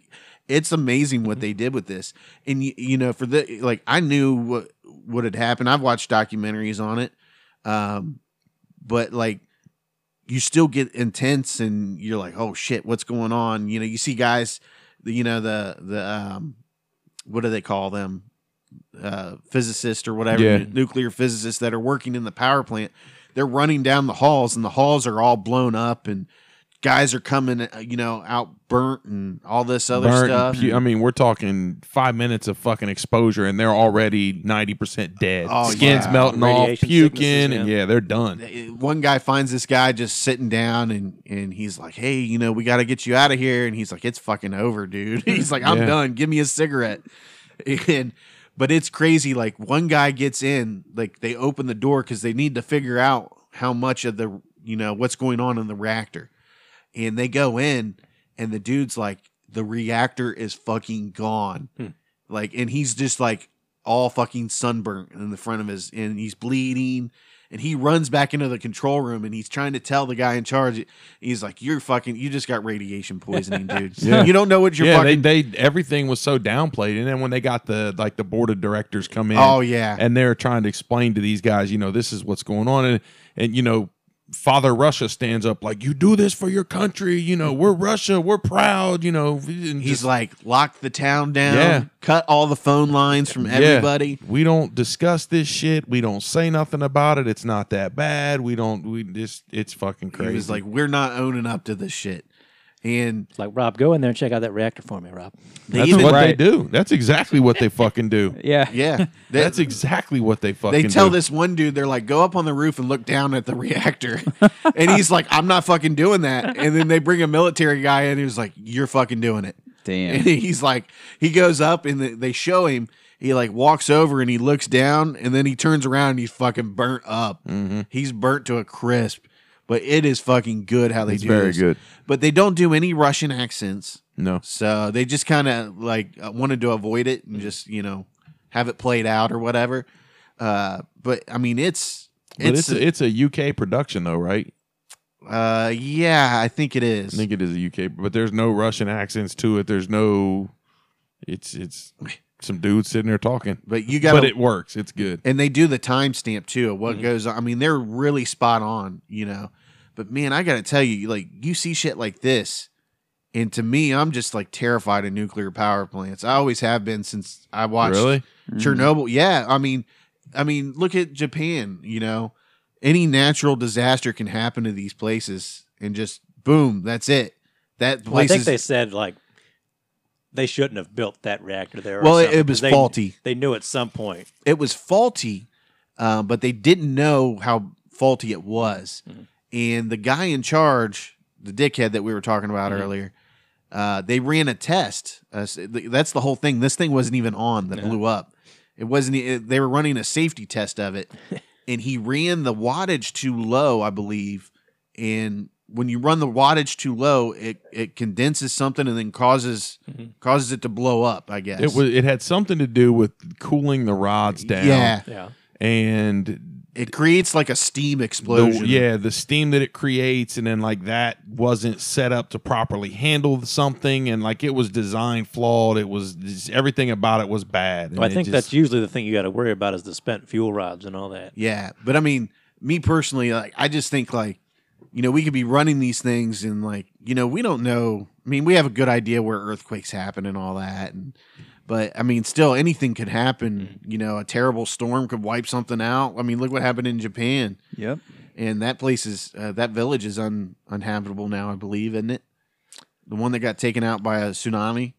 Speaker 2: it's amazing what they did with this. And you, you know, for the like, I knew what what had happened. I've watched documentaries on it, um, but like. You still get intense, and you're like, "Oh shit, what's going on?" You know, you see guys, you know the the um, what do they call them? uh, physicists or whatever,
Speaker 4: Yeah.
Speaker 2: nu- nuclear physicists that are working in the power plant. They're running down the halls, and the halls are all blown up, and guys are coming, uh, you know, out burnt and all this other
Speaker 4: Burnt
Speaker 2: stuff.
Speaker 4: and pu- I mean, we're talking five minutes of fucking exposure, and they're already ninety percent dead.
Speaker 2: Oh,
Speaker 4: Skin's
Speaker 2: yeah.
Speaker 4: melting off,
Speaker 5: Radiation sicknesses,
Speaker 4: puking, and
Speaker 5: yeah.
Speaker 4: yeah, they're done.
Speaker 2: Uh, One guy finds this guy just sitting down, and and he's like, "Hey, you know, we got to get you out of here." And he's like, "It's fucking over, dude." he's like, "I'm
Speaker 4: Yeah.
Speaker 2: done. Give me a cigarette." And but it's crazy. Like one guy gets in, like they open the door because they need to figure out how much of the you know what's going on in the reactor. and they go in and the dude's like the reactor is fucking gone.
Speaker 4: Hmm.
Speaker 2: Like, and he's just like all fucking sunburnt in the front of his, and he's bleeding. And he runs back into the control room and he's trying to tell the guy in charge. He's like, "You're fucking. You just got radiation poisoning, dude. You don't know what you're
Speaker 4: yeah,
Speaker 2: fucking
Speaker 4: they, they everything was so downplayed, and then when they got the like the board of directors come in,
Speaker 2: Oh, yeah.
Speaker 4: and they're trying to explain to these guys, you know, this is what's going on, and and you know, Father Russia stands up like, you do this for your country, you know, we're Russia, we're proud, you know, and
Speaker 2: He's
Speaker 4: just-
Speaker 2: like, lock the town down,
Speaker 4: Yeah.
Speaker 2: cut all the phone lines from
Speaker 4: Yeah.
Speaker 2: everybody.
Speaker 4: we don't discuss this shit. We don't say nothing about it. It's not that bad. We don't. We just. It's fucking crazy.
Speaker 2: He was like, we're not owning up to this shit. And
Speaker 5: It's like Rob, go in there and check out that reactor for me, Rob.
Speaker 2: they
Speaker 4: that's
Speaker 2: even,
Speaker 4: what
Speaker 3: Right.
Speaker 4: they do. That's exactly what they fucking do.
Speaker 3: Yeah.
Speaker 2: yeah, they,
Speaker 4: That's exactly what they fucking.
Speaker 2: they tell
Speaker 4: do.
Speaker 2: this one dude, they're like, go up on the roof and look down at the reactor. and he's like, I'm not fucking doing that. And then they bring a military guy in who's like, you're fucking doing it.
Speaker 3: Damn.
Speaker 2: And he's like, he goes up and they- they show him. He like walks over and he looks down and then he turns around and he's fucking burnt up.
Speaker 4: Mm-hmm.
Speaker 2: He's burnt to a crisp. But it is fucking good how they
Speaker 4: It's
Speaker 2: do
Speaker 4: very
Speaker 2: this.
Speaker 4: good.
Speaker 2: But they don't do any Russian accents.
Speaker 4: No.
Speaker 2: So they just kind of like uh, wanted to avoid it and just, you know, have it played out or whatever. Uh, but I mean, it's,
Speaker 4: But
Speaker 2: it's,
Speaker 4: it's a, it's a UK production though, right?
Speaker 2: uh, yeah, I think it is.
Speaker 4: I think it is a UK, but there's no Russian accents to it. There's no. It's it's some dude sitting there talking,
Speaker 2: but you got
Speaker 4: but
Speaker 2: to
Speaker 4: it Mm-hmm. works. It's good.
Speaker 2: and they do the timestamp too of what goes on. I mean, they're really spot on, you know. But man, I gotta tell you, like you see shit like this, and to me, I'm just like terrified of nuclear power plants. I always have been since I watched
Speaker 4: Really?
Speaker 5: Mm-hmm.
Speaker 2: Chernobyl. Yeah, I mean, I mean, look at Japan. You know, any natural disaster can happen to these places, and just boom, that's it. That
Speaker 5: Well, I
Speaker 2: place
Speaker 5: think
Speaker 2: is
Speaker 5: they said like they shouldn't have built that reactor there. or
Speaker 2: Well, it-
Speaker 5: something,
Speaker 2: it was
Speaker 5: 'cause they-
Speaker 2: faulty.
Speaker 5: They knew at some point.
Speaker 2: it was faulty, uh, but they didn't know how faulty it was. And the guy in charge, the dickhead that we were talking about earlier, uh, they ran a test. Uh, s- th- that's the whole thing. This thing wasn't even on that blew up. It wasn't. e- It, they were running a safety test of it, and he ran the wattage too low, I believe. And when you run the wattage too low, it it condenses something and then causes causes it to blow up. I guess
Speaker 4: It was. It had something to do with cooling the rods down.
Speaker 2: Yeah,
Speaker 5: Yeah.
Speaker 4: and
Speaker 2: It creates like a steam
Speaker 4: the,
Speaker 2: explosion.
Speaker 4: yeah, the steam that it creates, and then like that wasn't set up to properly handle something, and like it was design flawed. It was just, everything about it was bad. and
Speaker 5: Well, I
Speaker 4: it
Speaker 5: think
Speaker 4: just-
Speaker 5: that's usually the thing you got to worry about is the spent fuel rods and all that.
Speaker 2: Yeah. But I mean, me personally, like I just think like, you know, we could be running these things and like, you know, we don't know. I mean, we have a good idea where earthquakes happen and all that and but I mean, still anything could happen.
Speaker 5: Mm-hmm.
Speaker 2: You know, a terrible storm could wipe something out. I mean, look what happened in Japan.
Speaker 3: Yep.
Speaker 2: And that place is uh, that village is un, uninhabitable now, I believe, isn't it? The one that got taken out by a tsunami.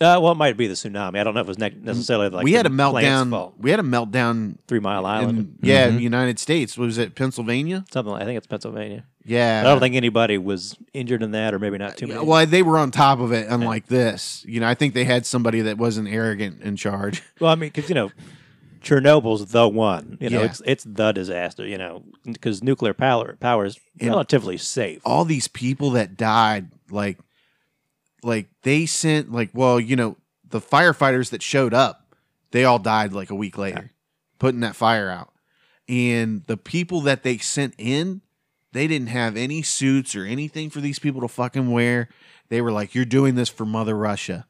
Speaker 5: Uh, well, it might be the tsunami. I don't know if it was ne- necessarily like
Speaker 2: we had a
Speaker 5: the plant's
Speaker 2: meltdown.
Speaker 5: fault.
Speaker 2: We had a meltdown
Speaker 5: Three Mile Island, Mm-hmm.
Speaker 2: in, yeah, in the United States. Was it Pennsylvania?
Speaker 5: something. Like, I think it's Pennsylvania.
Speaker 2: Yeah.
Speaker 5: I don't think anybody was injured in that, or maybe not too many.
Speaker 2: Well, they were on top of it, unlike this. You know, I think they had somebody that wasn't arrogant in charge.
Speaker 5: Well, I mean, because you know, Chernobyl's the one. You know,
Speaker 2: Yeah.
Speaker 5: it's it's the disaster. You know, because nuclear power power is relatively safe.
Speaker 2: All these people that died, like, like they sent, like, well, you know, the firefighters that showed up, they all died like a week later, putting that fire out. And the people that they sent in, they didn't have any suits or anything for these people to fucking wear. They were like, "You're doing this for Mother Russia,"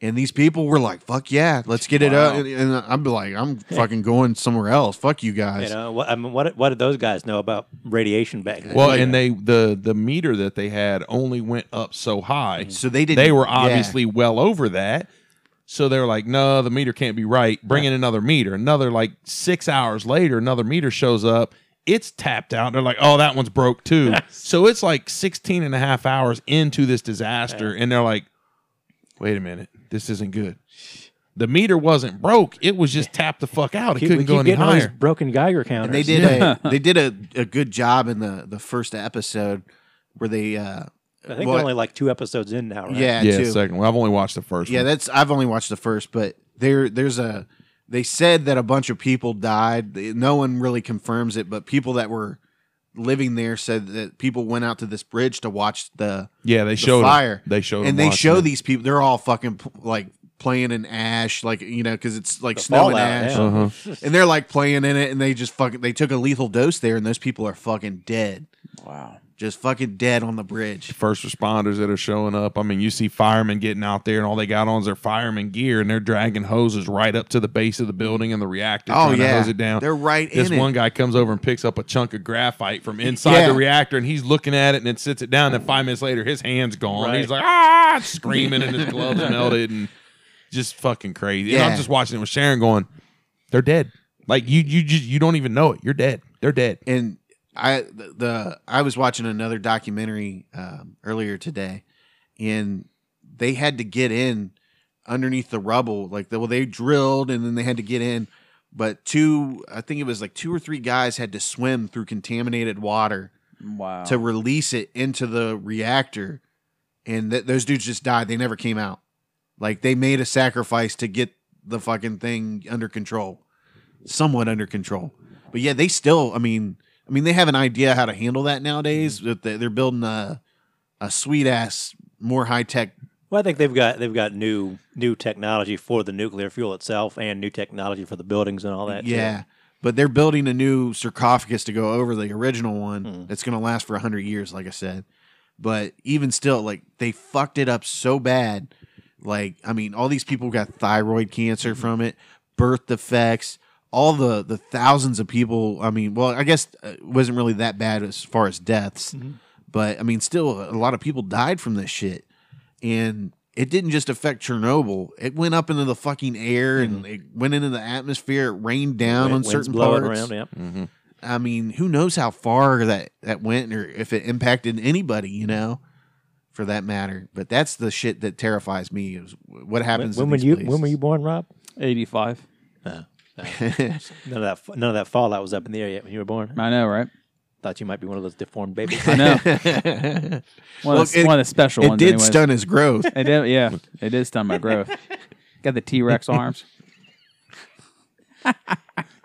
Speaker 2: and these people were like, "Fuck yeah, let's get it up." And, and I'm like, "I'm fucking going somewhere else. Fuck you guys."
Speaker 5: you know, what, I mean, what what did those guys know about radiation back then?
Speaker 4: well, and they the the meter that they had only went up so high,
Speaker 2: So they didn't.
Speaker 4: they were
Speaker 2: yeah.
Speaker 4: obviously well over that. So they're like, no, the meter can't be right. Bring in another meter. Another like six hours later, another meter shows up. It's tapped out. They're like, oh, that one's broke too. so it's like 16 and a half hours into this disaster. And they're like, wait a minute. This isn't good. The meter wasn't broke. It was just tapped the fuck out. It
Speaker 5: Keep-
Speaker 4: couldn't
Speaker 5: we
Speaker 4: go
Speaker 5: keep
Speaker 4: any
Speaker 5: getting all these
Speaker 4: higher.
Speaker 5: broken Geiger counters.
Speaker 2: And they did a they did a, a good job in the the first episode where they uh
Speaker 5: I think
Speaker 2: well,
Speaker 5: they're only like two episodes in now. Right?
Speaker 2: yeah
Speaker 4: Yeah,
Speaker 2: too.
Speaker 4: second one. I've only watched the first
Speaker 2: Yeah,
Speaker 4: one.
Speaker 2: that's I've only watched the first, but there there's a they said that a bunch of people died. They- No one really confirms it, but people that were living there said that people went out to this bridge to watch the
Speaker 4: Yeah, they
Speaker 2: the
Speaker 4: showed 'em.
Speaker 2: fire.
Speaker 4: They showed 'em
Speaker 2: and they
Speaker 4: watching
Speaker 2: show
Speaker 4: it.
Speaker 2: these people. They're all fucking p- like playing in ash, like you know, because it's like
Speaker 5: The
Speaker 2: snow and
Speaker 5: fallout,
Speaker 2: ash,
Speaker 5: yeah.
Speaker 4: Uh-huh.
Speaker 2: and they're like playing in it, and they just fucking they took a lethal dose there, and those people are fucking dead. Wow, just fucking dead on the bridge.
Speaker 4: first responders that are showing up. I mean, you see firemen getting out there, and all they got on is their fireman gear, and they're dragging hoses right up to the base of the building and the reactor.
Speaker 2: Oh
Speaker 4: trying to
Speaker 2: yeah,
Speaker 4: hose it down.
Speaker 2: They're right
Speaker 4: this
Speaker 2: in
Speaker 4: one
Speaker 2: it.
Speaker 4: guy comes over and picks up a chunk of graphite from inside
Speaker 2: Yeah.
Speaker 4: the reactor, and he's looking at it, and then sits it down. And then five minutes later, his hand's gone.
Speaker 5: Right.
Speaker 4: He's like ah, screaming, and his gloves melted, and just fucking crazy. And
Speaker 2: Yeah.
Speaker 4: I'm just watching it with Sharon, going, "They're dead. Like you, you just you don't even know it. You're dead. They're dead."
Speaker 2: and I the, the I was watching another documentary um, earlier today, and they had to get in underneath the rubble. Like the, well, they drilled and then they had to get in, but two I think it was like two or three guys had to swim through contaminated water
Speaker 3: Wow.
Speaker 2: to release it into the reactor, and th- those dudes just died. They never came out. Like they made a sacrifice to get the fucking thing under control, somewhat under control. But yeah, they still. I mean, I mean, they have an idea how to handle that nowadays. That they- They're building a a sweet ass, more high tech.
Speaker 5: Well, I think they've got they've got new new technology for the nuclear fuel itself, and new technology for the buildings and all that. too.
Speaker 2: Yeah. But they're building a new sarcophagus to go over the original one that's going to last for 100 years, like I said. But even still, like, they fucked it up so bad. Like, I mean, all these people got thyroid cancer from it, birth defects, all the, the thousands of people. I mean, well, I guess uh, it wasn't really that bad as far as deaths.
Speaker 5: Mm-hmm.
Speaker 2: But I mean, still, a lot of people died from this shit and it didn't just affect Chernobyl. It went up into the fucking air and it went into the atmosphere. It rained down
Speaker 5: Wind-
Speaker 2: on
Speaker 5: Mm-hmm. winds
Speaker 2: certain
Speaker 5: blowing
Speaker 2: parts.
Speaker 5: around. Yeah.
Speaker 2: I mean, who knows how far that that went or if it impacted anybody, you know, for that matter. But that's the shit that terrifies me is what happens. in these places.
Speaker 5: born, Rob?
Speaker 3: 85.
Speaker 5: None of that fa- none of that fallout was up in the air yet when you were born.
Speaker 3: I know, right?
Speaker 5: Thought you might be one of those deformed babies.
Speaker 3: I know. one, of the,
Speaker 2: it-
Speaker 3: one of the special
Speaker 2: It
Speaker 3: ones.
Speaker 2: did
Speaker 3: anyways.
Speaker 2: stun his growth.
Speaker 3: It did, yeah. It did stun my growth. Got the T Rex arms.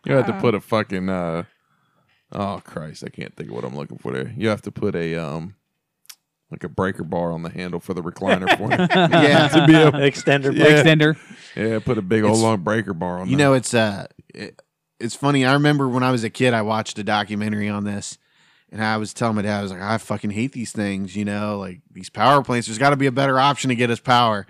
Speaker 4: You have to put a fucking uh oh Christ, I can't think of what I'm looking for there. You have to put a um like a breaker bar on the handle for the recliner for it.
Speaker 2: yeah,
Speaker 5: Be a extender.
Speaker 4: Yeah.
Speaker 3: Extender.
Speaker 4: yeah, put a big old
Speaker 2: It's-
Speaker 4: long breaker bar on
Speaker 2: you
Speaker 4: that.
Speaker 2: know it's uh it, it's funny i remember when i was a kid i watched a documentary on this and i was telling my dad i was like i fucking hate these things you know like these power plants there's got to be a better option to get us power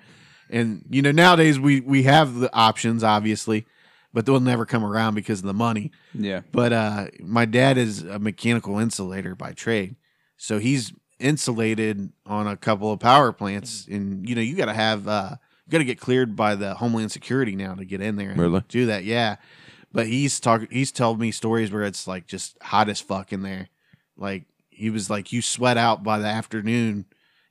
Speaker 2: and you know nowadays we we have the options obviously but they'll never come around because of the money
Speaker 3: Yeah.
Speaker 2: but uh, my dad is a mechanical insulator by trade, so he's insulated on a couple of power
Speaker 4: Mm-hmm.
Speaker 2: plants. And you know, you got to have uh, you got to get cleared by the Homeland Security now to get in there and
Speaker 4: Really?
Speaker 2: do that. Yeah, but he's talking. He's told me stories where it's like just hot as fuck in there. Like he was like, you sweat out by the afternoon,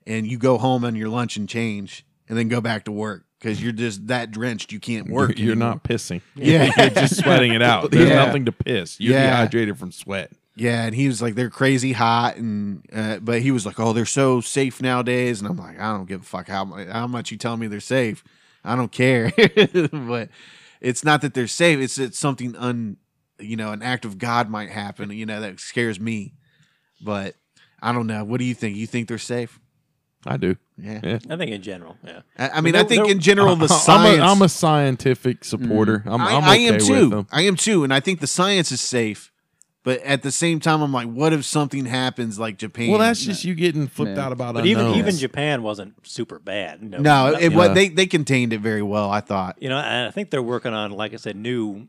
Speaker 2: and you go home on your lunch and change, and then go back to work because you're just that drenched. You can't
Speaker 4: You're-
Speaker 2: work.
Speaker 4: You're
Speaker 2: anymore.
Speaker 4: not pissing.
Speaker 2: Yeah.
Speaker 4: You're just sweating it out. There's
Speaker 2: Yeah.
Speaker 4: nothing to piss. You're
Speaker 2: Yeah.
Speaker 4: dehydrated from sweat.
Speaker 2: Yeah, and he was like, they're crazy hot, and uh, but he was like, oh, they're so safe nowadays, and I'm like, I don't give a fuck how mu- how much you tell me they're safe, I don't care, but it's not that they're safe, it's it's something un, you know, an act of God might happen, you know, that scares me, but I don't know. What do you think? You think they're safe?
Speaker 4: I do.
Speaker 2: Yeah,
Speaker 4: Yeah.
Speaker 5: I think in general. Yeah.
Speaker 2: I, I mean,
Speaker 5: There-
Speaker 2: I think
Speaker 5: there-
Speaker 2: in general the
Speaker 4: I'm,
Speaker 2: science.
Speaker 4: a, I'm a scientific supporter. I'm,
Speaker 2: I,
Speaker 4: I'm
Speaker 2: I
Speaker 4: okay
Speaker 2: am too.
Speaker 4: with them.
Speaker 2: I am too, and I think the science is safe. But at the same time, I'm like, what if something happens like Japan?
Speaker 4: Well, that's
Speaker 2: uh,
Speaker 4: just you getting flipped
Speaker 3: Yeah.
Speaker 4: out about
Speaker 5: But even
Speaker 4: unknowns.
Speaker 5: even Japan wasn't super bad. No,
Speaker 2: No, it,
Speaker 5: you
Speaker 2: wa-
Speaker 4: Yeah.
Speaker 2: they they contained it very well. I thought.
Speaker 5: You know, and I think they're working on, like I said, new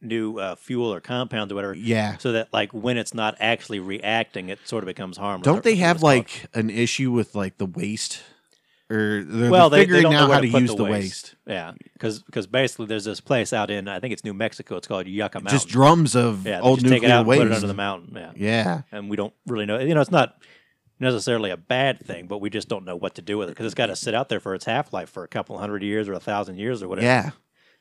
Speaker 5: new uh, fuel or compounds or whatever.
Speaker 2: Yeah.
Speaker 5: So that like when it's not actually reacting, it sort of becomes harmless.
Speaker 2: Don't
Speaker 5: I
Speaker 2: they
Speaker 5: forget
Speaker 2: have
Speaker 5: what it's
Speaker 2: like an issue with like the waste, or they're,
Speaker 5: Well,
Speaker 2: they're
Speaker 5: they- they
Speaker 2: figuring
Speaker 5: don't know
Speaker 2: out
Speaker 5: where
Speaker 2: how to,
Speaker 5: to put
Speaker 2: use
Speaker 5: the
Speaker 2: the waste?
Speaker 5: waste. called. yeah, because basically there's this place out in I think it's New Mexico. It's called Yucca Mountain.
Speaker 2: Just drums of
Speaker 5: yeah, they
Speaker 2: old
Speaker 5: just take it
Speaker 2: nuclear
Speaker 5: out and
Speaker 2: waste.
Speaker 5: put it under the mountain. Yeah.
Speaker 2: yeah,
Speaker 5: and we don't really know. You know, it's not necessarily a bad thing, but we just don't know what to do with it because it's got to sit out there for its half life for a couple hundred years or a thousand years or whatever.
Speaker 2: yeah.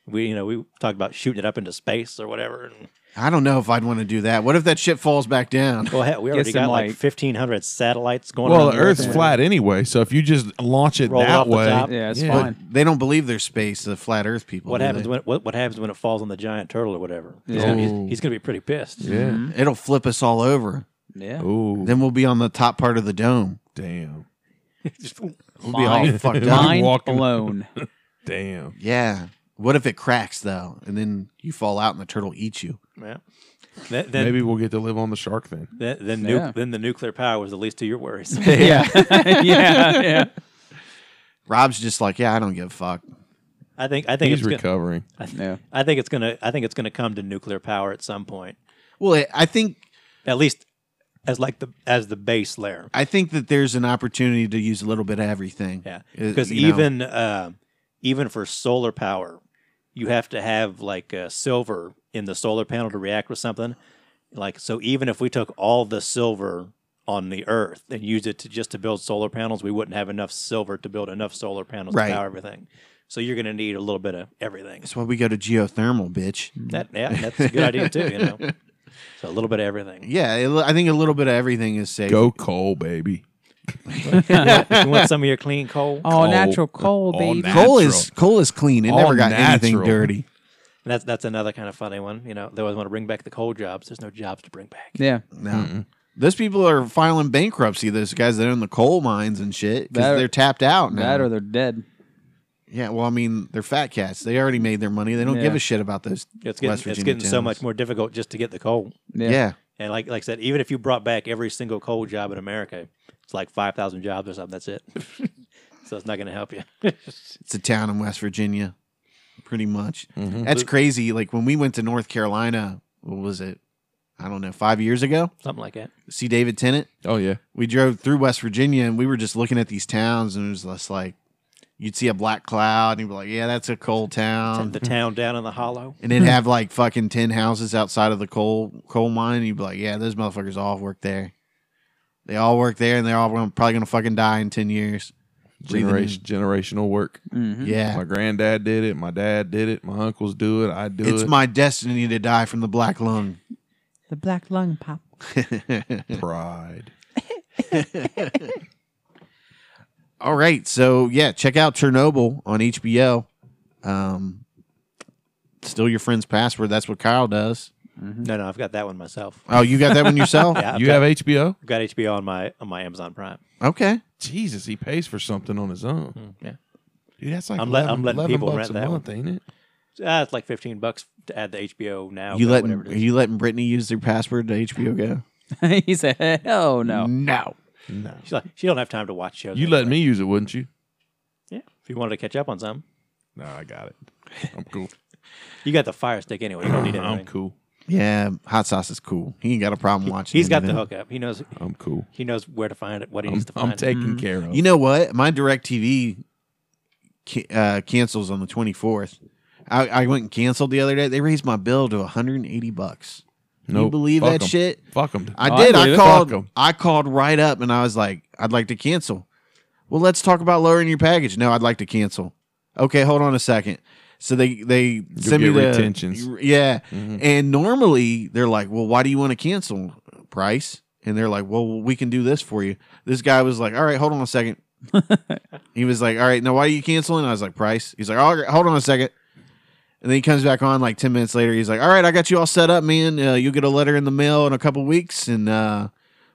Speaker 5: We you know we talked about shooting it up into space or whatever. And,
Speaker 2: I don't know if I'd want to do that. What if that shit falls back down?
Speaker 5: well, heck, we already
Speaker 3: some,
Speaker 5: got like,
Speaker 3: like-
Speaker 5: fifteen hundred satellites going.
Speaker 4: well,
Speaker 5: around
Speaker 4: the Earth's
Speaker 5: Earth.
Speaker 4: flat anyway, so if you just launch it
Speaker 5: Roll it
Speaker 4: that
Speaker 5: off the
Speaker 4: way,
Speaker 5: top.
Speaker 3: Yeah, it's
Speaker 4: Yeah.
Speaker 3: fine.
Speaker 2: They don't believe their space, the flat Earth people.
Speaker 5: What
Speaker 2: do
Speaker 5: happens
Speaker 2: they?
Speaker 5: when it, what, what happens when it falls on the giant turtle or whatever? He's
Speaker 3: Yeah.
Speaker 4: Mm.
Speaker 5: gonna be- he's, he's going to be pretty pissed.
Speaker 4: yeah.
Speaker 2: It'll flip us all over.
Speaker 3: Yeah.
Speaker 4: Ooh,
Speaker 2: Then we'll be on the top part of the dome.
Speaker 4: damn,
Speaker 2: We'll be all
Speaker 3: Mind-
Speaker 2: fucked up.
Speaker 3: Mind
Speaker 4: Walking.
Speaker 3: blown.
Speaker 4: damn.
Speaker 2: Yeah. What if it cracks though, and then you fall out and the turtle eats you?
Speaker 5: Yeah. Then, then,
Speaker 4: Maybe we'll get to live on the shark then.
Speaker 5: then, then, nu-
Speaker 3: Yeah.
Speaker 5: then the nuclear power was the least of your worries.
Speaker 3: yeah. yeah. Yeah.
Speaker 2: Rob's just like, yeah, I don't give a fuck.
Speaker 5: I think I think
Speaker 4: He's
Speaker 5: it's gonna,
Speaker 4: recovering.
Speaker 5: I, th-
Speaker 3: Yeah.
Speaker 5: I think it's gonna I think it's gonna come to nuclear power at some point.
Speaker 2: Well, I- I think
Speaker 5: At least as like the as the base layer.
Speaker 2: I think that there's an opportunity to use a little bit of everything.
Speaker 5: Yeah,
Speaker 2: Uh,
Speaker 5: because
Speaker 2: you know,
Speaker 5: even uh, even for solar power, you have to have like uh, silver in the solar panel to react with something. Like so, even if we took all the silver on the Earth and used it to just to build solar panels, we wouldn't have enough silver to build enough solar panels
Speaker 2: Right.
Speaker 5: to power everything. So you're going to need a little bit of everything.
Speaker 2: that's why we go to geothermal, bitch.
Speaker 5: That yeah, that's a good idea too. You know, so a little bit of everything.
Speaker 2: Yeah, it, I think a little bit of everything is safe.
Speaker 4: Go coal, baby.
Speaker 5: You want some of your clean coal?
Speaker 3: Oh,
Speaker 4: Coal.
Speaker 3: natural coal,
Speaker 4: All
Speaker 3: baby.
Speaker 4: nat-
Speaker 2: Coal
Speaker 4: Natural.
Speaker 2: is coal is clean. It
Speaker 4: All
Speaker 2: never got anything
Speaker 4: natural.
Speaker 2: dirty.
Speaker 5: That's that's another kind of funny one. You know, they always want to bring back the coal jobs. There's no jobs to bring back.
Speaker 3: Yeah.
Speaker 2: No. Those people are filing bankruptcy. Those guys that own the coal mines and shit
Speaker 3: That-
Speaker 2: because they're tapped out now.
Speaker 3: That or they're dead.
Speaker 2: yeah, well, I mean, they're fat cats. They already made their money. They don't
Speaker 3: Yeah.
Speaker 2: give a shit about those.
Speaker 5: It's getting,
Speaker 2: West
Speaker 5: it's
Speaker 2: Virginia
Speaker 5: getting so
Speaker 2: towns.
Speaker 5: much more difficult just to get the coal.
Speaker 3: Yeah.
Speaker 2: Yeah.
Speaker 5: And like like I said, even if you brought back every single coal job in America, it's like five thousand jobs or something. That's it. so it's not going to help you.
Speaker 2: it's a town in West Virginia, pretty much. That's crazy. Like when we went to North Carolina, what was it? I don't know, five years ago.
Speaker 5: something like that.
Speaker 2: See David Tennant.
Speaker 4: Oh yeah,
Speaker 2: we drove through West Virginia and we were just looking at these towns and it was just like you'd see a black cloud and you'd be like, Yeah, that's a coal town.
Speaker 5: the town down in the hollow.
Speaker 2: And it'd have like fucking ten houses outside of the coal coal mine and you'd be like, Yeah, those motherfuckers all work there. They all work there and they're all gonna, probably gonna fucking die in ten years. Breathing in-
Speaker 4: generation generational work. My
Speaker 2: Yeah.
Speaker 4: granddad did it. My dad did it. My uncles do it. I do
Speaker 2: It's
Speaker 4: it.
Speaker 2: my destiny to die from the black lung.
Speaker 3: The black lung pop.
Speaker 4: pride.
Speaker 2: All right, so yeah, check out Chernobyl on HBO. Um Steal your friend's password. That's what Kyle does. mm-hmm.
Speaker 5: No, no, I've got that one myself.
Speaker 2: Oh, you got that one yourself?
Speaker 5: I've
Speaker 4: you
Speaker 5: got,
Speaker 4: have HBO?
Speaker 5: I've got HBO on my on my Amazon Prime.
Speaker 2: Okay.
Speaker 4: Jesus, he pays for something on his own.
Speaker 5: Yeah,
Speaker 4: Dude, that's like
Speaker 5: I'm
Speaker 4: Hmm, I'm,
Speaker 5: let-
Speaker 4: 11,
Speaker 5: I'm letting
Speaker 4: 11
Speaker 5: people
Speaker 4: bucks
Speaker 5: rent
Speaker 4: a
Speaker 5: that
Speaker 4: month, ain't it?
Speaker 5: ah, it's like fifteen bucks to add the HBO now.
Speaker 2: you
Speaker 5: but
Speaker 2: letting
Speaker 5: whatever
Speaker 2: are
Speaker 5: it is.
Speaker 2: you letting Brittany use their password to HBO Go?
Speaker 3: he said, "Oh no,
Speaker 2: No.
Speaker 4: No.
Speaker 5: She's like, she don't have time to watch shows.
Speaker 4: You let me use it, wouldn't you?
Speaker 5: Yeah, if you wanted to catch up on something,
Speaker 4: No, I got it. I'm cool.
Speaker 5: you got the Fire Stick anyway. You don't need
Speaker 4: I'm
Speaker 5: anything.
Speaker 4: cool.
Speaker 2: Yeah, hot sauce is cool. He ain't got a problem watching.
Speaker 5: He's got the
Speaker 2: anything.
Speaker 5: hookup. He knows
Speaker 4: I'm cool.
Speaker 5: he knows where to find it, what he
Speaker 4: I'm,
Speaker 5: needs to
Speaker 4: I'm
Speaker 5: find.
Speaker 4: taken care of.
Speaker 2: Mm-hmm. You know what? My DirecTV ca- uh, cancels on the twenty fourth. I, I went and canceled the other day. They raised my bill to 180 bucks. Can
Speaker 4: Nope.
Speaker 2: You believe
Speaker 4: Fuck
Speaker 2: that
Speaker 4: 'em.
Speaker 2: shit?
Speaker 4: Fuck them.
Speaker 2: I
Speaker 3: Oh, I
Speaker 2: did. I,
Speaker 3: believe it.
Speaker 4: Fuck
Speaker 2: called.
Speaker 4: 'em.
Speaker 2: I called right up and I was like, "I'd like to cancel." Well, let's talk about lowering your package. No, I'd like to cancel. Okay, hold on a second. So they they send
Speaker 4: get
Speaker 2: me the
Speaker 4: retentions. Mm-hmm.
Speaker 2: Yeah, and normally they're like, "Well, why do you want to cancel, Price?" And they're like, "Well, we can do this for you." This guy was like, "All right, hold on a second. he was like, "All right, now why are you canceling?" I was like, "Price." He's like, "All right, hold on a second. And then he comes back on like 10 minutes later. He's like, All right, I got you all set up, man. Uh, you'll get a letter in the mail in a couple weeks and uh,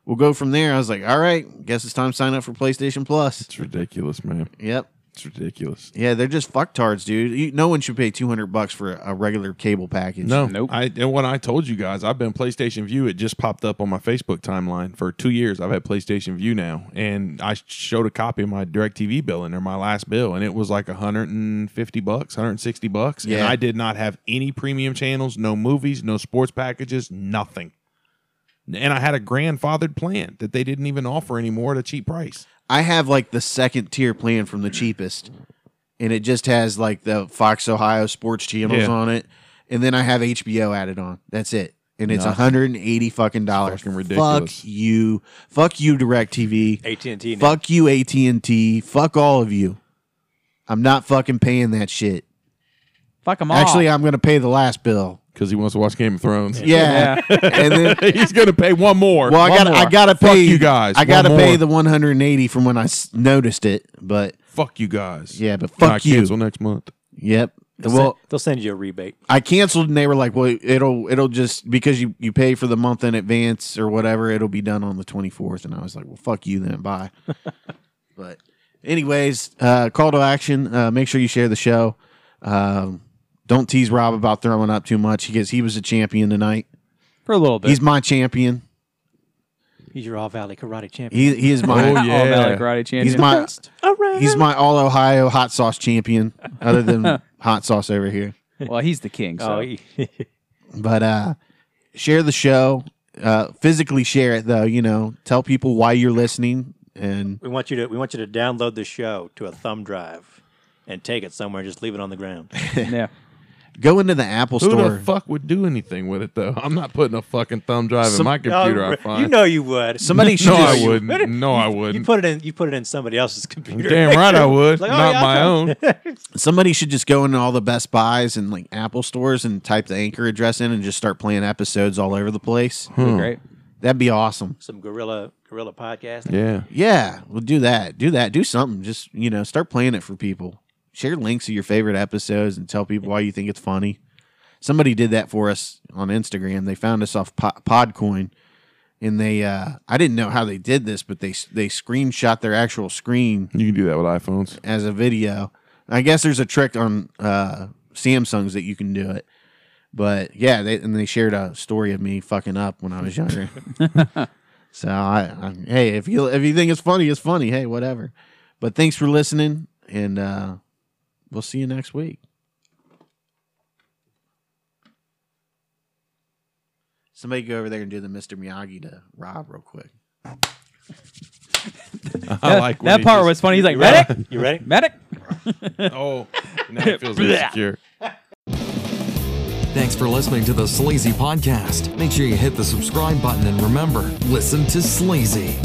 Speaker 2: we'll go from there. I was like, All right, guess it's time to sign up for PlayStation Plus.
Speaker 4: It's ridiculous, man.
Speaker 2: Yep.
Speaker 4: It's ridiculous.
Speaker 2: Yeah, they're just fucktards, dude. You, no one should pay 200 bucks for a regular cable package.
Speaker 4: No,
Speaker 3: Nope.
Speaker 4: I and when I told you guys, I've been PlayStation View. It just popped up on my Facebook timeline for two years. I've had PlayStation View now, and I showed a copy of my Directv bill in there, my last bill, and it was like 150 bucks, 160 bucks, and
Speaker 2: Yeah.
Speaker 4: I did not have any premium channels, no movies, no sports packages, nothing. And I had a grandfathered plan that they didn't even offer anymore at a cheap price.
Speaker 2: I have like the second tier plan from the cheapest, and it just has like the Fox Ohio sports channels
Speaker 4: Yeah.
Speaker 2: on it. And then I have HBO added on. That's it. And it's 180 fucking dollars.
Speaker 4: fucking ridiculous.
Speaker 2: Fuck you. Fuck you, DirecTV.
Speaker 5: AT and T.
Speaker 2: Fuck you, AT and T. Fuck all of you. I'm not fucking paying that shit.
Speaker 3: fuck them all."
Speaker 2: Actually, I'm gonna pay the last bill.
Speaker 4: Because he wants to watch Game of Thrones.
Speaker 2: Yeah, and then
Speaker 4: He's gonna pay one more.
Speaker 2: well, I
Speaker 4: One
Speaker 2: got to I
Speaker 4: more.
Speaker 2: gotta pay
Speaker 4: Fuck you guys.
Speaker 2: I
Speaker 4: One
Speaker 2: gotta
Speaker 4: more.
Speaker 2: pay the 180 from when I s- noticed it. But
Speaker 4: fuck you guys.
Speaker 2: Yeah, but
Speaker 4: Nah,
Speaker 2: fuck you.
Speaker 4: Cancel next month.
Speaker 2: yep,
Speaker 5: They'll,
Speaker 2: Well-
Speaker 5: send, they'll send you a rebate.
Speaker 2: I canceled and they were like, "Well, it'll it'll just because you you pay for the month in advance or whatever, it'll be done on the 24th." And I was like, "Well, fuck you then, bye." but anyways, uh call to action, uh make sure you share the show. Um don't tease Rob about throwing up too much because he was a champion tonight.
Speaker 3: for a little bit.
Speaker 2: He's my champion.
Speaker 5: He's your All Valley Karate Champion.
Speaker 2: He he is my
Speaker 4: Oh,
Speaker 3: all
Speaker 4: yeah.
Speaker 3: Valley Karate champion.
Speaker 2: He's my He's my all Ohio hot sauce champion other than hot sauce over here.
Speaker 3: well, he's the king. So
Speaker 5: oh, he-
Speaker 2: but uh share the show uh physically share it though you know tell people why you're listening and
Speaker 5: we want you to we want you to download the show to a thumb drive and take it somewhere. and Just leave it on the ground. Oh,
Speaker 3: yeah,
Speaker 2: go into the apple
Speaker 4: Who
Speaker 2: store
Speaker 4: the fuck would do anything with it though? I'm not putting a fucking thumb drive in
Speaker 2: Some-
Speaker 4: my computer.
Speaker 5: Oh,
Speaker 4: I
Speaker 5: you
Speaker 4: find
Speaker 5: know you would.
Speaker 2: somebody should
Speaker 4: No,
Speaker 2: just-
Speaker 4: I wouldn't. No, I
Speaker 5: You
Speaker 4: wouldn't.
Speaker 5: put it in. You put it in somebody else's computer.
Speaker 4: Damn right I would.
Speaker 5: Like, oh,
Speaker 4: Not
Speaker 5: yeah,
Speaker 4: my
Speaker 5: I'll-
Speaker 4: own.
Speaker 2: somebody should just go into all the best buys and like apple stores and type the anchor address in and just start playing episodes all over the place
Speaker 3: that'd be great.
Speaker 2: that'd be awesome
Speaker 5: Some gorilla gorilla podcasting.
Speaker 4: Yeah.
Speaker 2: yeah we'll do that do that do something just you know start playing it for people share links to your favorite episodes and tell people why you think it's funny somebody did that for us on instagram they found us off po- podcoin and they uh i didn't know how they did this but they they screenshot their actual screen
Speaker 4: You can do that with iPhones.
Speaker 2: as a video i guess there's a trick on uh samsung's that you can do it but yeah they and they shared a story of me fucking up when i was younger so I, I hey if you if you think it's funny it's funny hey whatever but thanks for listening and uh we'll see you next week somebody go over there and do the mr miyagi to rob real quick
Speaker 4: I like when
Speaker 3: that
Speaker 4: he
Speaker 3: part
Speaker 4: just-
Speaker 3: was funny. He's like
Speaker 5: You ready?
Speaker 3: medic,
Speaker 5: You ready?
Speaker 3: medic.
Speaker 4: Oh, now it feels insecure.
Speaker 1: Thanks for listening to the Sleazy Podcast. Make sure you hit the subscribe button and remember, listen to Sleazy.